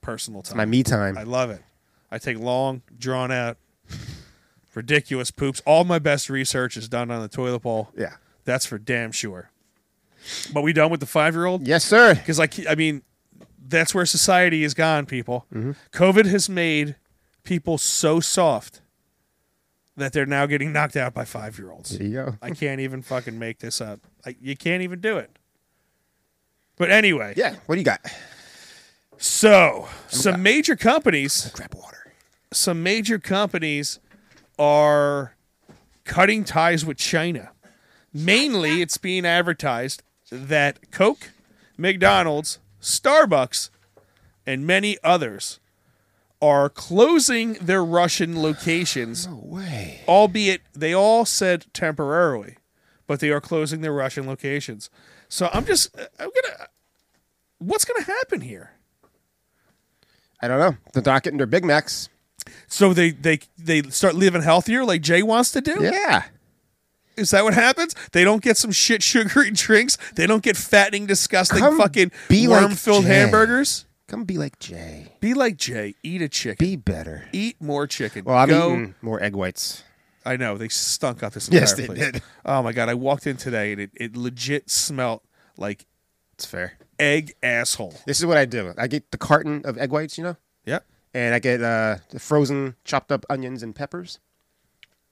[SPEAKER 5] personal time.
[SPEAKER 6] My me time.
[SPEAKER 5] I love it. I take long, drawn out, ridiculous poops. All my best research is done on the toilet bowl.
[SPEAKER 6] Yeah.
[SPEAKER 5] That's for damn sure. But we done with the five year old?
[SPEAKER 6] Yes, sir.
[SPEAKER 5] Because, like, I mean, that's where society has gone, people. COVID has made people so soft that they're now getting knocked out by five year olds.
[SPEAKER 6] There you go.
[SPEAKER 5] I can't even fucking make this up. I, you can't even do it. But anyway,
[SPEAKER 6] Yeah. What do you got?
[SPEAKER 5] so some major companies
[SPEAKER 6] Grab water.
[SPEAKER 5] some major companies are cutting ties with China. Mainly, it's being advertised that Coke, McDonald's, Starbucks, and many others are closing their Russian locations,
[SPEAKER 6] No way.
[SPEAKER 5] albeit they all said temporarily, but they are closing their Russian locations. So I'm just, uh, I'm gonna, what's gonna happen here?
[SPEAKER 6] I don't know. They're not getting their Big Macs.
[SPEAKER 5] So they they they start living healthier, like Jay wants to do.
[SPEAKER 6] Oh, Yeah.
[SPEAKER 5] Is that what happens? They don't get some shit sugary drinks. They don't get fattening, disgusting,
[SPEAKER 6] Come
[SPEAKER 5] fucking
[SPEAKER 6] be like
[SPEAKER 5] worm-filled
[SPEAKER 6] Jay.
[SPEAKER 5] hamburgers.
[SPEAKER 6] Come be like Jay.
[SPEAKER 5] Be like Jay. Eat a chicken.
[SPEAKER 6] Be better.
[SPEAKER 5] Eat more chicken.
[SPEAKER 6] Well, I'm
[SPEAKER 5] Go-
[SPEAKER 6] eating more egg whites.
[SPEAKER 5] I know they stunk up this entire
[SPEAKER 6] Yes, they
[SPEAKER 5] place.
[SPEAKER 6] did.
[SPEAKER 5] Oh my god! I walked in today and it, it legit smelt like
[SPEAKER 6] It's fair.
[SPEAKER 5] egg asshole.
[SPEAKER 6] This is what I do. I get the carton of egg whites, you know,
[SPEAKER 5] Yep.
[SPEAKER 6] and I get uh, the frozen chopped up onions and peppers.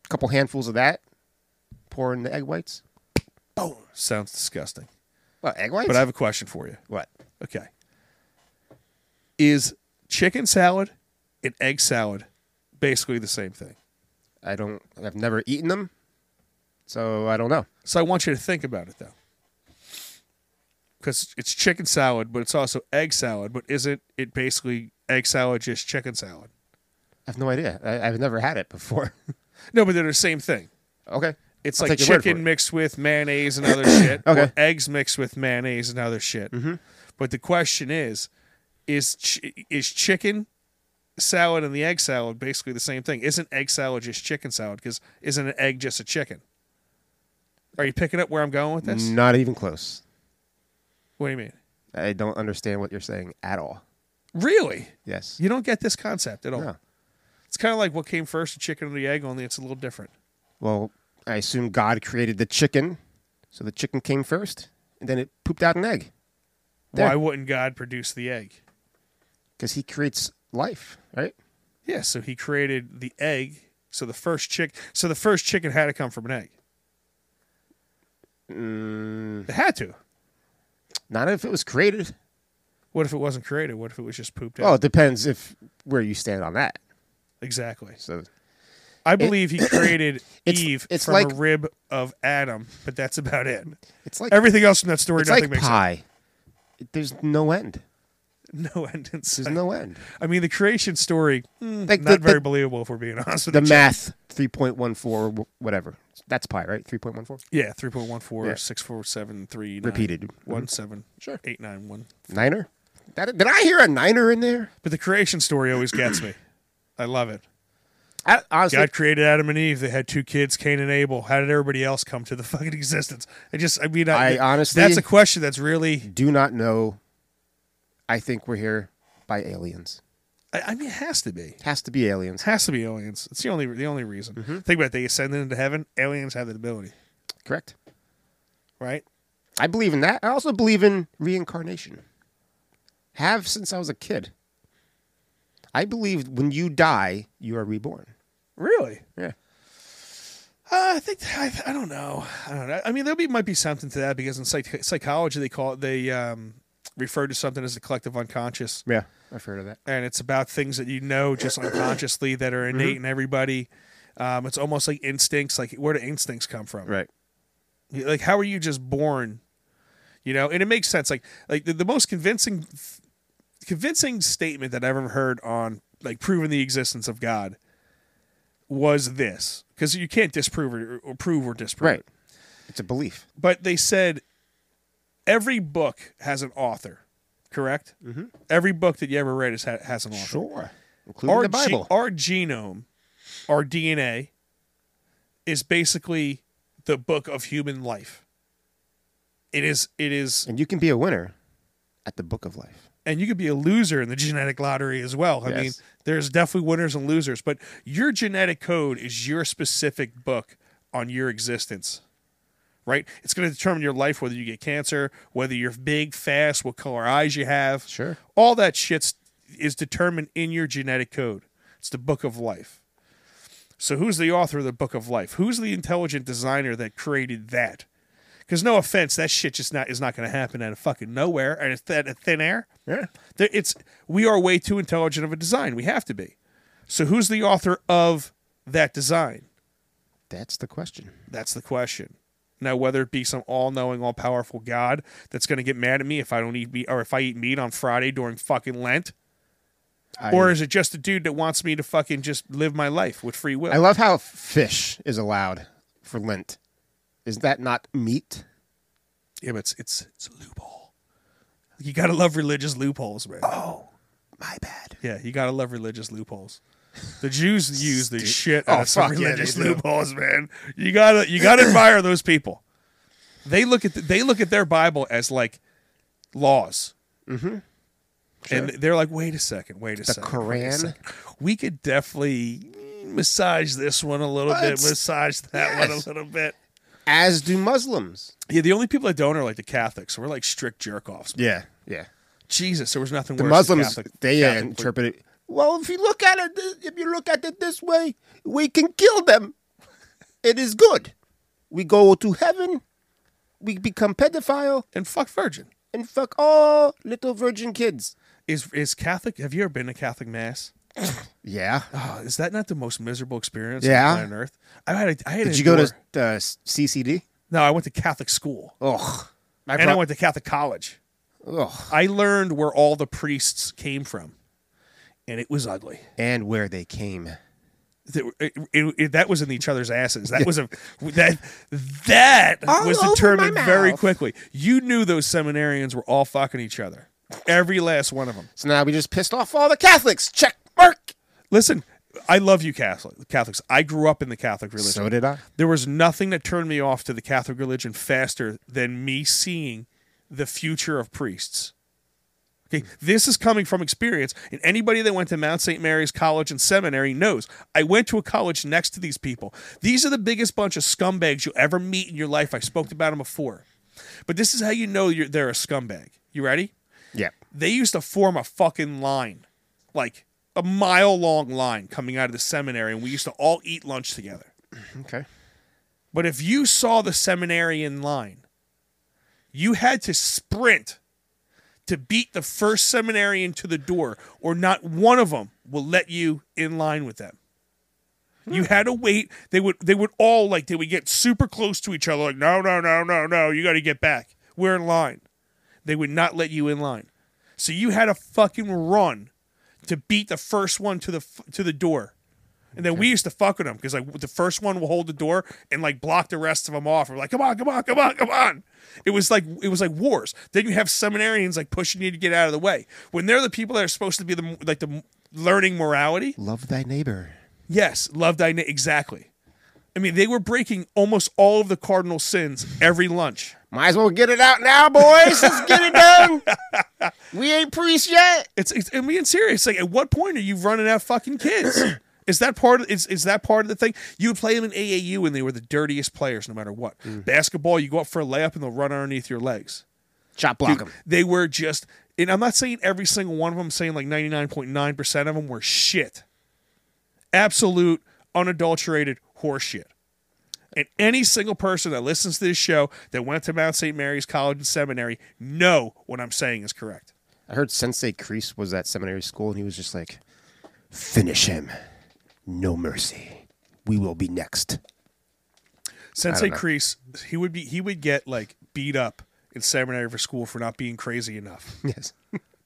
[SPEAKER 6] A couple handfuls of that. Pour in the egg whites.
[SPEAKER 5] Sounds disgusting.
[SPEAKER 6] Well, egg whites?
[SPEAKER 5] But I have a question for you.
[SPEAKER 6] what?
[SPEAKER 5] Okay. Is chicken salad and egg salad basically the same thing?
[SPEAKER 6] I don't. I've never eaten them, so I don't know.
[SPEAKER 5] So I want you to think about it though. Because it's chicken salad, but it's also egg salad. But isn't it basically egg salad just chicken salad?
[SPEAKER 6] I have no idea. I, I've never had it before.
[SPEAKER 5] No, but they're the same thing.
[SPEAKER 6] okay.
[SPEAKER 5] It's
[SPEAKER 6] I'll
[SPEAKER 5] like
[SPEAKER 6] take your word for
[SPEAKER 5] chicken
[SPEAKER 6] it.
[SPEAKER 5] mixed with mayonnaise and other shit.
[SPEAKER 6] Okay. Mm-hmm.
[SPEAKER 5] Or eggs mixed with mayonnaise and other shit. But the question is, is ch- is chicken salad and the egg salad basically the same thing? Isn't egg salad just chicken salad? Because isn't an egg just a chicken? Are you picking up where I'm going with this?
[SPEAKER 6] Not even close.
[SPEAKER 5] What do you mean?
[SPEAKER 6] I don't understand what you're saying at all.
[SPEAKER 5] Really?
[SPEAKER 6] Yes.
[SPEAKER 5] You don't get this concept at all.
[SPEAKER 6] No.
[SPEAKER 5] It's kind of like what came first, the chicken or the egg, only it's a little different.
[SPEAKER 6] Well, I assume God created the chicken, so the chicken came first, and then it pooped out an egg. There.
[SPEAKER 5] Why wouldn't God produce the egg?
[SPEAKER 6] because he creates life, right?
[SPEAKER 5] Yeah, so he created the egg. So the first chick, so the first chicken had to come from an egg.
[SPEAKER 6] Hmm.
[SPEAKER 5] It had to.
[SPEAKER 6] Mm. Not if it was created.
[SPEAKER 5] What if it wasn't created? What if it was just pooped out?
[SPEAKER 6] Well, it depends if where you stand on that.
[SPEAKER 5] Exactly.
[SPEAKER 6] So
[SPEAKER 5] I
[SPEAKER 6] It-
[SPEAKER 5] believe he created
[SPEAKER 6] It's-
[SPEAKER 5] Eve
[SPEAKER 6] it's
[SPEAKER 5] from a
[SPEAKER 6] like-
[SPEAKER 5] rib of Adam, but that's about it.
[SPEAKER 6] It's like
[SPEAKER 5] everything else in that story.
[SPEAKER 6] It's
[SPEAKER 5] nothing
[SPEAKER 6] like
[SPEAKER 5] makes
[SPEAKER 6] pie. There's no end.
[SPEAKER 5] Sense. No end. In sight.
[SPEAKER 6] no end.
[SPEAKER 5] I mean, the creation story mm,
[SPEAKER 6] Like
[SPEAKER 5] not
[SPEAKER 6] the-
[SPEAKER 5] very
[SPEAKER 6] the-
[SPEAKER 5] believable if we're being honest. with
[SPEAKER 6] The
[SPEAKER 5] each other.
[SPEAKER 6] math three point one four whatever. That's pi, right? Three point one four.
[SPEAKER 5] Yeah, three point one four
[SPEAKER 6] Yeah.
[SPEAKER 5] six four seven three.
[SPEAKER 6] Repeated.
[SPEAKER 5] One
[SPEAKER 6] Mhm.
[SPEAKER 5] seven. Sure. Eight nine one.
[SPEAKER 6] Niner. That, did I hear a niner in there?
[SPEAKER 5] But the creation story always gets me. I love it.
[SPEAKER 6] I, honestly,
[SPEAKER 5] God created Adam and Eve. They had two kids, Cain and Abel. How did everybody else come to the fucking existence? I just, I mean, I,
[SPEAKER 6] I honestly-
[SPEAKER 5] that's a question that's really.
[SPEAKER 6] do not know. I think we're here by aliens.
[SPEAKER 5] I, I mean, it has to be.
[SPEAKER 6] Has to be aliens.
[SPEAKER 5] Has to be aliens. It's the only the only reason.
[SPEAKER 6] Mm-hmm.
[SPEAKER 5] Think about it. They ascended into heaven. Aliens have that ability,
[SPEAKER 6] Correct.
[SPEAKER 5] right?
[SPEAKER 6] I believe in that. I also believe in reincarnation. Have since I was a kid. I believe when you die, you are reborn.
[SPEAKER 5] Really?
[SPEAKER 6] Yeah.
[SPEAKER 5] Uh, I think I, I don't know. I don't know. I mean, there be, might be something to that because in psych- psychology they call it they um, refer to something as the collective unconscious.
[SPEAKER 6] Yeah, I've heard of that.
[SPEAKER 5] and it's about things that you know just unconsciously that are
[SPEAKER 6] Mm-hmm.
[SPEAKER 5] innate in everybody. Um, it's almost like instincts. Like where do instincts come from?
[SPEAKER 6] Right.
[SPEAKER 5] Like how are you just born? You know, and it makes sense. Like like the, the most convincing convincing statement that I've ever heard on like proving the existence of God was this because you can't disprove or, or prove or disprove. it.
[SPEAKER 6] Right. It's a belief.
[SPEAKER 5] But they said every book has an author, correct? Mm-hmm. Every book that you ever read has, has an author
[SPEAKER 6] Sure. Including the
[SPEAKER 5] ge-
[SPEAKER 6] Bible.
[SPEAKER 5] our genome, our DNA, is basically the book of human life. It is. It is,
[SPEAKER 6] and you can be a winner at the book of life.
[SPEAKER 5] and you could be a loser in the genetic lottery as well. I mean,
[SPEAKER 6] Yes.
[SPEAKER 5] there's definitely winners and losers, but your genetic code is your specific book on your existence. Right? It's going to determine your life, whether you get cancer, whether you're big, fast, what color eyes you have.
[SPEAKER 6] Sure.
[SPEAKER 5] All that shit's is determined in your genetic code. It's the book of life. So who's the author of the book of life? Who's the intelligent designer that created that? Because no offense, that shit just not is not going to happen out of fucking nowhere and it's that thin air.
[SPEAKER 6] Yeah.
[SPEAKER 5] There, it's we are way too intelligent of a design. We have to be. So who's the author of that design?
[SPEAKER 6] That's the question.
[SPEAKER 5] That's the question. Now, whether it be some all-knowing, all-powerful God that's going to get mad at me if I don't eat meat or if I eat meat on Friday during fucking Lent,
[SPEAKER 6] I,
[SPEAKER 5] or is it just a dude that wants me to fucking just live my life with free will?
[SPEAKER 6] I love how fish is allowed for Lent. Is that not meat?
[SPEAKER 5] yeah, but it's it's it's a loophole. You gotta love religious loopholes, man.
[SPEAKER 6] Oh, my bad.
[SPEAKER 5] Yeah, you gotta love religious loopholes. The Jews use the shit out
[SPEAKER 6] Oh,
[SPEAKER 5] of some
[SPEAKER 6] fuck yeah, they
[SPEAKER 5] religious
[SPEAKER 6] do.
[SPEAKER 5] loopholes, man. You gotta you gotta admire those people. They look at the, they look at their Bible as like laws, mm-hmm. and they're like, wait a second, wait a
[SPEAKER 6] The
[SPEAKER 5] second, wait a
[SPEAKER 6] Quran?
[SPEAKER 5] second. We could definitely massage this one a little
[SPEAKER 6] Well,
[SPEAKER 5] bit,
[SPEAKER 6] it's-
[SPEAKER 5] massage that one
[SPEAKER 6] yes.
[SPEAKER 5] a little bit.
[SPEAKER 6] As do Muslims.
[SPEAKER 5] Yeah, the only people that don't are like the Catholics. We're like strict jerk offs.
[SPEAKER 6] Yeah. Yeah.
[SPEAKER 5] Jesus, there was nothing
[SPEAKER 6] The
[SPEAKER 5] worse. than
[SPEAKER 6] Muslims,
[SPEAKER 5] Catholic-
[SPEAKER 6] they uh,
[SPEAKER 5] Catholic-
[SPEAKER 6] interpret it. Well, if you look at it, thi- if you look at it this way, we can kill them. It is good. We go to heaven. We become pedophile
[SPEAKER 5] and fuck virgin.
[SPEAKER 6] and fuck all little virgin kids.
[SPEAKER 5] Is is Catholic? Have you ever been to Catholic mass?
[SPEAKER 6] Yeah.
[SPEAKER 5] Oh, is that not the most miserable experience
[SPEAKER 6] Yeah.
[SPEAKER 5] on planet Earth? I had. A, I had
[SPEAKER 6] Did
[SPEAKER 5] a
[SPEAKER 6] you go to
[SPEAKER 5] door-
[SPEAKER 6] uh, CCD?
[SPEAKER 5] No, I went to Catholic school,
[SPEAKER 6] Ugh. I
[SPEAKER 5] and I went to Catholic college.
[SPEAKER 6] Ugh.
[SPEAKER 5] I learned where all the priests came from, and it was ugly.
[SPEAKER 6] And where they came.
[SPEAKER 5] That, it- it- it- that was in each other's asses. That was a that that
[SPEAKER 6] All
[SPEAKER 5] was
[SPEAKER 6] over my
[SPEAKER 5] determined very
[SPEAKER 6] mouth.
[SPEAKER 5] quickly. You knew those seminarians were all fucking each other, every last one of them.
[SPEAKER 6] So now we just pissed off all the Catholics. Check mark.
[SPEAKER 5] Listen, I love you, Catholic Catholics. I grew up in the Catholic religion.
[SPEAKER 6] So did I.
[SPEAKER 5] there was nothing that turned me off to the Catholic religion faster than me seeing the future of priests. Okay, this is coming from experience, and anybody that went to Mount St. Mary's College and Seminary knows I went to a college next to these people. These are the biggest bunch of scumbags you'll ever meet in your life. I spoke about them before, but this is how you know you're, they're a scumbag. You ready?
[SPEAKER 6] Yep.
[SPEAKER 5] They used to form a fucking line like a mile long line coming out of the seminary, and we used to all eat lunch together.
[SPEAKER 6] Okay.
[SPEAKER 5] But if you saw the seminary in line, you had to sprint to beat the first seminarian to the door, or not one of them will let you in line with them. You had to wait. They would they would all like they would get super close to each other, like, no, no, no, no, no, you gotta get back. We're in line. They would not let you in line. So you had to fucking run to beat the first one to the f- to the door. And then we used to fuck with them because like the first one will hold the door and like block the rest of them off. We're like, come on, come on, come on, come on. It was like it was like wars. Then you have seminarians like pushing you to get out of the way when they're the people that are supposed to be the like the learning morality.
[SPEAKER 6] Love thy neighbor.
[SPEAKER 5] Yes, love thy na- exactly. I mean, they were breaking almost all of the cardinal sins every lunch.
[SPEAKER 6] Might as well get it out now, boys. Let's get it done. We ain't priests yet.
[SPEAKER 5] It's, it's and being serious. Like, at what point are you running out fucking kids? is that part? Of, is is that part of the thing? You would play them in AAU, and they were the dirtiest players, no matter what. Basketball, you go up for a layup, and they'll run underneath your legs.
[SPEAKER 6] Chop block them.
[SPEAKER 5] They were just, and I'm not saying every single one of them. I'm saying like 99.9 percent of them were shit, absolute, unadulterated horseshit. And any single person that listens to this show that went to Mount St. Mary's College and Seminary know what I'm saying is correct.
[SPEAKER 6] I heard Sensei Kreese was at seminary school, and he was just like, "Finish him, no mercy. We will be next."
[SPEAKER 5] Sensei
[SPEAKER 6] know.
[SPEAKER 5] Kreese, he would be he would get like beat up in seminary for school for not being crazy enough.
[SPEAKER 6] Yes.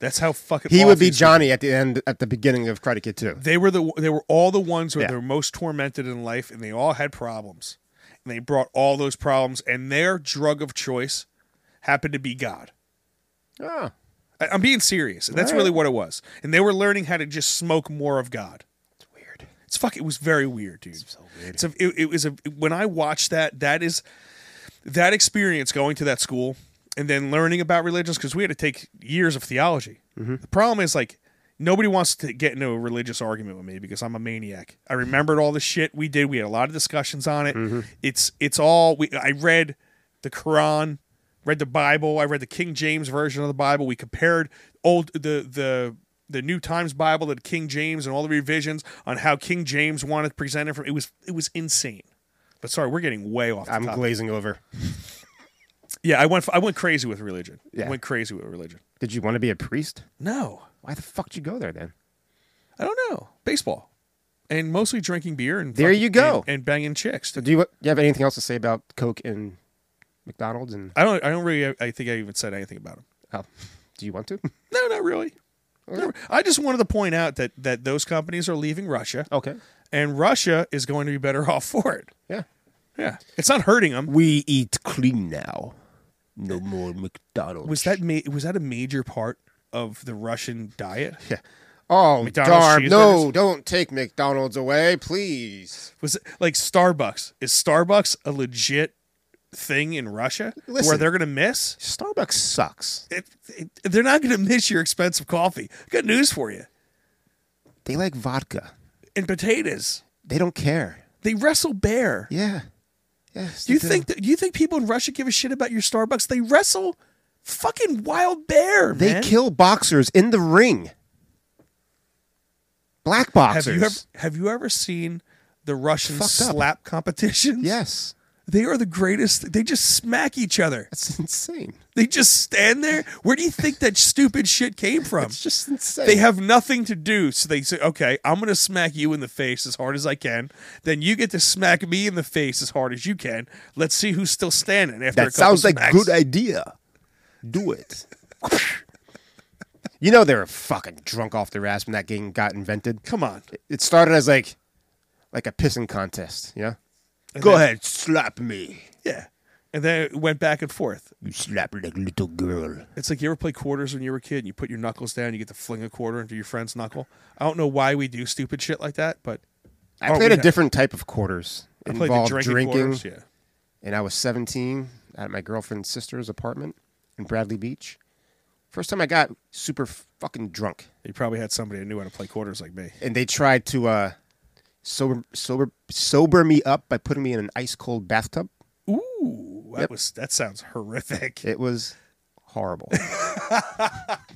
[SPEAKER 5] That's how fucking
[SPEAKER 6] He would be
[SPEAKER 5] awful-
[SPEAKER 6] Johnny at the end, at the beginning of Karate Kid Two.
[SPEAKER 5] They were the they were all the ones who
[SPEAKER 6] Yeah.
[SPEAKER 5] were most tormented in life, and they all had problems. And they brought all those problems, and their drug of choice happened to be God.
[SPEAKER 6] Oh,
[SPEAKER 5] I, I'm being serious. That's
[SPEAKER 6] All right.
[SPEAKER 5] really what it was. And they were learning how to just smoke more of God. It's weird. It's fuck. It was very weird, dude. It's so weird. It's a, it, it was a when I watched that. That is that experience going to that school and then learning about religions because we had to take years of theology. The problem is like nobody wants to get into a religious argument with me because I'm a maniac. I remembered all the shit we did. We had a lot of discussions on it. It's it's all we I read the Quran, read the Bible, I read the King James version of the Bible. We compared old the the the New Times Bible to the King James and all the revisions on how King James wanted to present it from it was it was insane. But sorry, we're getting way off. The
[SPEAKER 6] I'm
[SPEAKER 5] topic.
[SPEAKER 6] glazing over.
[SPEAKER 5] Yeah, I went. I went crazy with religion.
[SPEAKER 6] Yeah.
[SPEAKER 5] I went crazy with religion.
[SPEAKER 6] Did you want to be a priest?
[SPEAKER 5] No,
[SPEAKER 6] Why the fuck did you go there then?
[SPEAKER 5] I don't know. Baseball, and mostly drinking beer and
[SPEAKER 6] There
[SPEAKER 5] fucking-
[SPEAKER 6] you go.
[SPEAKER 5] and, and banging chicks.
[SPEAKER 6] So do you, you have anything else to say about Coke and McDonald's? And
[SPEAKER 5] I don't. I don't really. I think I even said anything about them.
[SPEAKER 6] oh, do you want to?
[SPEAKER 5] No, not really. No, I just wanted to point out that that those companies are leaving Russia,
[SPEAKER 6] Okay.
[SPEAKER 5] and Russia is going to be better off for it.
[SPEAKER 6] Yeah.
[SPEAKER 5] Yeah, it's not hurting them.
[SPEAKER 6] We eat clean now. No more McDonald's.
[SPEAKER 5] Was that ma- was that a major part of the Russian diet?
[SPEAKER 6] Yeah. Oh,
[SPEAKER 5] McDonald's
[SPEAKER 6] darn. No,
[SPEAKER 5] cheeseburgers?
[SPEAKER 6] don't take McDonald's away, please.
[SPEAKER 5] Was it like Starbucks? Is Starbucks a legit thing in Russia where
[SPEAKER 6] Listen.
[SPEAKER 5] they're going to miss?
[SPEAKER 6] Starbucks sucks.
[SPEAKER 5] it, it, they're not going to miss your expensive coffee. I got news for you.
[SPEAKER 6] They like vodka.
[SPEAKER 5] And potatoes,
[SPEAKER 6] They don't care.
[SPEAKER 5] they wrestle bear.
[SPEAKER 6] Yeah. Yes.
[SPEAKER 5] Do you think that you think people in Russia give a shit about your Starbucks? They wrestle fucking wild bear.
[SPEAKER 6] they
[SPEAKER 5] man.
[SPEAKER 6] kill boxers in the ring? Black
[SPEAKER 5] Have
[SPEAKER 6] boxers.
[SPEAKER 5] you ever have you ever seen the Russian
[SPEAKER 6] Fucked up.
[SPEAKER 5] slap competitions?
[SPEAKER 6] Yes.
[SPEAKER 5] they are the greatest. They just smack each other.
[SPEAKER 6] That's insane.
[SPEAKER 5] They just stand there. Where do you think that stupid shit came from?
[SPEAKER 6] It's just insane.
[SPEAKER 5] They have nothing to do, so they say, "Okay, I'm going to smack you in the face as hard as I can. Then you get to smack me in the face as hard as you can. Let's see who's still standing." After a
[SPEAKER 6] that
[SPEAKER 5] couple
[SPEAKER 6] sounds like
[SPEAKER 5] smacks.
[SPEAKER 6] good idea. Do it. you know they were fucking drunk off their ass when that game got invented.
[SPEAKER 5] Come on,
[SPEAKER 6] It started as like, like a pissing contest. Yeah. Go
[SPEAKER 5] then-
[SPEAKER 6] ahead, slap me.
[SPEAKER 5] yeah. And then it went back and forth.
[SPEAKER 6] You slap like little girl.
[SPEAKER 5] It's like you ever play quarters when you were a kid and you put your knuckles down, you get to fling a quarter into your friend's knuckle. I don't know why we do stupid shit like that, but
[SPEAKER 6] I
[SPEAKER 5] Oh,
[SPEAKER 6] played
[SPEAKER 5] we
[SPEAKER 6] a
[SPEAKER 5] had-
[SPEAKER 6] different type of quarters.
[SPEAKER 5] I played the
[SPEAKER 6] involved
[SPEAKER 5] drinking,
[SPEAKER 6] drinking,
[SPEAKER 5] quarters. Yeah.
[SPEAKER 6] and I was 17 at my girlfriend's sister's apartment in Bradley Beach. First time I got super fucking drunk,
[SPEAKER 5] You probably had somebody that knew how to play quarters like me.
[SPEAKER 6] and they tried to uh, sober sober sober me up by putting me in an ice cold bathtub.
[SPEAKER 5] Ooh, that was that sounds horrific.
[SPEAKER 6] It was horrible.
[SPEAKER 5] That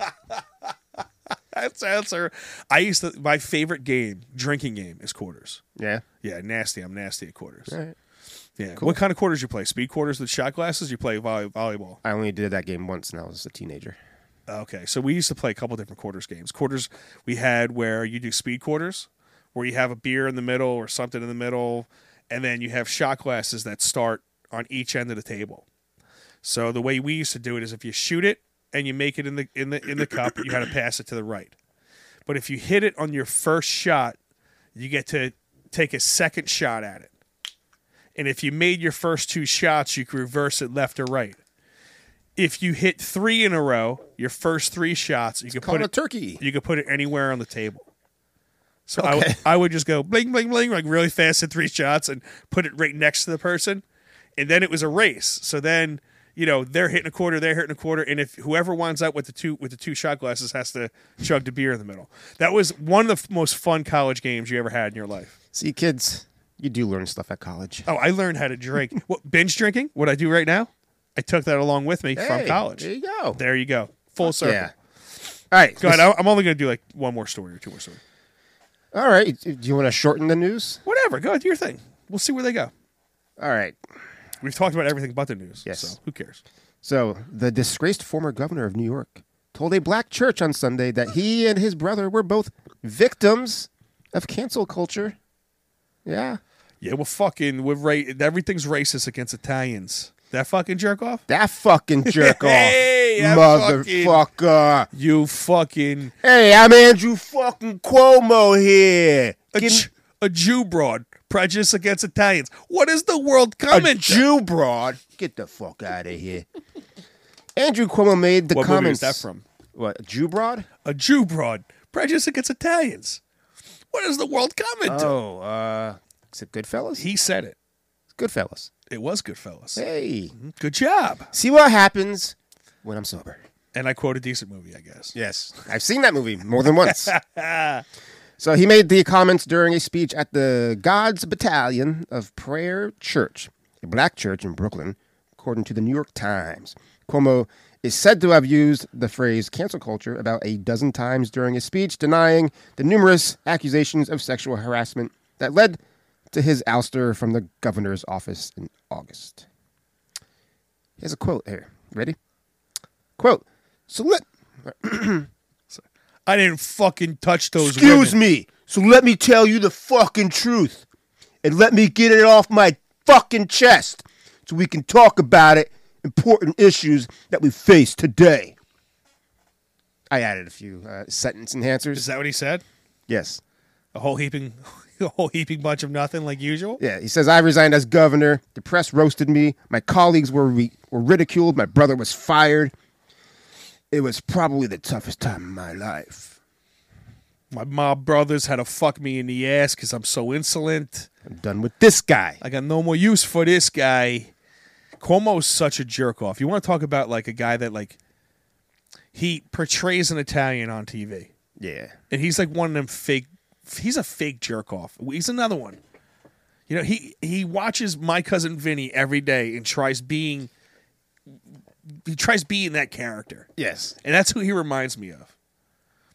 [SPEAKER 5] silencer. I used to my favorite game, drinking game, is quarters.
[SPEAKER 6] Yeah.
[SPEAKER 5] Yeah, nasty. I'm nasty at quarters.
[SPEAKER 6] All right.
[SPEAKER 5] Yeah.
[SPEAKER 6] Cool.
[SPEAKER 5] What kind of quarters you play? Speed quarters with shot glasses? You play volley- volleyball?
[SPEAKER 6] I only did that game once, and I was a teenager.
[SPEAKER 5] Okay, so we used to play a couple different quarters games. Quarters we had where you do speed quarters, where you have a beer in the middle or something in the middle, and then you have shot glasses that start on each end of the table. So the way we used to do it is if you shoot it and you make it in the in the in the cup, you had to pass it to the right. But if you hit it on your first shot, you get to take a second shot at it. And if you made your first two shots, you could reverse it left or right. If you hit three in a row, your first three shots, you could
[SPEAKER 6] called
[SPEAKER 5] put
[SPEAKER 6] a
[SPEAKER 5] it
[SPEAKER 6] turkey.
[SPEAKER 5] You could put it anywhere on the table. So I would- I would just go bling bling bling like really fast at three shots and put it right next to the person, and then it was a race. So then you know they're hitting a quarter, they're hitting a quarter, and if whoever winds up with the two with the two shot glasses has to chug the beer in the middle. That was one of the f- most fun college games you ever had in your life.
[SPEAKER 6] See, kids, you do learn stuff at college.
[SPEAKER 5] Oh, I learned how to drink. what binge drinking? What I do right now? I took that along with me
[SPEAKER 6] Hey,
[SPEAKER 5] from college.
[SPEAKER 6] there you go.
[SPEAKER 5] There you go. Full circle.
[SPEAKER 6] Yeah. All right.
[SPEAKER 5] Go ahead.
[SPEAKER 6] let's-
[SPEAKER 5] I- I'm only going to do like one more story or two more stories.
[SPEAKER 6] All right. Do you want to shorten the news?
[SPEAKER 5] Whatever. Go ahead. Do your thing. We'll see where they go.
[SPEAKER 6] All right.
[SPEAKER 5] We've talked about everything but the news.
[SPEAKER 6] Yes.
[SPEAKER 5] So who cares?
[SPEAKER 6] So, the disgraced former governor of New York told a black church on Sunday that he and his brother were both victims of cancel culture. Yeah.
[SPEAKER 5] Yeah, we're fucking. We're ra- everything's racist against Italians. That fucking jerk off.
[SPEAKER 6] That fucking jerk off.
[SPEAKER 5] Hey, that fucking-
[SPEAKER 6] motherfucker.
[SPEAKER 5] You fucking
[SPEAKER 6] Hey, I'm Andrew fucking Cuomo here.
[SPEAKER 5] a,
[SPEAKER 6] Give me-
[SPEAKER 5] Ju- a Jew broad. Prejudice against Italians. What is the world
[SPEAKER 6] a
[SPEAKER 5] coming? to?
[SPEAKER 6] Jew broad. Get the fuck out of here. Andrew Cuomo made the
[SPEAKER 5] What movie is
[SPEAKER 6] comments.
[SPEAKER 5] that from?
[SPEAKER 6] What, Jew broad?
[SPEAKER 5] A Jew broad. Prejudice against Italians. What is the world coming to?
[SPEAKER 6] Oh, uh, is it Goodfellas?
[SPEAKER 5] He said it.
[SPEAKER 6] Goodfellas.
[SPEAKER 5] It was Goodfellas.
[SPEAKER 6] Hey,
[SPEAKER 5] Good job.
[SPEAKER 6] Mm-hmm. see what happens when I'm sober.
[SPEAKER 5] And I quote a decent movie, I guess.
[SPEAKER 6] Yes, I've seen that movie more than once. so he made the comments during a speech at the God's Battalion of Prayer Church, a black church in Brooklyn, according to the New York Times. Cuomo is said to have used the phrase cancel culture about a dozen times during his speech, denying the numerous accusations of sexual harassment that led to his ouster from the governor's office in August. He has a quote here. Ready? Quote. So let
[SPEAKER 5] I didn't fucking touch those.
[SPEAKER 6] Excuse
[SPEAKER 5] women.
[SPEAKER 6] me. So let me tell you the fucking truth. And let me get it off my fucking chest so we can talk about it, important issues that we face today. I added a few uh, sentence
[SPEAKER 5] Is
[SPEAKER 6] enhancers.
[SPEAKER 5] that what he said?
[SPEAKER 6] Yes.
[SPEAKER 5] A whole heaping, a whole heaping bunch of nothing like usual.
[SPEAKER 6] Yeah, he says I resigned as governor. The press roasted me. My colleagues were re- were ridiculed. My brother was fired. It was probably the toughest time of my life.
[SPEAKER 5] My mob brothers had to fuck me in the ass because I'm so insolent.
[SPEAKER 6] I'm done with this guy.
[SPEAKER 5] I got no more use for this guy. Cuomo's such a jerk off. You want to talk about like a guy that like he portrays an Italian on TV,
[SPEAKER 6] Yeah.
[SPEAKER 5] and he's like one of them fake. He's a fake jerk off. He's another one. You know, he he watches my cousin Vinny every day and tries being he tries being that character.
[SPEAKER 6] Yes.
[SPEAKER 5] And that's who he reminds me of.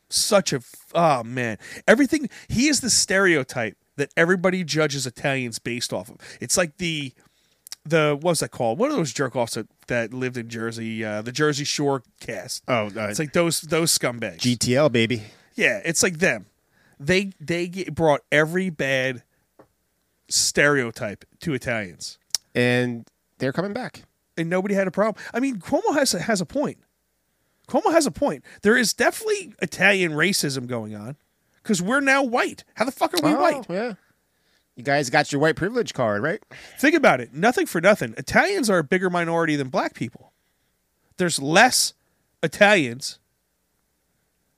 [SPEAKER 5] Such a f- oh man. Everything he is the stereotype that everybody judges Italians based off of. It's like the the what was that called? One of those jerk offs that, that lived in Jersey, uh, the Jersey Shore cast.
[SPEAKER 6] Oh, uh,
[SPEAKER 5] it's like those those scumbags.
[SPEAKER 6] GTL baby.
[SPEAKER 5] Yeah, it's like them. They they get brought every bad stereotype to Italians,
[SPEAKER 6] And they're coming back.
[SPEAKER 5] and nobody had a problem. I mean, Cuomo has a, has a point. Cuomo has a point. There is definitely Italian racism going on because we're now white. How the fuck are we
[SPEAKER 6] Oh,
[SPEAKER 5] white?
[SPEAKER 6] Yeah. You guys got your white privilege card, right?
[SPEAKER 5] Think about it. Nothing for nothing. Italians are a bigger minority than black people. There's less Italians,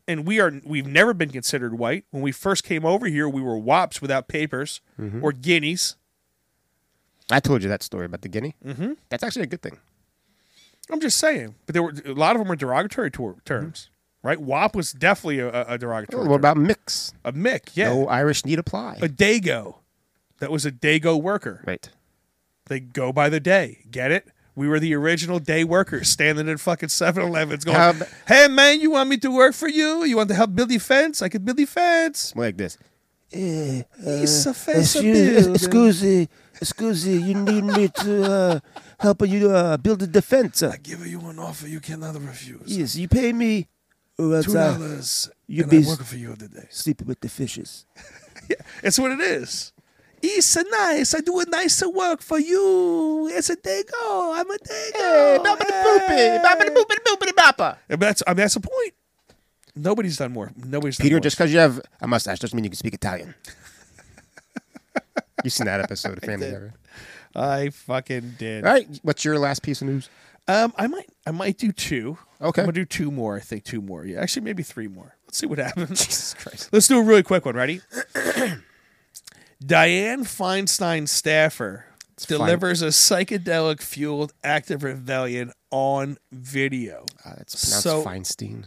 [SPEAKER 5] and we are we've never been considered white. When we first came over here, we were wops without papers or guineas.
[SPEAKER 6] I told you that story about the guinea. Mm-hmm. That's actually a good thing.
[SPEAKER 5] I'm just saying, but there were a lot of them were derogatory tor- terms, right? Wop was definitely a, a- a derogatory.
[SPEAKER 6] what
[SPEAKER 5] term.
[SPEAKER 6] about mix?
[SPEAKER 5] a mick? Yeah,
[SPEAKER 6] No Irish need apply.
[SPEAKER 5] a dago. That was a dago worker.
[SPEAKER 6] right.
[SPEAKER 5] They go by the day. Get it? We were the original day workers standing in fucking 7 Elevens going,
[SPEAKER 6] How ab-
[SPEAKER 5] Hey man, you want me to work for you? You want to help build the fence? I could build the fence.
[SPEAKER 6] Like this.
[SPEAKER 5] It's a fence.
[SPEAKER 12] Uh, Excuse,
[SPEAKER 5] building.
[SPEAKER 12] excuse, excuse, you need me to uh, help you uh, build a defense. I
[SPEAKER 5] give you an offer you cannot refuse.
[SPEAKER 12] Yes, you pay me. or else
[SPEAKER 5] Two
[SPEAKER 12] I-
[SPEAKER 5] dollars,
[SPEAKER 12] You
[SPEAKER 5] and
[SPEAKER 12] be
[SPEAKER 5] I
[SPEAKER 12] s-
[SPEAKER 5] work for you today.
[SPEAKER 12] Sleeping with the fishes.
[SPEAKER 5] It's what it is. It's a nice. I do a nicer work for you. It's a dago. I'm a dago. Hey, boppity boopity, boppity boopity boopity boppa. That's I mean, that's the point. Nobody's done more. Nobody's
[SPEAKER 6] Peter,
[SPEAKER 5] done more.
[SPEAKER 6] just because you have a mustache doesn't mean you can speak Italian. you seen that episode of Family Guy? right?
[SPEAKER 5] I fucking did.
[SPEAKER 6] All right, what's your last piece of news?
[SPEAKER 5] Um, I might I might do two.
[SPEAKER 6] Okay.
[SPEAKER 5] I'm gonna do two more. I think two more. Yeah, actually maybe three more. Let's see what happens. Jesus Christ. Let's do a really quick one. Ready? Diane Feinstein staffer
[SPEAKER 6] fine.
[SPEAKER 5] delivers a psychedelic fueled act of rebellion on video.
[SPEAKER 6] Uh, It's pronounced
[SPEAKER 5] so
[SPEAKER 6] Feinstein.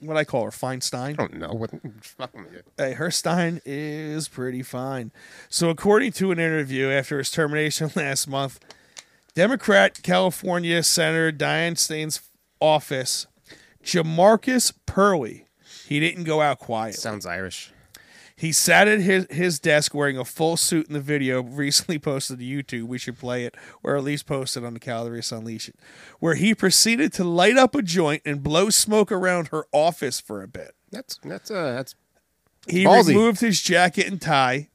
[SPEAKER 5] what I call her Feinstein. I
[SPEAKER 6] don't know what. Fuck me.
[SPEAKER 5] Hey, Herstein is pretty fine. So, according to an interview after his termination last month, Democrat California Senator Dianne Stein's office, Jamarcus Purley, he didn't go out quiet.
[SPEAKER 6] Sounds Irish.
[SPEAKER 5] He sat at his, his desk wearing a full suit in the video recently posted to YouTube. We should play it, or at least post it on the Calories Unleashed, where he proceeded to light up a joint and blow smoke around her office for a bit.
[SPEAKER 6] That's that's uh that's
[SPEAKER 5] He
[SPEAKER 6] Ballsy.
[SPEAKER 5] removed his jacket and tie.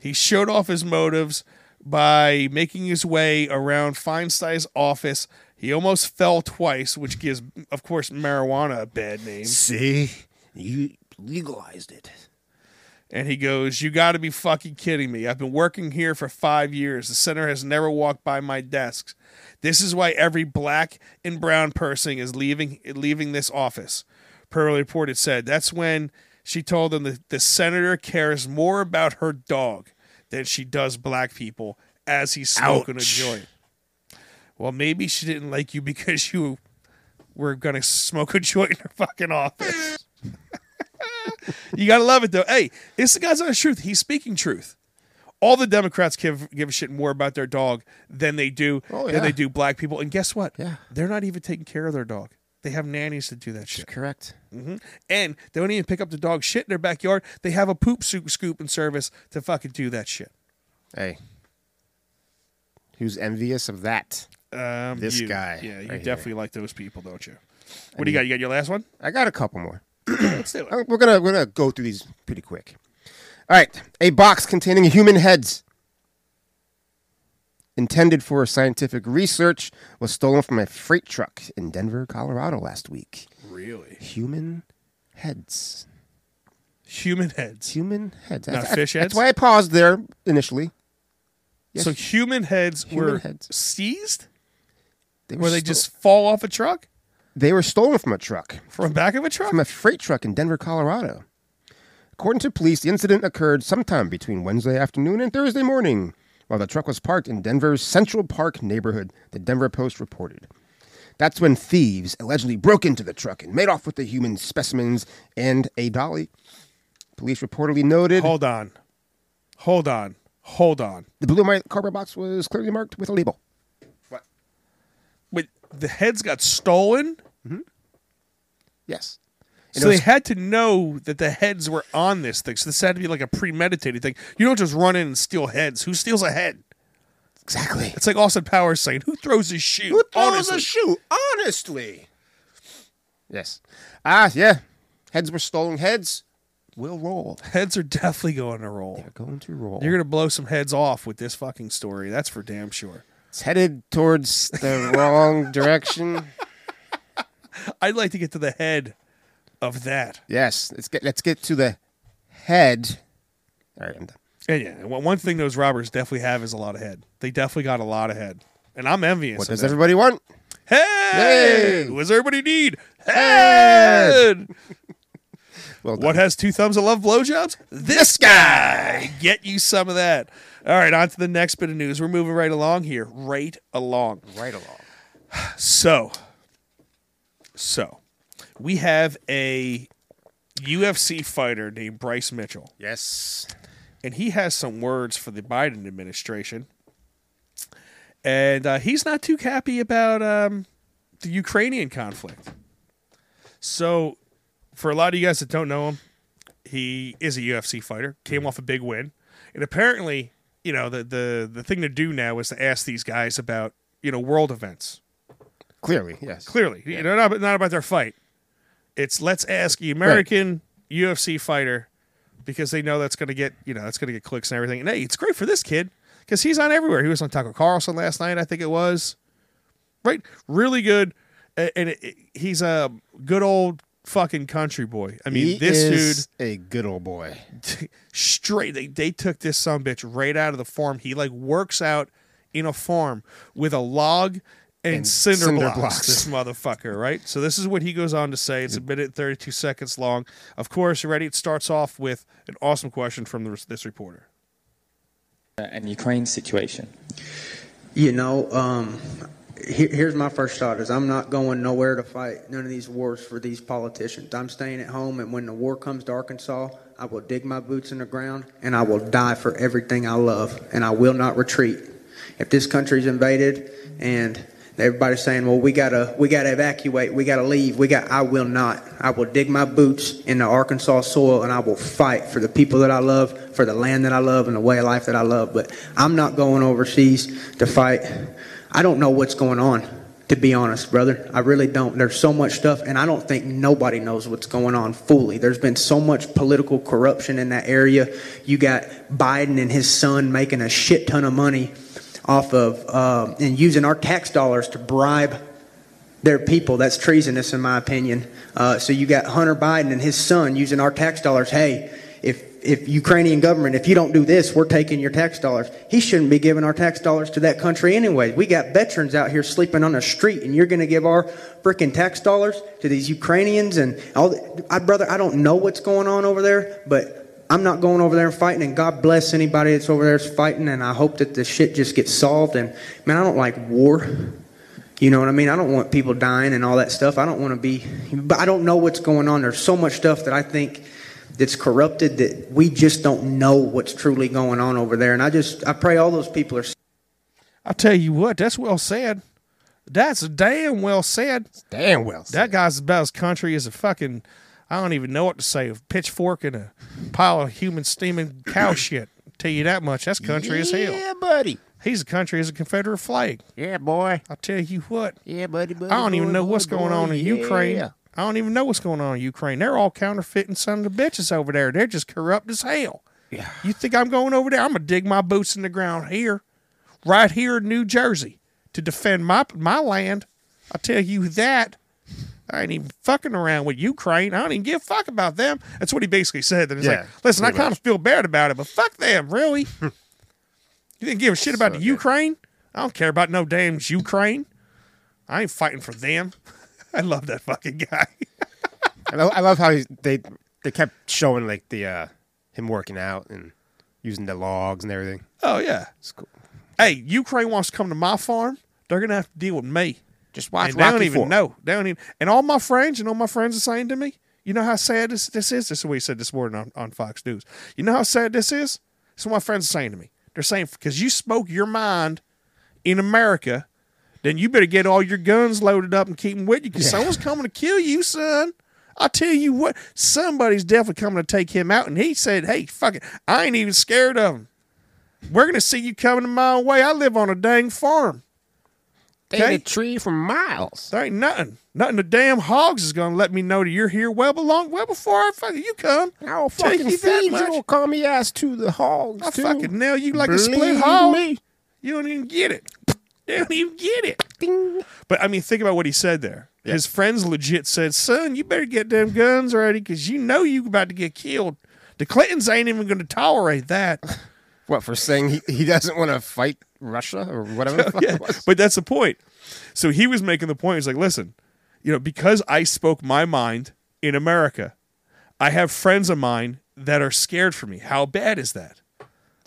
[SPEAKER 5] He showed off his motives by making his way around Feinstein's office. He almost fell twice, which gives, of course, marijuana a bad name.
[SPEAKER 6] See, you legalized it.
[SPEAKER 5] And he goes, You got to be fucking kidding me. I've been working here for five years. The center has never walked by my desks. This is why every black and brown person is leaving leaving this office. Pearl reported said that's when she told them that the senator cares more about her dog than she does black people as he's smoking
[SPEAKER 6] Ouch.
[SPEAKER 5] a joint. Well, maybe she didn't like you because you were gonna smoke a joint in her fucking office. You gotta love it though. Hey, this guy's on the truth. He's speaking truth. All the Democrats give give a shit more about their dog than they do
[SPEAKER 6] Oh, yeah.
[SPEAKER 5] than they do black people. And guess what? Yeah, they're not even taking care of their dog. They have nannies to do that shit.
[SPEAKER 6] Correct.
[SPEAKER 5] hmm And they don't even pick up the dog shit in their backyard. They have a poop soup scoop and service to fucking do that shit.
[SPEAKER 6] Hey, who's envious of that?
[SPEAKER 5] Um,
[SPEAKER 6] this
[SPEAKER 5] you-
[SPEAKER 6] guy.
[SPEAKER 5] Yeah, you
[SPEAKER 6] right here.
[SPEAKER 5] definitely like those people, don't you? What do you got? You got your last one?
[SPEAKER 6] I got a couple more.
[SPEAKER 5] Let's do it.
[SPEAKER 6] Uh, We're gonna we're gonna go through these pretty quick. All right, a box containing human heads intended for scientific research was stolen from a freight truck in Denver, Colorado last week.
[SPEAKER 5] Really?
[SPEAKER 6] Human heads.
[SPEAKER 5] Human heads.
[SPEAKER 6] Human heads.
[SPEAKER 5] Not
[SPEAKER 6] That's-
[SPEAKER 5] fish heads?
[SPEAKER 6] That's why I paused there initially. Yes.
[SPEAKER 5] So human heads
[SPEAKER 6] Human
[SPEAKER 5] were
[SPEAKER 6] heads.
[SPEAKER 5] seized.
[SPEAKER 6] They
[SPEAKER 5] They
[SPEAKER 6] were
[SPEAKER 5] were they
[SPEAKER 6] sto-
[SPEAKER 5] just fall off a truck
[SPEAKER 6] They were stolen from a truck.
[SPEAKER 5] from the back of a truck?
[SPEAKER 6] from a freight truck in Denver, Colorado. According to police, the incident occurred sometime between Wednesday afternoon and Thursday morning while the truck was parked in Denver's Central Park neighborhood, the Denver Post reported. That's when thieves allegedly broke into the truck and made off with the human specimens and a dolly. Police reportedly noted
[SPEAKER 5] Hold on. Hold on. Hold on.
[SPEAKER 6] the blue and white cardboard box was clearly marked with a label.
[SPEAKER 5] Wait, the heads got stolen.
[SPEAKER 6] Yes. And
[SPEAKER 5] So
[SPEAKER 6] it
[SPEAKER 5] they
[SPEAKER 6] was-
[SPEAKER 5] had to know that the heads were on this thing. So this had to be like a premeditated thing. You don't just run in and steal heads. Who steals a head?
[SPEAKER 6] Exactly.
[SPEAKER 5] It's like Austin Powers saying, "Who throws his shoe?"
[SPEAKER 6] Who throws
[SPEAKER 5] Honestly.
[SPEAKER 6] a shoe? Honestly. Yes. Ah, yeah. Heads were stolen. Heads will roll.
[SPEAKER 5] Heads are definitely going to roll. They're
[SPEAKER 6] going to roll.
[SPEAKER 5] You're gonna blow some heads off with this fucking story. That's for damn sure.
[SPEAKER 6] It's headed towards the wrong direction.
[SPEAKER 5] I'd like to get to the head of that.
[SPEAKER 6] Yes. Let's get let's get to the head. All right, I'm done.
[SPEAKER 5] And yeah, and one one thing those robbers definitely have is a lot of head. They definitely got a lot of head, and I'm envious.
[SPEAKER 6] What
[SPEAKER 5] of
[SPEAKER 6] does
[SPEAKER 5] that.
[SPEAKER 6] everybody want?
[SPEAKER 5] Hey,
[SPEAKER 6] Yay!
[SPEAKER 5] what does everybody need? Head. what has two thumbs and love blowjobs? This guy. Get you some of that. All right, on to the next bit of news. We're moving right along here. Right along.
[SPEAKER 6] Right along.
[SPEAKER 5] So, so we have a UFC fighter named Bryce Mitchell.
[SPEAKER 6] Yes.
[SPEAKER 5] And he has some words for the Biden administration. and uh, he's not too happy about um, the Ukrainian conflict. So, for a lot of you guys that don't know him, he is a UFC fighter. Came off a big win, and apparently, you know, the the the thing to do now is to ask these guys about you know world events.
[SPEAKER 6] Clearly, yes.
[SPEAKER 5] Clearly, you know, not, not about their fight. It's let's ask the American UFC fighter because they know that's going to get you know that's going to get clicks and everything. And hey, it's great for this kid because he's on everywhere. He was on Taco Carlson last night, I think it was. Right, really good, A- and it, it- he's a good old fucking country boy. I mean,
[SPEAKER 6] He
[SPEAKER 5] this
[SPEAKER 6] is
[SPEAKER 5] dude
[SPEAKER 6] a good old boy.
[SPEAKER 5] straight they, they took this son bitch right out of the farm. He like works out in a farm with a log and,
[SPEAKER 6] And
[SPEAKER 5] cinder,
[SPEAKER 6] cinder
[SPEAKER 5] blocks,
[SPEAKER 6] blocks.
[SPEAKER 5] This motherfucker, right? So this is what he goes on to say. It's a minute and thirty-two seconds long. Of course, already it starts off with an awesome question from the, this reporter.
[SPEAKER 13] and Ukraine situation.
[SPEAKER 14] You know, um, here, here's my first thought: is I'm not going nowhere to fight none of these wars for these politicians. I'm staying at home, and when the war comes to Arkansas, I will dig my boots in the ground and I will die for everything I love, and I will not retreat. If this country's invaded and everybody's saying, "Well, we gotta, we gotta evacuate, we gotta leave, we got," I will not. I will dig my boots in the Arkansas soil, and I will fight for the people that I love, for the land that I love, and the way of life that I love. But I'm not going overseas to fight. I don't know what's going on, to be honest, brother. I really don't. There's so much stuff, and I don't think nobody knows what's going on fully. There's been so much political corruption in that area. You got Biden and his son making a shit ton of money off of uh, and using our tax dollars to bribe their people. That's treasonous, in my opinion. Uh, so you got Hunter Biden and his son using our tax dollars. Hey, if if Ukrainian government, if you don't do this, we're taking your tax dollars. He shouldn't be giving our tax dollars to that country anyway. We got veterans out here sleeping on the street, and you're going to give our freaking tax dollars to these Ukrainians and all. The, I brother, I don't know what's going on over there, but. I'm not going over there and fighting, and God bless anybody that's over there that's fighting, and I hope that this shit just gets solved. And man, I don't like war. You know what I mean? I don't want people dying and all that stuff. I don't want to be, but I don't know what's going on. There's so much stuff that I think that's corrupted that we just don't know what's truly going on over there. And I just, I pray all those people are.
[SPEAKER 5] I'll tell you what, that's well said. That's damn well said.
[SPEAKER 6] damn well
[SPEAKER 5] That guy's about as country as a fucking I don't even know what to say. A pitchfork and a pile of human steaming cow shit. Tell you that much. That's country as hell.
[SPEAKER 6] Yeah, buddy.
[SPEAKER 5] He's a country as a Confederate flag.
[SPEAKER 6] Yeah, boy.
[SPEAKER 5] I'll tell you what.
[SPEAKER 6] Yeah, buddy. buddy
[SPEAKER 5] I don't even
[SPEAKER 6] boy,
[SPEAKER 5] know
[SPEAKER 6] boy,
[SPEAKER 5] what's going
[SPEAKER 6] boy,
[SPEAKER 5] on in
[SPEAKER 6] yeah.
[SPEAKER 5] Ukraine. I don't even know what's going on in Ukraine. They're all counterfeiting son of the bitches over there. They're just corrupt as hell.
[SPEAKER 6] Yeah.
[SPEAKER 5] You think I'm going over there? I'm gonna dig my boots in the ground here, right here in New Jersey, to defend my my land. I tell you that. I ain't even fucking around with Ukraine. I don't even give a fuck about them. That's what he basically said. That he's
[SPEAKER 6] Yeah,
[SPEAKER 5] like, listen, I
[SPEAKER 6] pretty
[SPEAKER 5] kind of feel bad about it, but fuck them, really. you didn't give a shit about the Ukraine. I don't care about no damn Ukraine. I ain't fighting for them. I love that fucking guy.
[SPEAKER 6] I love, I love how he's, they they kept showing like the uh, him working out and using the logs and everything.
[SPEAKER 5] Oh yeah, it's cool. Hey, Ukraine wants to come to my farm. They're gonna have to deal with me. Just
[SPEAKER 6] watch
[SPEAKER 5] And they don't
[SPEAKER 6] Rocky
[SPEAKER 5] even
[SPEAKER 6] Four.
[SPEAKER 5] know. They don't even. And all my friends, you know, what my friends are saying to me, you know how sad this this is. This is what he said this morning on, on Fox News. You know how sad this is. That's what my friends are saying to me. They're saying because you spoke your mind in America, then you better get all your guns loaded up and keep them with you because someone's coming to kill you, son. I tell you what, somebody's definitely coming to take him out. And he said, "Hey, fuck it, I ain't even scared of him." We're gonna see you coming a mile away. I live on a dang farm.
[SPEAKER 6] They in a tree for miles.
[SPEAKER 5] There ain't nothing. Nothing. The damn hogs is gonna let me know that you're here well belong well before I fucking you come.
[SPEAKER 6] I'll
[SPEAKER 5] Tell
[SPEAKER 6] Oh, fucking
[SPEAKER 5] you that
[SPEAKER 6] feed
[SPEAKER 5] much.
[SPEAKER 6] your commie ass to the hogs.
[SPEAKER 5] I'll
[SPEAKER 6] too.
[SPEAKER 5] fucking nail you like a split
[SPEAKER 6] Believe
[SPEAKER 5] hog.
[SPEAKER 6] me.
[SPEAKER 5] You don't even get it. You don't even get it. But I mean, think about what he said there. His friends legit said, "Son, you better get them guns ready because you know you about to get killed. The Clintons ain't even gonna tolerate that."
[SPEAKER 6] What for saying he, he doesn't want to fight Russia or whatever? the fuck it
[SPEAKER 5] yeah,
[SPEAKER 6] was?
[SPEAKER 5] but that's the point. So he was making the point. He's like, listen, you know, because I spoke my mind in America, I have friends of mine that are scared for me. How bad is that?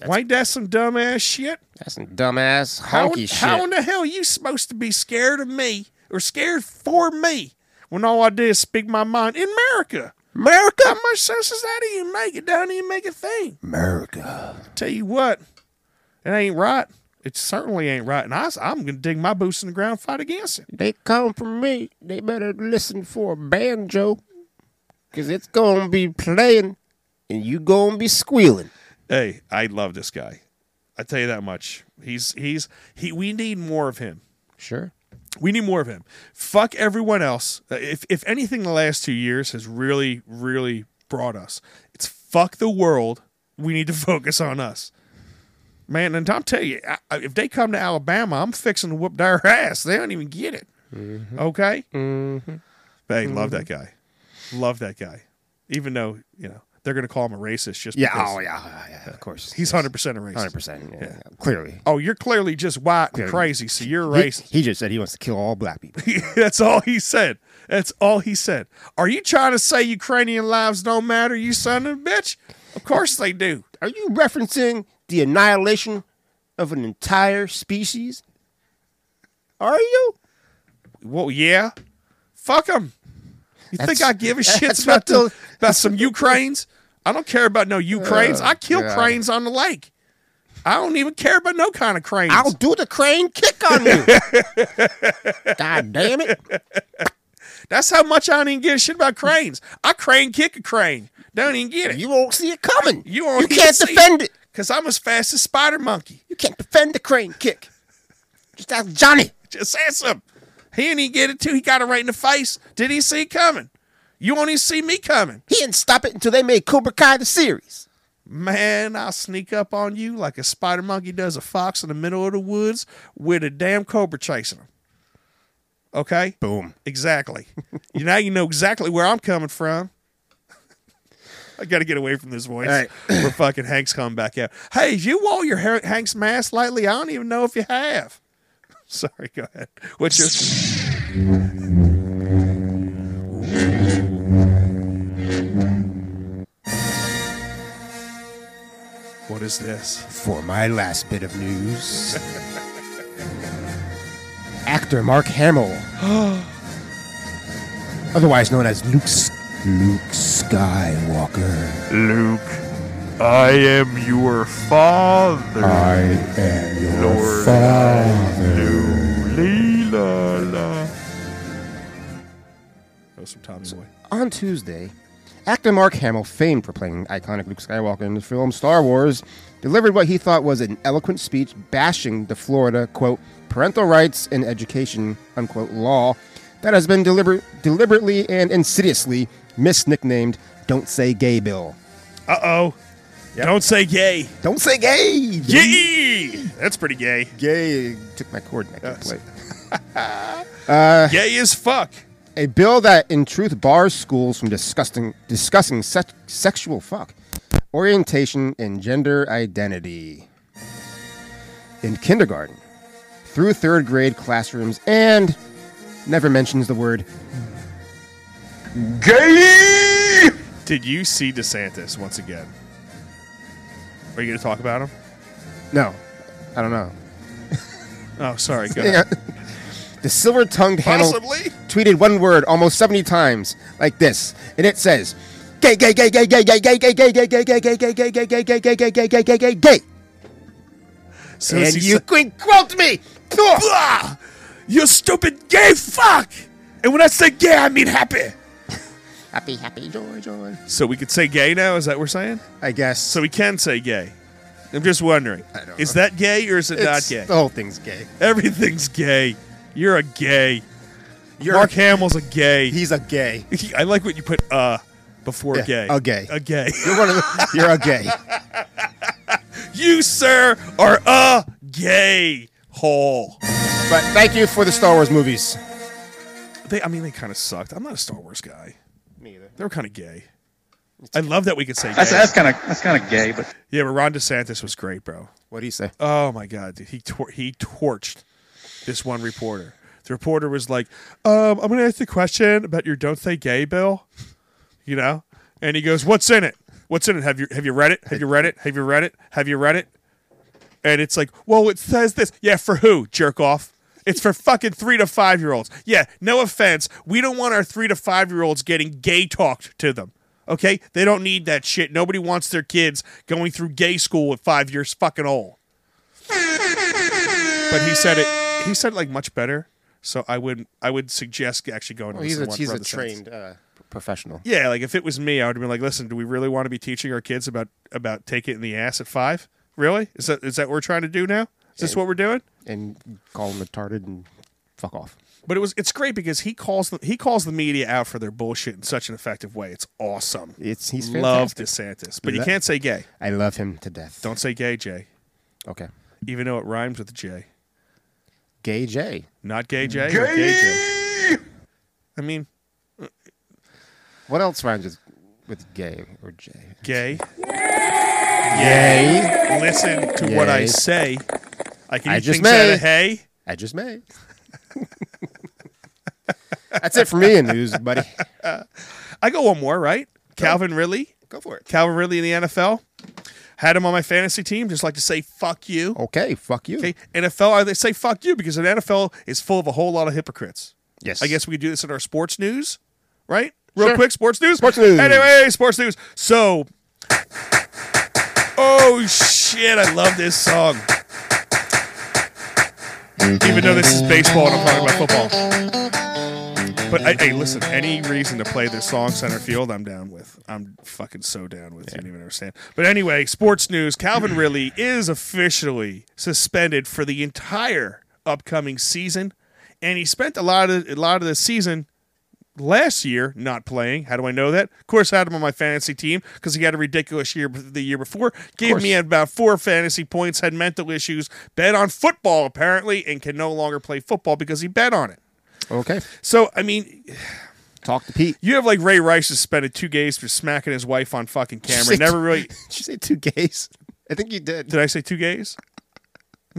[SPEAKER 5] Why that's some dumbass shit?
[SPEAKER 6] That's some dumbass honky
[SPEAKER 5] How,
[SPEAKER 6] shit.
[SPEAKER 5] how in the hell are you supposed to be scared of me or scared for me when all I did is speak my mind in America? America? How much sense does that even make? It do not even make a thing.
[SPEAKER 6] America.
[SPEAKER 5] Tell you what, it ain't right. It certainly ain't right. And I, am going to dig my boots in the ground and fight against it.
[SPEAKER 6] They come from me. They better listen for a banjo, cause it's gonna be playing, and you gonna be squealing.
[SPEAKER 5] Hey, I love this guy. I tell you that much. He's he's he. We need more of him.
[SPEAKER 6] Sure.
[SPEAKER 5] We need more of him. Fuck everyone else. Uh, If if anything, the last two years has really really brought us. It's fuck the world. We need to focus on us, man. And I'm telling you, I, I- if they come to Alabama, I'm fixing to whoop their ass. They don't even get it. Okay.
[SPEAKER 6] Mm-hmm.
[SPEAKER 5] Hey, love that guy. Love that guy. Even though you know they're going to call him a racist just
[SPEAKER 6] Yeah,
[SPEAKER 5] because
[SPEAKER 6] oh, yeah, yeah, yeah, of course.
[SPEAKER 5] he's hundred percent a racist.
[SPEAKER 6] 100%, yeah, yeah, clearly.
[SPEAKER 5] Oh, you're clearly just white and
[SPEAKER 6] Clearly.
[SPEAKER 5] crazy, so you're
[SPEAKER 6] He-
[SPEAKER 5] racist.
[SPEAKER 6] He, just said he wants to kill all black people.
[SPEAKER 5] That's all he said. That's all he said. Are you trying to say Ukrainian lives don't matter, you son of a bitch? Of course they do.
[SPEAKER 6] Are you referencing the annihilation of an entire species? Are you?
[SPEAKER 5] Well, yeah. Fuck them. You
[SPEAKER 6] That's-
[SPEAKER 5] think I give a shit
[SPEAKER 6] that's
[SPEAKER 5] about,
[SPEAKER 6] what
[SPEAKER 5] the,
[SPEAKER 6] the-
[SPEAKER 5] about some Ukraines? I don't care about no Ukraines. I kill
[SPEAKER 6] Oh, God.
[SPEAKER 5] cranes on the lake. I don't even care about no kind of cranes.
[SPEAKER 6] I'll do the crane kick on you. God damn it.
[SPEAKER 5] That's how much I don't even give a shit about cranes. I crane kick a crane. Don't even get it.
[SPEAKER 6] You won't see it coming.
[SPEAKER 5] You,
[SPEAKER 6] You can't defend it.
[SPEAKER 5] Because I'm as fast as Spider Monkey.
[SPEAKER 6] You can't defend the crane kick. Just ask Johnny.
[SPEAKER 5] Just ask him. He didn't even get it too. He got it right in the face. Did he see it coming? You won't even see me coming.
[SPEAKER 6] He didn't stop it until they made Cobra Kai the series.
[SPEAKER 5] Man, I'll sneak up on you like a spider monkey does a fox in the middle of the woods with a damn cobra chasing him. Okay?
[SPEAKER 6] Boom.
[SPEAKER 5] Exactly. you now you know exactly where I'm coming from. I got to get away from this voice.
[SPEAKER 6] All right.
[SPEAKER 5] Where fucking Hank's come back out. Hey, have you wore your Har- Hank's mask lately? I don't even know if you have. Sorry, go ahead. What's your What is this?
[SPEAKER 6] For my last bit of news, actor Mark Hamill, otherwise known as Luke, S- Luke Skywalker.
[SPEAKER 15] Luke, I am your father. I am your father. La, la.
[SPEAKER 5] Oh, some Tommy Boy.
[SPEAKER 6] On Tuesday, actor Mark Hamill, famed for playing iconic Luke Skywalker in the film Star Wars, delivered what he thought was an eloquent speech bashing the Florida, quote, parental rights and education, unquote, law that has been deliber- deliberately and insidiously misnicknamed Don't Say Gay Bill.
[SPEAKER 5] Uh oh. Don't say gay.
[SPEAKER 6] Don't say gay!
[SPEAKER 5] Yay! That's pretty gay.
[SPEAKER 6] Gay took my cord and I couldn't
[SPEAKER 5] Yes.
[SPEAKER 6] play. Uh,
[SPEAKER 5] Gay as fuck.
[SPEAKER 6] A bill that, in truth, bars schools from discussing discussing sex, sexual fuck, orientation, and gender identity in kindergarten through third grade classrooms, and never mentions the word
[SPEAKER 5] Gay! Did you see DeSantis once again? Are you going to talk about him?
[SPEAKER 6] no. I don't know.
[SPEAKER 5] Oh, sorry. Go ahead.
[SPEAKER 6] the silver tongued Hamill
[SPEAKER 5] Possibly?
[SPEAKER 6] tweeted one word almost 70 times like this, and it says, gay, gay, gay, gay, gay, gay, gay, gay, gay, gay, gay, gay, gay, gay, gay, gay, gay, gay, gay, gay, gay, gay, gay, gay.
[SPEAKER 5] So
[SPEAKER 6] And
[SPEAKER 5] is he
[SPEAKER 6] you
[SPEAKER 5] sa-
[SPEAKER 6] can quote me!
[SPEAKER 5] Blah! You stupid gay fuck! And when I say gay, I mean happy.
[SPEAKER 6] Happy, happy, joy, joy.
[SPEAKER 5] So we could say gay now? Is that what we're saying?
[SPEAKER 6] I guess.
[SPEAKER 5] So we can say gay. I'm just wondering.
[SPEAKER 6] don't
[SPEAKER 5] Is that gay or is it not
[SPEAKER 6] It's-
[SPEAKER 5] gay?
[SPEAKER 6] The whole thing's gay.
[SPEAKER 5] Everything's gay. You're a gay. Mark Hamill's a gay.
[SPEAKER 6] He's a gay.
[SPEAKER 5] I like what you put uh before
[SPEAKER 6] Yeah,
[SPEAKER 5] gay.
[SPEAKER 6] a gay.
[SPEAKER 5] A gay.
[SPEAKER 6] You're one of the, You're a gay.
[SPEAKER 5] you sir are a gay hole.
[SPEAKER 6] But thank you for the Star Wars movies.
[SPEAKER 5] They I mean they kind of sucked. I'm not a Star Wars guy.
[SPEAKER 6] Me either.
[SPEAKER 5] They were kind of gay. I love that we could say gay.
[SPEAKER 13] That's that's kind of that's kind of gay, but
[SPEAKER 5] yeah, but Ron DeSantis was great, bro.
[SPEAKER 6] What do you say?
[SPEAKER 5] Oh my god, dude. he tor- he torched this one reporter. The reporter was like, um, "I'm going to ask you a question about your don't say gay bill," you know, and he goes, "What's in it? What's in it? Have you have you read it? Have you read it? Have you read it? Have you read it?" And it's like, "Well, it says this. Yeah, for who? Jerk off." It's for fucking three to five year olds. Yeah, no offense. We don't want our three to five year olds getting gay talked to them. Okay? They don't need that shit. Nobody wants their kids going through gay school at five years fucking old. but he said it. He said it like much better. So I would I would suggest actually going
[SPEAKER 6] Well,
[SPEAKER 5] to
[SPEAKER 6] he's
[SPEAKER 5] listen
[SPEAKER 6] a,
[SPEAKER 5] to one
[SPEAKER 6] he's a
[SPEAKER 5] for other sense.
[SPEAKER 6] trained uh, professional.
[SPEAKER 5] Yeah, like if it was me, I would have been like, "Listen, do we really want to be teaching our kids about about take it in the ass at five? Really? Is that is that what we're trying to do now? Is this
[SPEAKER 6] And-
[SPEAKER 5] what we're doing?"
[SPEAKER 6] And call him retarded and fuck off.
[SPEAKER 5] But it was it's great because he calls the, he calls the media out for their bullshit in such an effective way. It's awesome.
[SPEAKER 6] It's he's
[SPEAKER 5] love
[SPEAKER 6] fantastic.
[SPEAKER 5] DeSantis, but you
[SPEAKER 6] Lo-
[SPEAKER 5] can't say gay.
[SPEAKER 6] I love him to death.
[SPEAKER 5] Don't say gay, Jay.
[SPEAKER 6] Okay.
[SPEAKER 5] Even though it rhymes with J.
[SPEAKER 6] Gay J.
[SPEAKER 5] Not gay J. Gay. Or gay J. I mean,
[SPEAKER 6] What else rhymes with, with gay or J?
[SPEAKER 5] gay.
[SPEAKER 6] Yay.
[SPEAKER 5] Listen to what I
[SPEAKER 6] Yay.
[SPEAKER 5] say. I can
[SPEAKER 6] I
[SPEAKER 5] eat
[SPEAKER 6] just
[SPEAKER 5] things out
[SPEAKER 6] may.
[SPEAKER 5] of hay.
[SPEAKER 6] I just may. That's it for me in news, buddy.
[SPEAKER 5] I go one more, right? Calvin Ridley.
[SPEAKER 6] Go for it.
[SPEAKER 5] Calvin Ridley in the NFL. Had him on my fantasy team. Just like to say fuck you.
[SPEAKER 6] Okay, fuck you.
[SPEAKER 5] Okay, NFL. I- They say fuck you because an NFL is full of a whole lot of hypocrites.
[SPEAKER 6] Yes.
[SPEAKER 5] I guess we could do this in our sports news, right? Real
[SPEAKER 6] Sure.
[SPEAKER 5] quick, sports news.
[SPEAKER 6] Sports news.
[SPEAKER 5] Anyway, sports news. So, oh shit, I love this song. Even though this is baseball and I'm talking about football. But I, hey, listen, any reason to play this song center field, I'm down with. I'm fucking so down with. You don't even understand. But anyway, sports news Calvin Ridley is officially suspended for the entire upcoming season. And he spent a lot of a lot of the season last year not playing. How do I know that? Of course, I had him on my fantasy team because he had a ridiculous year b- the year before. Gave
[SPEAKER 6] course.
[SPEAKER 5] me about four fantasy points, had mental issues, bet on football apparently, and can no longer play football because he bet on it.
[SPEAKER 6] Okay.
[SPEAKER 5] So, I mean,
[SPEAKER 6] Talk to Pete.
[SPEAKER 5] you have like Ray Rice suspended two gays for smacking his wife on fucking
[SPEAKER 6] Did you
[SPEAKER 5] camera.
[SPEAKER 6] say
[SPEAKER 5] Never
[SPEAKER 6] two-
[SPEAKER 5] really.
[SPEAKER 6] Did you say two gays? I think you did.
[SPEAKER 5] Did I say two gays?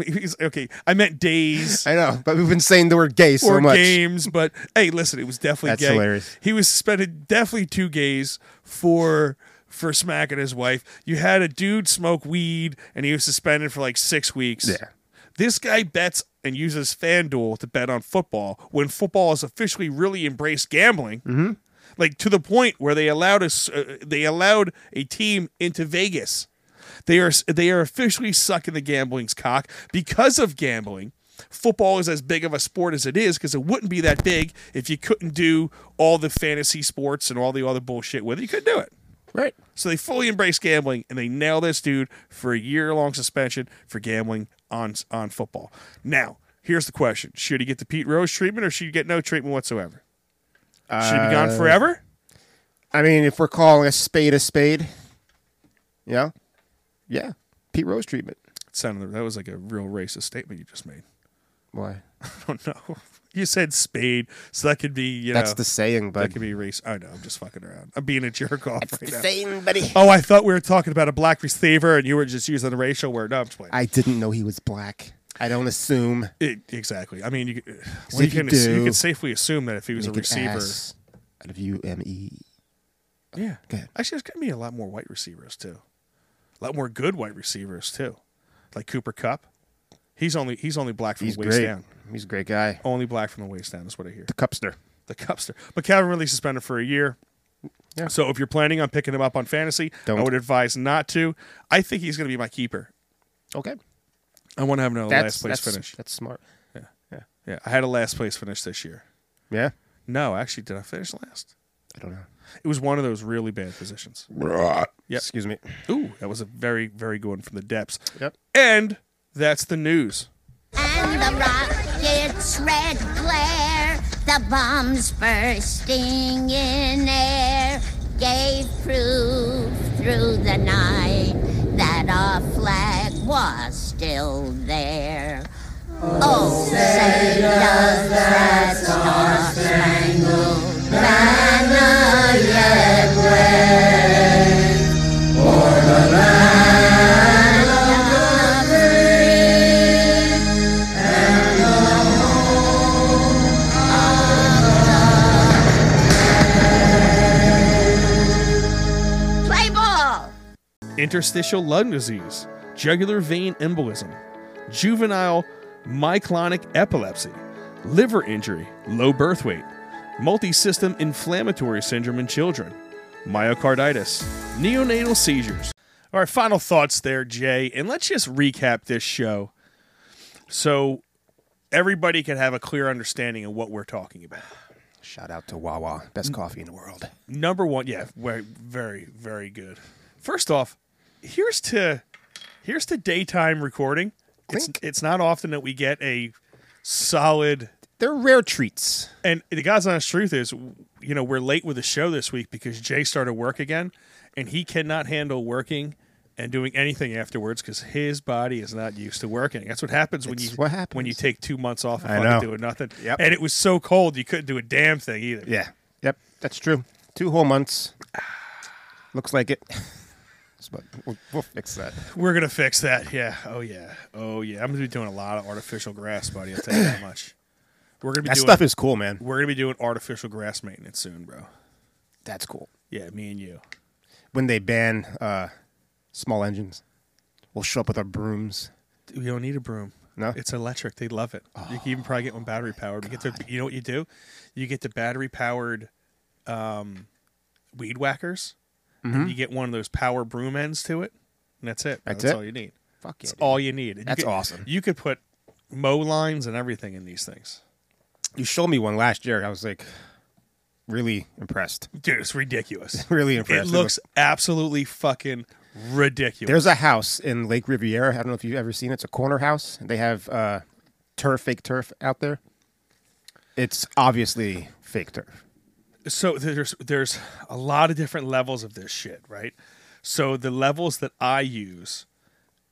[SPEAKER 5] He's- Okay, I meant days.
[SPEAKER 6] I know, but we've been saying the word gay so
[SPEAKER 5] or
[SPEAKER 6] much.
[SPEAKER 5] games, but hey, listen, it was definitely
[SPEAKER 6] That's
[SPEAKER 5] gay.
[SPEAKER 6] hilarious.
[SPEAKER 5] He was suspended definitely two gays for for smacking his wife. You had a dude smoke weed and he was suspended for like six weeks.
[SPEAKER 6] Yeah.
[SPEAKER 5] This guy bets and uses FanDuel to bet on football when football has officially really embraced gambling.
[SPEAKER 6] Mhm.
[SPEAKER 5] Like to the point where they allowed us, uh, they allowed a team into Vegas. They are they are officially sucking the gambling's cock because of gambling. Football is as big of a sport as it is because it wouldn't be that big if you couldn't do all the fantasy sports and all the other bullshit with it. You couldn't do it.
[SPEAKER 6] Right.
[SPEAKER 5] So they fully embrace gambling and they nail this dude for a year long suspension for gambling on on football. Now, here's the question. Should he get the Pete Rose treatment or should he get no treatment whatsoever? Should he be gone
[SPEAKER 6] Uh,
[SPEAKER 5] forever?
[SPEAKER 6] I mean, if we're calling a spade a spade, yeah, yeah, Pete Rose treatment.
[SPEAKER 5] It sounded that was like a real racist statement you just made.
[SPEAKER 6] Why?
[SPEAKER 5] I don't know. You said spade, so that could be you
[SPEAKER 6] That's
[SPEAKER 5] know,
[SPEAKER 6] the saying,
[SPEAKER 5] That
[SPEAKER 6] bud.
[SPEAKER 5] could be race. I know. I'm just fucking around. I'm being a jerk off That's right
[SPEAKER 6] the
[SPEAKER 5] now.
[SPEAKER 6] saying, buddy.
[SPEAKER 5] Oh, I thought we were talking about a black receiver, and you were just using the racial word. No, I'm just playing.
[SPEAKER 6] I didn't know he was black. I don't assume.
[SPEAKER 5] It- exactly. I mean, you, could-
[SPEAKER 6] As
[SPEAKER 5] well, you
[SPEAKER 6] if you
[SPEAKER 5] can assu- you
[SPEAKER 6] do,
[SPEAKER 5] can safely assume that if he was a
[SPEAKER 6] make an
[SPEAKER 5] receiver,
[SPEAKER 6] ass Out of you, M E.
[SPEAKER 5] yeah.
[SPEAKER 6] Go ahead.
[SPEAKER 5] Actually, there's gonna be a lot more white receivers too. A lot more good white receivers too, like Cooper Cup. He's only he's only black from
[SPEAKER 6] He's
[SPEAKER 5] the waist
[SPEAKER 6] great.
[SPEAKER 5] down.
[SPEAKER 6] He's a great guy.
[SPEAKER 5] Only black from the waist down is what I hear.
[SPEAKER 6] The cupster.
[SPEAKER 5] the Cupster. But Calvin Ridley suspended for a year.
[SPEAKER 6] Yeah.
[SPEAKER 5] So if you're planning on picking him up on fantasy, I
[SPEAKER 6] Don't.
[SPEAKER 5] would advise not to. I think he's going to be my keeper.
[SPEAKER 6] Okay.
[SPEAKER 5] I want to have another last place
[SPEAKER 6] that's,
[SPEAKER 5] finish.
[SPEAKER 6] That's smart.
[SPEAKER 5] Yeah.
[SPEAKER 6] Yeah.
[SPEAKER 5] Yeah, I had a last place finish this year.
[SPEAKER 6] Yeah.
[SPEAKER 5] No, actually, did I finish last?
[SPEAKER 6] I don't know.
[SPEAKER 5] It was one of those really bad positions.
[SPEAKER 6] Bruh.
[SPEAKER 5] Yep.
[SPEAKER 6] Excuse me.
[SPEAKER 5] Ooh, that was a very, very good one from the depths.
[SPEAKER 6] Yep.
[SPEAKER 5] And that's the news.
[SPEAKER 16] The rocket's red glare, the bombs bursting in air, gave proof through the night that our flag was still there. Oh, say does that star-spangled banner yet wave? Play ball!
[SPEAKER 5] interstitial lung disease, jugular vein embolism, juvenile myoclonic epilepsy, liver injury, low birth weight, multisystem inflammatory syndrome in children, myocarditis, neonatal seizures. All right, final thoughts there, Jay, and let's just recap this show. So everybody can have a clear understanding of what we're talking about.
[SPEAKER 6] Shout out to Wawa, best coffee in the world.
[SPEAKER 5] Number one, yeah, very, very, very good. First off, here's to here's to daytime recording. It's it's not often that we get a solid.
[SPEAKER 6] They're rare treats.
[SPEAKER 5] And the God's honest truth is, you know, we're late with the show this week because Jay started work again, and he cannot handle working and doing anything afterwards because his body is not used to working. That's what happens when you when you take two months off and
[SPEAKER 6] I
[SPEAKER 5] fucking
[SPEAKER 6] know.
[SPEAKER 5] doing nothing.
[SPEAKER 6] Yep.
[SPEAKER 5] And it was so cold you couldn't do a damn thing either.
[SPEAKER 6] Yeah. Yep. That's true. Two whole months. Looks like it. but we'll, we'll fix that.
[SPEAKER 5] We're gonna fix that. Yeah. Oh yeah. Oh yeah. I'm gonna be doing a lot of artificial grass, buddy. I'll tell you that much. We're gonna be
[SPEAKER 6] That
[SPEAKER 5] doing,
[SPEAKER 6] stuff is cool, man.
[SPEAKER 5] We're gonna be doing artificial grass maintenance soon, bro.
[SPEAKER 6] That's cool.
[SPEAKER 5] Yeah, me and you.
[SPEAKER 6] When they ban uh, small engines, we'll show up with our brooms.
[SPEAKER 5] We don't need a broom.
[SPEAKER 6] No?
[SPEAKER 5] It's electric. They love it. you can even probably get one battery powered. You get
[SPEAKER 6] Oh,
[SPEAKER 5] the you know what you do? You get the battery powered um, weed whackers.
[SPEAKER 6] Mhm.
[SPEAKER 5] And you get one of those power broom ends to it. And that's it. bro.
[SPEAKER 6] That's
[SPEAKER 5] that's
[SPEAKER 6] it?
[SPEAKER 5] all you need.
[SPEAKER 6] Fuck yeah,
[SPEAKER 5] That's
[SPEAKER 6] dude.
[SPEAKER 5] all you need. And you
[SPEAKER 6] That's
[SPEAKER 5] could-
[SPEAKER 6] awesome.
[SPEAKER 5] You could put mow lines and everything in these things.
[SPEAKER 6] You showed me one last year. I was like, really impressed.
[SPEAKER 5] Dude, it's ridiculous.
[SPEAKER 6] Really impressed.
[SPEAKER 5] It looks absolutely fucking ridiculous.
[SPEAKER 6] There's a house in Lake Riviera. I don't know if you've ever seen it. It's a corner house. They have uh, turf, fake turf out there. It's obviously fake turf.
[SPEAKER 5] so there's there's a lot of different levels of this shit, right? So the levels that I use,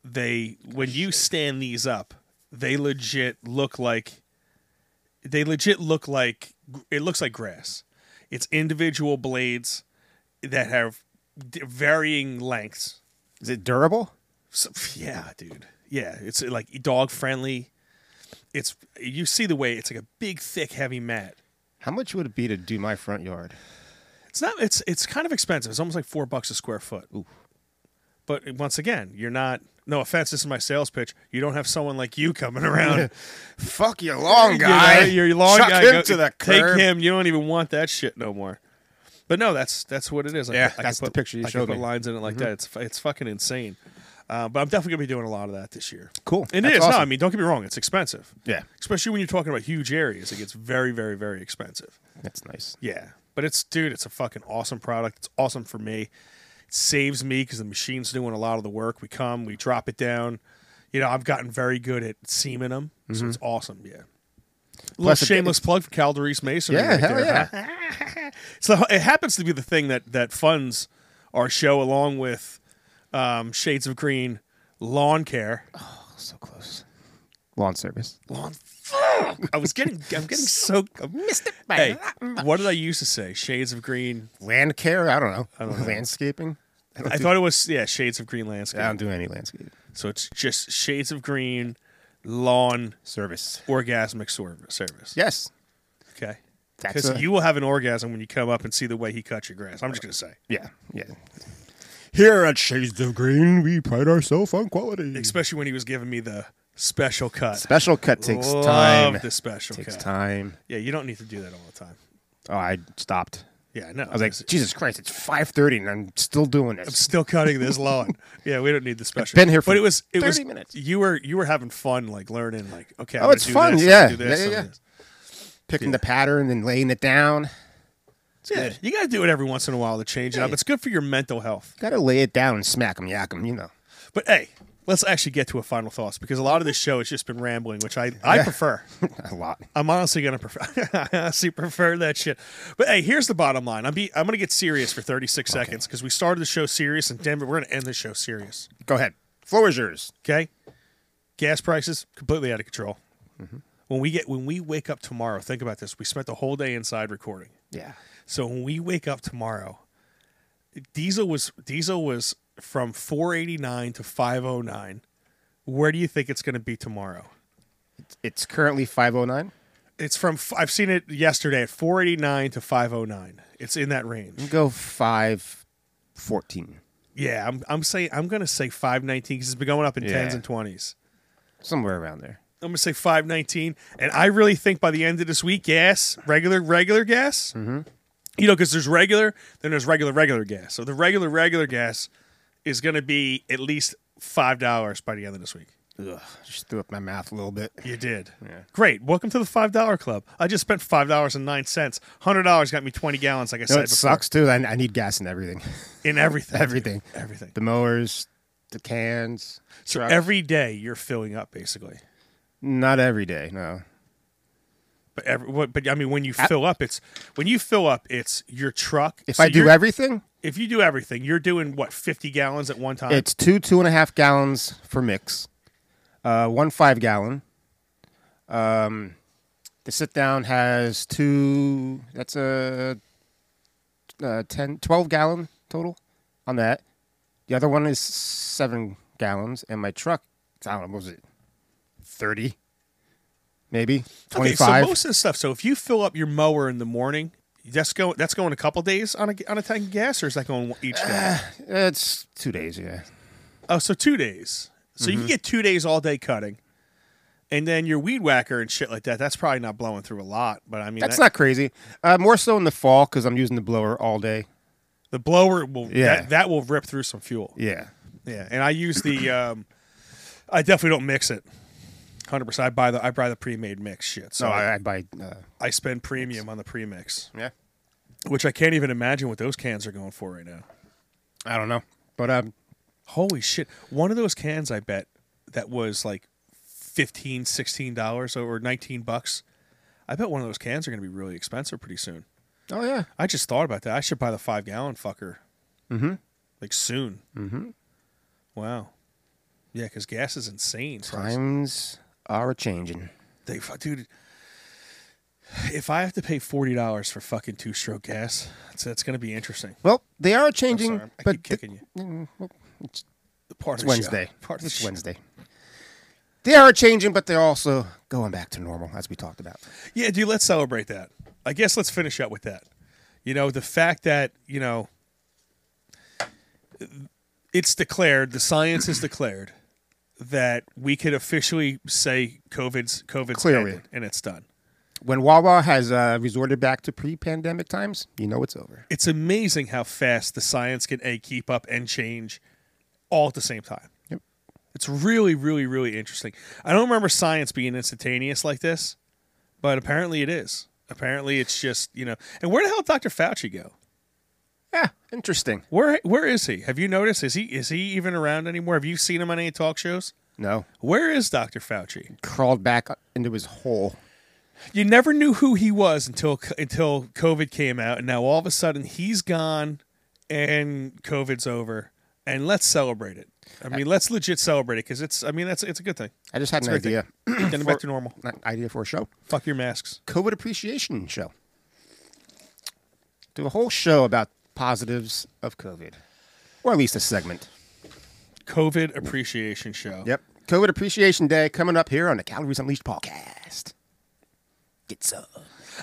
[SPEAKER 5] they when you stand these up, they legit look like they legit look like it looks like grass. It's individual blades that have d- varying lengths.
[SPEAKER 6] Is it durable?
[SPEAKER 5] So, yeah, dude. Yeah, it's uh, like dog friendly. It's you see the way it's like a big, thick, heavy mat.
[SPEAKER 6] How much would it be to do my front yard?
[SPEAKER 5] It's not. It's it's kind of expensive. It's almost like four bucks a square foot. But once again, you're not. No offense, this is my sales pitch. You don't have someone like you coming around.
[SPEAKER 6] Fuck your long
[SPEAKER 5] You know,
[SPEAKER 6] guy.
[SPEAKER 5] your long
[SPEAKER 6] Chuck
[SPEAKER 5] guy.
[SPEAKER 6] him
[SPEAKER 5] go-
[SPEAKER 6] to the
[SPEAKER 5] take
[SPEAKER 6] curb.
[SPEAKER 5] him. You don't even want that shit no more. But no, that's that's what it is. I
[SPEAKER 6] Yeah,
[SPEAKER 5] could- I could
[SPEAKER 6] that's the
[SPEAKER 5] put-
[SPEAKER 6] picture you
[SPEAKER 5] I could
[SPEAKER 6] showed
[SPEAKER 5] put
[SPEAKER 6] me.
[SPEAKER 5] lines in it like
[SPEAKER 6] Mhm.
[SPEAKER 5] that. It's fu- it's fucking insane. Uh, but I'm definitely gonna be doing a lot of that this year.
[SPEAKER 6] Cool.
[SPEAKER 5] And
[SPEAKER 6] That's
[SPEAKER 5] it is. No,
[SPEAKER 6] awesome.
[SPEAKER 5] I mean, don't get me wrong. It's expensive.
[SPEAKER 6] Yeah.
[SPEAKER 5] Especially when you're talking about huge areas, it gets very, very, very expensive.
[SPEAKER 6] That's nice.
[SPEAKER 5] Yeah. But it's, dude, it's a fucking awesome product. It's awesome for me. It saves me because the machine's doing a lot of the work. We come, we drop it down. You know, I've gotten very good at seaming them. So
[SPEAKER 6] Mhm.
[SPEAKER 5] it's awesome. Yeah. Little
[SPEAKER 6] Plus it-
[SPEAKER 5] shameless plug for Calderese Masonry.
[SPEAKER 6] Yeah,
[SPEAKER 5] right
[SPEAKER 6] hell
[SPEAKER 5] there,
[SPEAKER 6] yeah.
[SPEAKER 5] huh? So it happens to be the thing that that funds our show along with um, Shades of Green Lawn Care. Oh,
[SPEAKER 6] so close. Lawn service.
[SPEAKER 5] Lawn. Fuck! I was getting. I'm getting so. I missed it
[SPEAKER 6] by
[SPEAKER 5] hey,
[SPEAKER 6] that
[SPEAKER 5] what did I used to say? Shades of Green.
[SPEAKER 6] Land care? I don't know.
[SPEAKER 5] I don't know.
[SPEAKER 6] Landscaping?
[SPEAKER 5] I,
[SPEAKER 6] don't do-
[SPEAKER 5] thought it was yeah. Shades of Green landscape.
[SPEAKER 6] I don't do any landscaping.
[SPEAKER 5] So it's just Shades of Green lawn
[SPEAKER 6] service,
[SPEAKER 5] orgasmic sor- service.
[SPEAKER 6] Yes.
[SPEAKER 5] Okay.
[SPEAKER 6] That's
[SPEAKER 5] Because
[SPEAKER 6] a-
[SPEAKER 5] you will have an orgasm when you come up and see the way he cut your grass. I'm just gonna say.
[SPEAKER 6] Yeah. Yeah. Here at Shades of Green, we pride ourselves on quality.
[SPEAKER 5] especially when he was giving me the special cut.
[SPEAKER 6] Special cut takes
[SPEAKER 5] Love
[SPEAKER 6] time.
[SPEAKER 5] The special
[SPEAKER 6] Takes
[SPEAKER 5] cut.
[SPEAKER 6] time.
[SPEAKER 5] Yeah, you don't need to do that all the time.
[SPEAKER 6] Oh, I stopped.
[SPEAKER 5] Yeah, I know.
[SPEAKER 6] I was like, Jesus Christ, it's five thirty, and I'm still doing this. I'm
[SPEAKER 5] still cutting this lawn. Yeah, we don't need the special.
[SPEAKER 6] been here for
[SPEAKER 5] but it was it
[SPEAKER 6] 30
[SPEAKER 5] was
[SPEAKER 6] minutes.
[SPEAKER 5] You were you were having fun, like learning, like okay. I'm
[SPEAKER 6] oh,
[SPEAKER 5] gonna
[SPEAKER 6] it's
[SPEAKER 5] do
[SPEAKER 6] fun.
[SPEAKER 5] this, I'm
[SPEAKER 6] yeah.
[SPEAKER 5] gonna do this,
[SPEAKER 6] yeah,
[SPEAKER 5] I'm
[SPEAKER 6] yeah,
[SPEAKER 5] gonna-
[SPEAKER 6] yeah. Picking the pattern and laying it down.
[SPEAKER 5] yeah. You got to do it every once in a while to change it up. It's good for your mental health.
[SPEAKER 6] Got to lay it down and smack them, yak 'em, you know.
[SPEAKER 5] But hey, let's actually get to a final thoughts because a lot of this show has just been rambling, which I, I
[SPEAKER 6] Yeah.
[SPEAKER 5] prefer.
[SPEAKER 6] a lot.
[SPEAKER 5] I'm honestly gonna prefer. I honestly prefer that shit. But hey, here's the bottom line. I'm be I'm gonna get serious for 36 seconds because we started the show serious, and damn it, we're gonna end the show serious.
[SPEAKER 6] Go ahead. Floor is yours.
[SPEAKER 5] Okay. Gas prices completely out of control. When we get when we wake up tomorrow, think about this. We spent the whole day inside recording.
[SPEAKER 6] Yeah.
[SPEAKER 5] So when we wake up tomorrow, diesel was diesel was from 489 to 509. Where do you think it's going to be tomorrow?
[SPEAKER 6] It's currently 509.
[SPEAKER 5] It's from f- I've seen it yesterday at 489 to 509. It's in that range.
[SPEAKER 6] Go five fourteen.
[SPEAKER 5] Yeah, I'm I'm saying I'm going to say 519 cuz it's been going up in
[SPEAKER 6] Yeah.
[SPEAKER 5] 10s and 20s.
[SPEAKER 6] Somewhere around there.
[SPEAKER 5] I'm gonna say 519, and I really think by the end of this week, gas, regular, regular gas,
[SPEAKER 6] Mm-hmm.
[SPEAKER 5] you know, because there's regular, then there's regular, regular gas. So the regular, regular gas is gonna be at least five dollars by the end of this week.
[SPEAKER 6] Ugh, just threw up my mouth a little bit.
[SPEAKER 5] You did.
[SPEAKER 6] Yeah.
[SPEAKER 5] Great. Welcome to the five dollar club. I just spent five dollars and nine cents. Hundred dollars got me twenty gallons. Like I
[SPEAKER 6] You know,
[SPEAKER 5] said,
[SPEAKER 6] it
[SPEAKER 5] before.
[SPEAKER 6] sucks too. I, I need gas in everything.
[SPEAKER 5] In everything,
[SPEAKER 6] everything,
[SPEAKER 5] dude. Everything.
[SPEAKER 6] The mowers, the cans.
[SPEAKER 5] So
[SPEAKER 6] trucks.
[SPEAKER 5] every day you're filling up, basically.
[SPEAKER 6] Not every day, no.
[SPEAKER 5] But every, what- but I mean, when you
[SPEAKER 6] I-
[SPEAKER 5] fill up, it's when you fill up, it's your truck.
[SPEAKER 6] If
[SPEAKER 5] So
[SPEAKER 6] I do
[SPEAKER 5] you're-
[SPEAKER 6] everything?
[SPEAKER 5] if you do everything, you're doing what fifty gallons at one time.
[SPEAKER 6] It's two two and a half gallons for mix, uh, one five gallon. Um, the sit down has two. That's a, uh 10, 12 gallon total on that. The other one is seven gallons, and my truck. I don't know. What was it thirty? Maybe twenty
[SPEAKER 5] Okay,
[SPEAKER 6] five.
[SPEAKER 5] so most of the stuff. So if you fill up your mower in the morning, that's go that's going a couple days on a on a tank of gas, or is that going each
[SPEAKER 6] Ah.
[SPEAKER 5] day?
[SPEAKER 6] it's two days. Yeah.
[SPEAKER 5] Oh, so two days. So you
[SPEAKER 6] Mhm.
[SPEAKER 5] can get two days all day cutting, and then your weed whacker and shit like that. That's probably not blowing through a lot, but I mean
[SPEAKER 6] That's
[SPEAKER 5] that-
[SPEAKER 6] not crazy. Uh, more so in the fall because I'm using the blower all day.
[SPEAKER 5] The blower will
[SPEAKER 6] Yeah.
[SPEAKER 5] that, that will rip through some fuel.
[SPEAKER 6] Yeah.
[SPEAKER 5] Yeah, and I use the um, I definitely don't mix it. Hundred percent. I buy the I buy the pre made mix shit. So
[SPEAKER 6] No, I- I buy, uh,
[SPEAKER 5] I spend premium on the pre mix.
[SPEAKER 6] Yeah.
[SPEAKER 5] Which I can't even imagine what those cans are going for right now.
[SPEAKER 6] I don't know, but um,
[SPEAKER 5] holy shit! One of those cans, I bet that was like 15 dollars or nineteen bucks. I bet one of those cans are going to be really expensive pretty soon.
[SPEAKER 6] Oh yeah.
[SPEAKER 5] I just thought about that. I should buy the five gallon fucker
[SPEAKER 6] Mm-hmm.
[SPEAKER 5] like soon.
[SPEAKER 6] Mm-hmm.
[SPEAKER 5] Wow. Yeah, because gas is insane. price.
[SPEAKER 6] Times are changing.
[SPEAKER 5] They, fu- dude. If I have to pay forty dollars for fucking two stroke gas, that's, that's going to be interesting.
[SPEAKER 6] Well, they are changing,
[SPEAKER 5] I'm sorry, I
[SPEAKER 6] but
[SPEAKER 5] keep kicking you.
[SPEAKER 6] Mm, well, it's, it's
[SPEAKER 5] Part of the show.
[SPEAKER 6] Wednesday.
[SPEAKER 5] Part of the
[SPEAKER 6] it's
[SPEAKER 5] show.
[SPEAKER 6] Wednesday. They are changing, but they're also going back to normal, as we talked about.
[SPEAKER 5] Yeah, dude, let's celebrate that. I guess let's finish up with that. You know, the fact that, you know, it's declared, the science is declared that we could officially say COVID's COVID's
[SPEAKER 6] Clearly.
[SPEAKER 5] ended and it's done.
[SPEAKER 6] When Wawa has uh, resorted back to pre-pandemic times, you know it's over.
[SPEAKER 5] It's amazing how fast the science can a keep up and change all at the same time.
[SPEAKER 6] Yep.
[SPEAKER 5] It's really really really interesting. I don't remember science being instantaneous like this, but apparently it is. Apparently it's just, you know. And where the hell did Dr. Fauci go?
[SPEAKER 6] Yeah, interesting.
[SPEAKER 5] Where where is he? Have you noticed? Is he is he even around anymore? Have you seen him on any talk shows?
[SPEAKER 6] No,
[SPEAKER 5] Where is Dr. Fauci?
[SPEAKER 6] crawled back into his hole.
[SPEAKER 5] You never knew who he was until until COVID came out, and now all of a sudden he's gone, and COVID's over, and let's celebrate it. I mean, let's legit celebrate it because it's. I mean, that's it's a good thing.
[SPEAKER 6] I just had
[SPEAKER 5] It's
[SPEAKER 6] an
[SPEAKER 5] a great
[SPEAKER 6] idea.
[SPEAKER 5] thing. Getting back
[SPEAKER 6] for-
[SPEAKER 5] to normal.
[SPEAKER 6] An idea for a show.
[SPEAKER 5] Fuck your masks.
[SPEAKER 6] COVID appreciation show. Do a whole show about positives of COVID, or at least a segment.
[SPEAKER 5] COVID appreciation show.
[SPEAKER 6] Yep. COVID Appreciation Day coming up here on the Calories Unleashed podcast. Get some.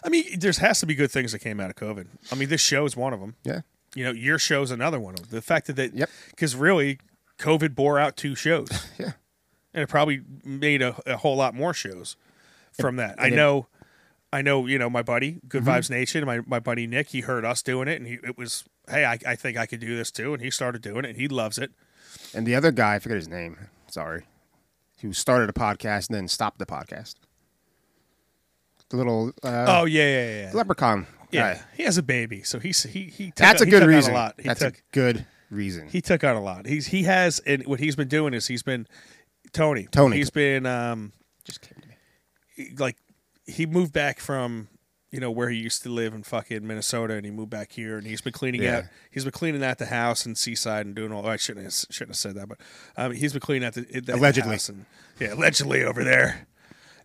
[SPEAKER 5] I mean, there's has to be good things that came out of COVID. I mean, this show is one of them.
[SPEAKER 6] Yeah.
[SPEAKER 5] You know, your show's another one of them. The fact that that because really, COVID bore out two shows.
[SPEAKER 6] yeah.
[SPEAKER 5] And it probably made a, a whole lot more shows from that. I
[SPEAKER 6] and it-
[SPEAKER 5] know, I know. You know, my buddy, Good
[SPEAKER 6] Mhm.
[SPEAKER 5] Vibes Nation, my my buddy Nick. He heard us doing it, and he it was, hey, I, I think I could do this too, and he started doing it, and he loves it.
[SPEAKER 6] And the other guy, I forget his name. Sorry. Who started a podcast and then stopped the podcast. The little. Uh,
[SPEAKER 5] oh yeah, yeah, yeah, yeah.
[SPEAKER 6] Leprechaun.
[SPEAKER 5] Yeah,
[SPEAKER 6] guy.
[SPEAKER 5] he has a baby, so he's he he. Took
[SPEAKER 6] That's
[SPEAKER 5] out-
[SPEAKER 6] a
[SPEAKER 5] he
[SPEAKER 6] good
[SPEAKER 5] took out
[SPEAKER 6] reason.
[SPEAKER 5] A lot. He
[SPEAKER 6] That's
[SPEAKER 5] took,
[SPEAKER 6] a good reason.
[SPEAKER 5] He took out a lot. He's he has, and what he's been doing is he's been Tony.
[SPEAKER 6] Tony.
[SPEAKER 5] He's been um, just came to me. Like he moved back from you know where he used to live in fucking Minnesota, and he moved back here, and he's been cleaning
[SPEAKER 6] Yeah.
[SPEAKER 5] out. He's been cleaning out the house and seaside and doing all. I shouldn't have, shouldn't have said that, but um, he's been cleaning out the, the
[SPEAKER 6] Allegedly.
[SPEAKER 5] house and- yeah, allegedly over there.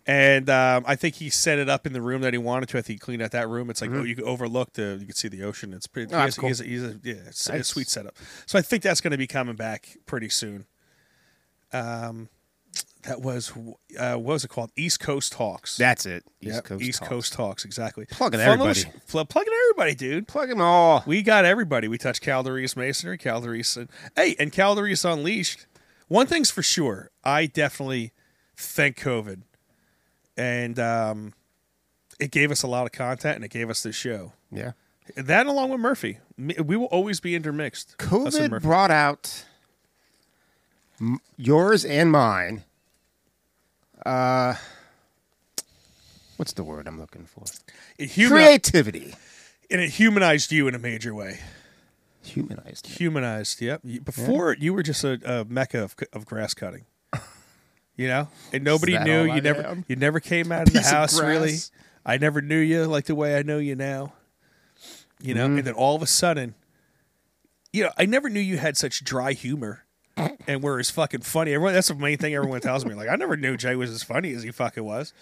[SPEAKER 5] And um, I think he set it up in the room that he wanted to. I think he cleaned out that room. It's like
[SPEAKER 6] Mhm.
[SPEAKER 5] oh, you can overlook the, you can see the ocean. It's pretty.
[SPEAKER 6] Oh,
[SPEAKER 5] he
[SPEAKER 6] that's
[SPEAKER 5] has- he has-
[SPEAKER 6] cool.
[SPEAKER 5] he's a, yeah, it's a
[SPEAKER 6] Nice.
[SPEAKER 5] sweet setup. So I think that's going to be coming back pretty soon. Um, that was uh, what was it called? East Coast Hawks.
[SPEAKER 6] That's it. East
[SPEAKER 5] East
[SPEAKER 6] Coast
[SPEAKER 5] Coast East
[SPEAKER 6] Talks.
[SPEAKER 5] Coast Hawks. Exactly.
[SPEAKER 6] Plugging
[SPEAKER 5] Fun little
[SPEAKER 6] everybody.
[SPEAKER 5] sh- fl- plugging everybody, dude.
[SPEAKER 6] Plug them all.
[SPEAKER 5] We got everybody. We touched Calderese Masonry, Calderese, and hey, and Calderese Unleashed. One thing's for sure, I definitely thank COVID, and um, it gave us a lot of content, and it gave us this show.
[SPEAKER 6] Yeah.
[SPEAKER 5] That along with Murphy, M- we will always be intermixed. Us and
[SPEAKER 6] COVID
[SPEAKER 5] Murphy.
[SPEAKER 6] brought out m- yours and mine Uh, what's the word I'm looking for?
[SPEAKER 5] It humani-
[SPEAKER 6] Creativity.
[SPEAKER 5] And it humanized you in a major way.
[SPEAKER 6] Humanized.
[SPEAKER 5] Humanized. Yep. You- Before you were just a, a mecca of, of grass cutting. You know, and nobody
[SPEAKER 6] that
[SPEAKER 5] knew
[SPEAKER 6] all
[SPEAKER 5] you
[SPEAKER 6] I
[SPEAKER 5] never
[SPEAKER 6] am?
[SPEAKER 5] you never came out of the
[SPEAKER 6] Piece of
[SPEAKER 5] house really.
[SPEAKER 6] grass.
[SPEAKER 5] I never knew you like the way I know you now. You know,
[SPEAKER 6] Mm-hmm.
[SPEAKER 5] and then all of a sudden, you know, I never knew you had such dry humor and were as fucking funny. Everyone, that's the main thing everyone tells me. Like, I never knew Jay was as funny as he fucking was.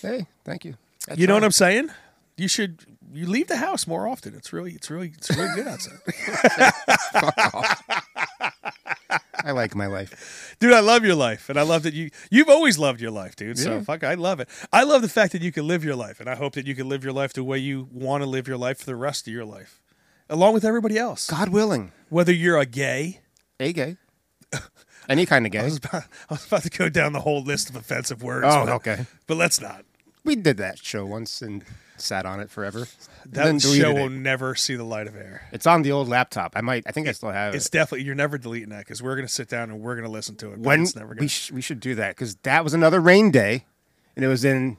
[SPEAKER 6] Hey, thank you. That's
[SPEAKER 5] you know what
[SPEAKER 6] all.
[SPEAKER 5] I'm saying? You should you leave the house more often. It's really it's really it's really good outside.
[SPEAKER 6] I like my life.
[SPEAKER 5] dude, I love your life, and I love that you you've always loved your life, dude.
[SPEAKER 6] Yeah.
[SPEAKER 5] So fuck, I love it. I love the fact that you can live your life, and I hope that you can live your life the way you want to live your life for the rest of your life, along with everybody else.
[SPEAKER 6] God willing,
[SPEAKER 5] whether you're a gay,
[SPEAKER 6] a gay, any kind of gay.
[SPEAKER 5] I was about, I was about to go down the whole list of offensive words.
[SPEAKER 6] Oh,
[SPEAKER 5] but-
[SPEAKER 6] okay.
[SPEAKER 5] but let's not.
[SPEAKER 6] We did that show once and sat on it forever.
[SPEAKER 5] That
[SPEAKER 6] Then deleted
[SPEAKER 5] show
[SPEAKER 6] it.
[SPEAKER 5] will never see the light of air.
[SPEAKER 6] It's on the old laptop. I might. I think I still have
[SPEAKER 5] It's
[SPEAKER 6] it.
[SPEAKER 5] definitely you're never deleting that because we're gonna sit down and we're gonna listen to it. but
[SPEAKER 6] When
[SPEAKER 5] it's never
[SPEAKER 6] we
[SPEAKER 5] gonna.
[SPEAKER 6] sh- we should do that because that was another rain day, and it was in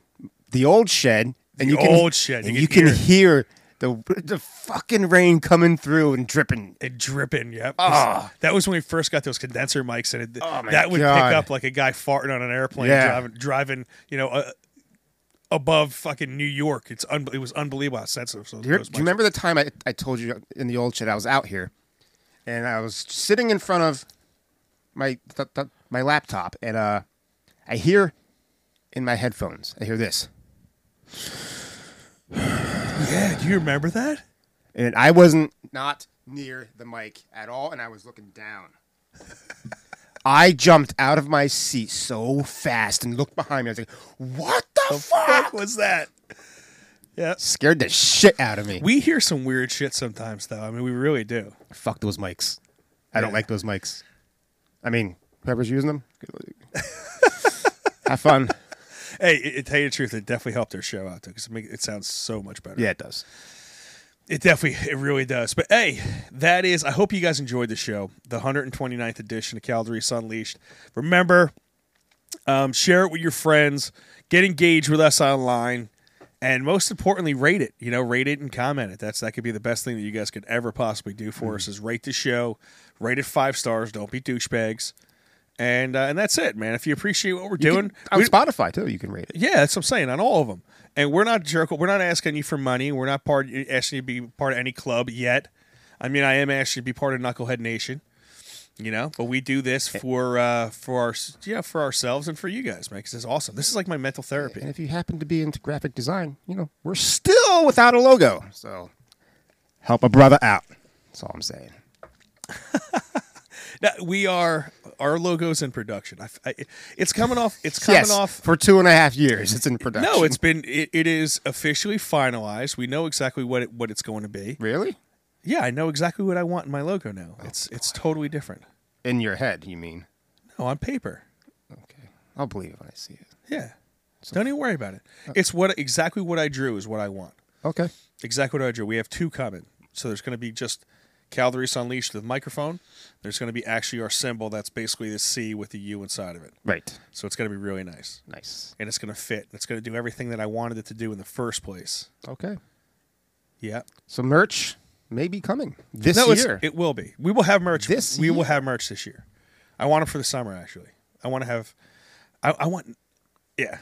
[SPEAKER 6] the old shed. And
[SPEAKER 5] The
[SPEAKER 6] you can,
[SPEAKER 5] old shed. You
[SPEAKER 6] And
[SPEAKER 5] can
[SPEAKER 6] you can
[SPEAKER 5] hear
[SPEAKER 6] hear the the fucking rain coming through and dripping.
[SPEAKER 5] It dripping, yep.
[SPEAKER 6] Ah. Oh,
[SPEAKER 5] That was when we first got those condenser mics, and it,
[SPEAKER 6] my
[SPEAKER 5] that would
[SPEAKER 6] God.
[SPEAKER 5] pick up like a guy farting on an airplane,
[SPEAKER 6] Yeah.
[SPEAKER 5] driving, driving, you know, uh, above fucking New York. It's un- it was unbelievable how sensitive. So
[SPEAKER 6] Do you, do you remember the time I, I told you in the old shed I was out here, and I was sitting in front of my th- th- my laptop, and uh, I hear in my headphones, I hear this,
[SPEAKER 5] Yeah, do you remember that?
[SPEAKER 6] and I wasn't not near the mic at all, and I was looking down. I jumped out of my seat so fast and looked behind me. I was like, "What the, fuck?
[SPEAKER 5] was that?" Yeah,
[SPEAKER 6] scared the shit out of me.
[SPEAKER 5] We hear some weird shit sometimes, though. I mean, we really do.
[SPEAKER 6] Fuck those mics. I don't
[SPEAKER 5] Yeah.
[SPEAKER 6] like those mics. I mean, whoever's using them, have fun.
[SPEAKER 5] Hey, it, it, tell you the truth, it definitely helped their show out though, because it, make- it sounds so much better.
[SPEAKER 6] Yeah, it does.
[SPEAKER 5] It definitely, it really does. But hey, that is, I hope you guys enjoyed the show, the 129th edition of Calgary Unleashed. Remember, um, share it with your friends, get engaged with us online, and most importantly, rate it. You know, rate it and comment it. That's That could be the best thing that you guys could ever possibly do for us is rate the show, rate it five stars, don't be douchebags. And, uh, and that's it, man. If you appreciate what we're
[SPEAKER 6] You
[SPEAKER 5] doing,
[SPEAKER 6] can- on
[SPEAKER 5] we-
[SPEAKER 6] Spotify too. You can rate it.
[SPEAKER 5] yeah, that's what I'm saying on all of them. And we're not jerk. We're not asking you for money. We're not part asking you to be part of any club yet. I mean, I am asking you to be part of Knucklehead Nation. You know, but we do this
[SPEAKER 6] Eh.
[SPEAKER 5] for uh, for our yeah for ourselves and for you guys, man. Because it's awesome. This is like my mental therapy.
[SPEAKER 6] And if you happen to be into graphic design, you know we're still without a logo. So help a brother out. That's all I'm saying.
[SPEAKER 5] Now, we are our logos in production. I f I it's coming off. It's coming
[SPEAKER 6] yes,
[SPEAKER 5] off
[SPEAKER 6] for two and a half years. It's in production.
[SPEAKER 5] No, it's been it, it is officially finalized. We know exactly what it, what it's going to be.
[SPEAKER 6] Really?
[SPEAKER 5] Yeah, I know exactly what I want in my logo now.
[SPEAKER 6] Oh,
[SPEAKER 5] it's it's totally different.
[SPEAKER 6] in your head. You mean?
[SPEAKER 5] No, on paper.
[SPEAKER 6] I'll believe it when I see it.
[SPEAKER 5] Yeah. Don't even worry about it.
[SPEAKER 6] Uh.
[SPEAKER 5] It's what exactly what I drew is what I want.
[SPEAKER 6] Okay.
[SPEAKER 5] Exactly what I drew. We have two coming. So there's going to be just Calderese Unleashed the microphone. There's going to be actually our symbol that's basically the C with the U inside of it.
[SPEAKER 6] Right.
[SPEAKER 5] So it's going to be really nice.
[SPEAKER 6] Nice.
[SPEAKER 5] And it's going to fit. And It's going to do everything that I wanted it to do in the first place.
[SPEAKER 6] Okay.
[SPEAKER 5] Yeah.
[SPEAKER 6] So merch may be coming this
[SPEAKER 5] No, it's-
[SPEAKER 6] year.
[SPEAKER 5] It will be. We will have merch. This we will have merch this year. I want it for the summer actually. I want to have I, I want yeah.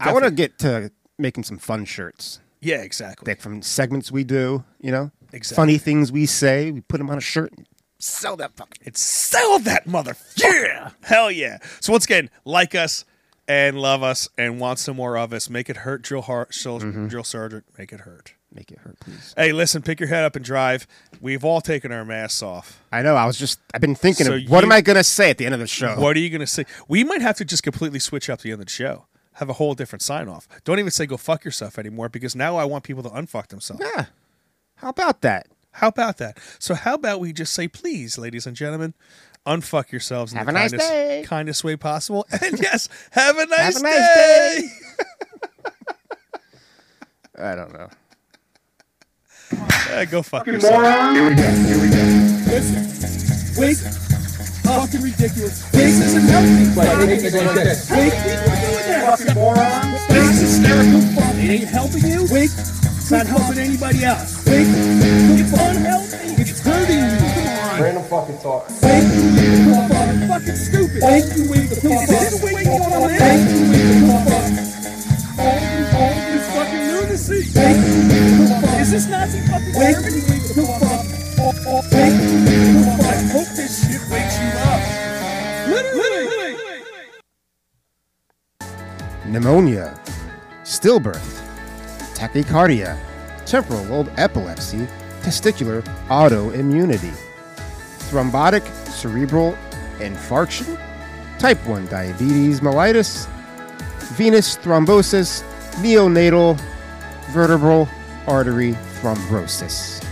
[SPEAKER 6] I want to get to making some fun shirts.
[SPEAKER 5] Yeah, exactly.
[SPEAKER 6] Like from segments we do, you know,
[SPEAKER 5] Exactly.
[SPEAKER 6] funny things we say. We put them on a shirt.
[SPEAKER 5] Sell that fucking. It's sell that motherfucker. Yeah. Hell yeah. So once again, like us and love us and want some more of us. Make it hurt, drill heart, drill, drill sergeant. Make it hurt.
[SPEAKER 6] Make it hurt, please.
[SPEAKER 5] Hey, listen, pick your head up and drive. We've all taken our masks off.
[SPEAKER 6] I know. I was just. I've been thinking.
[SPEAKER 5] So
[SPEAKER 6] of, What
[SPEAKER 5] you-
[SPEAKER 6] am I gonna say at the end of the show?
[SPEAKER 5] What are you going to say? We might have to just completely switch up the end of the show. Have a whole different sign off. Don't even say go fuck yourself anymore because now I want people to unfuck themselves.
[SPEAKER 6] Yeah. How about that?
[SPEAKER 5] How about that? So how about we just say please, ladies and gentlemen, unfuck yourselves in
[SPEAKER 6] Have
[SPEAKER 5] the
[SPEAKER 6] a nice
[SPEAKER 5] kindest,
[SPEAKER 6] day.
[SPEAKER 5] kindest way possible. And yes, have a nice,
[SPEAKER 6] Have a nice
[SPEAKER 5] day.
[SPEAKER 6] I don't know.
[SPEAKER 5] Yeah, go fuck
[SPEAKER 3] Fucking
[SPEAKER 5] yourself.
[SPEAKER 3] moron.
[SPEAKER 4] Here we go. Here we go.
[SPEAKER 3] Listen, wake fucking ridiculous. This isn't healthy, but it ain't like this. Wake people doing that, fucking morons. This is hysterical fun. It ain't helping you. Wake. It's not helping anybody else. Wake. It's unhealthy. It's hurting you. Come on.
[SPEAKER 8] Random fucking thought.
[SPEAKER 3] Wake. You wake the fuck up. Fucking stupid. Wake. You wake the fuck up. This is wake you wanna live. Wake. You wake the fuck up. All you- all this fucking lunacy. Wake. You wake the fuck up. Is this Nazi fucking Germany? Wake. You wake the fuck up. Oh, oh, Wake. You wake the fuck up. I hope this shit wakes you up. Literally.
[SPEAKER 6] pneumonia, stillbirth, tachycardia, temporal lobe epilepsy, testicular autoimmunity, thrombotic cerebral infarction, type 1 diabetes mellitus, venous thrombosis, neonatal vertebral artery thrombosis.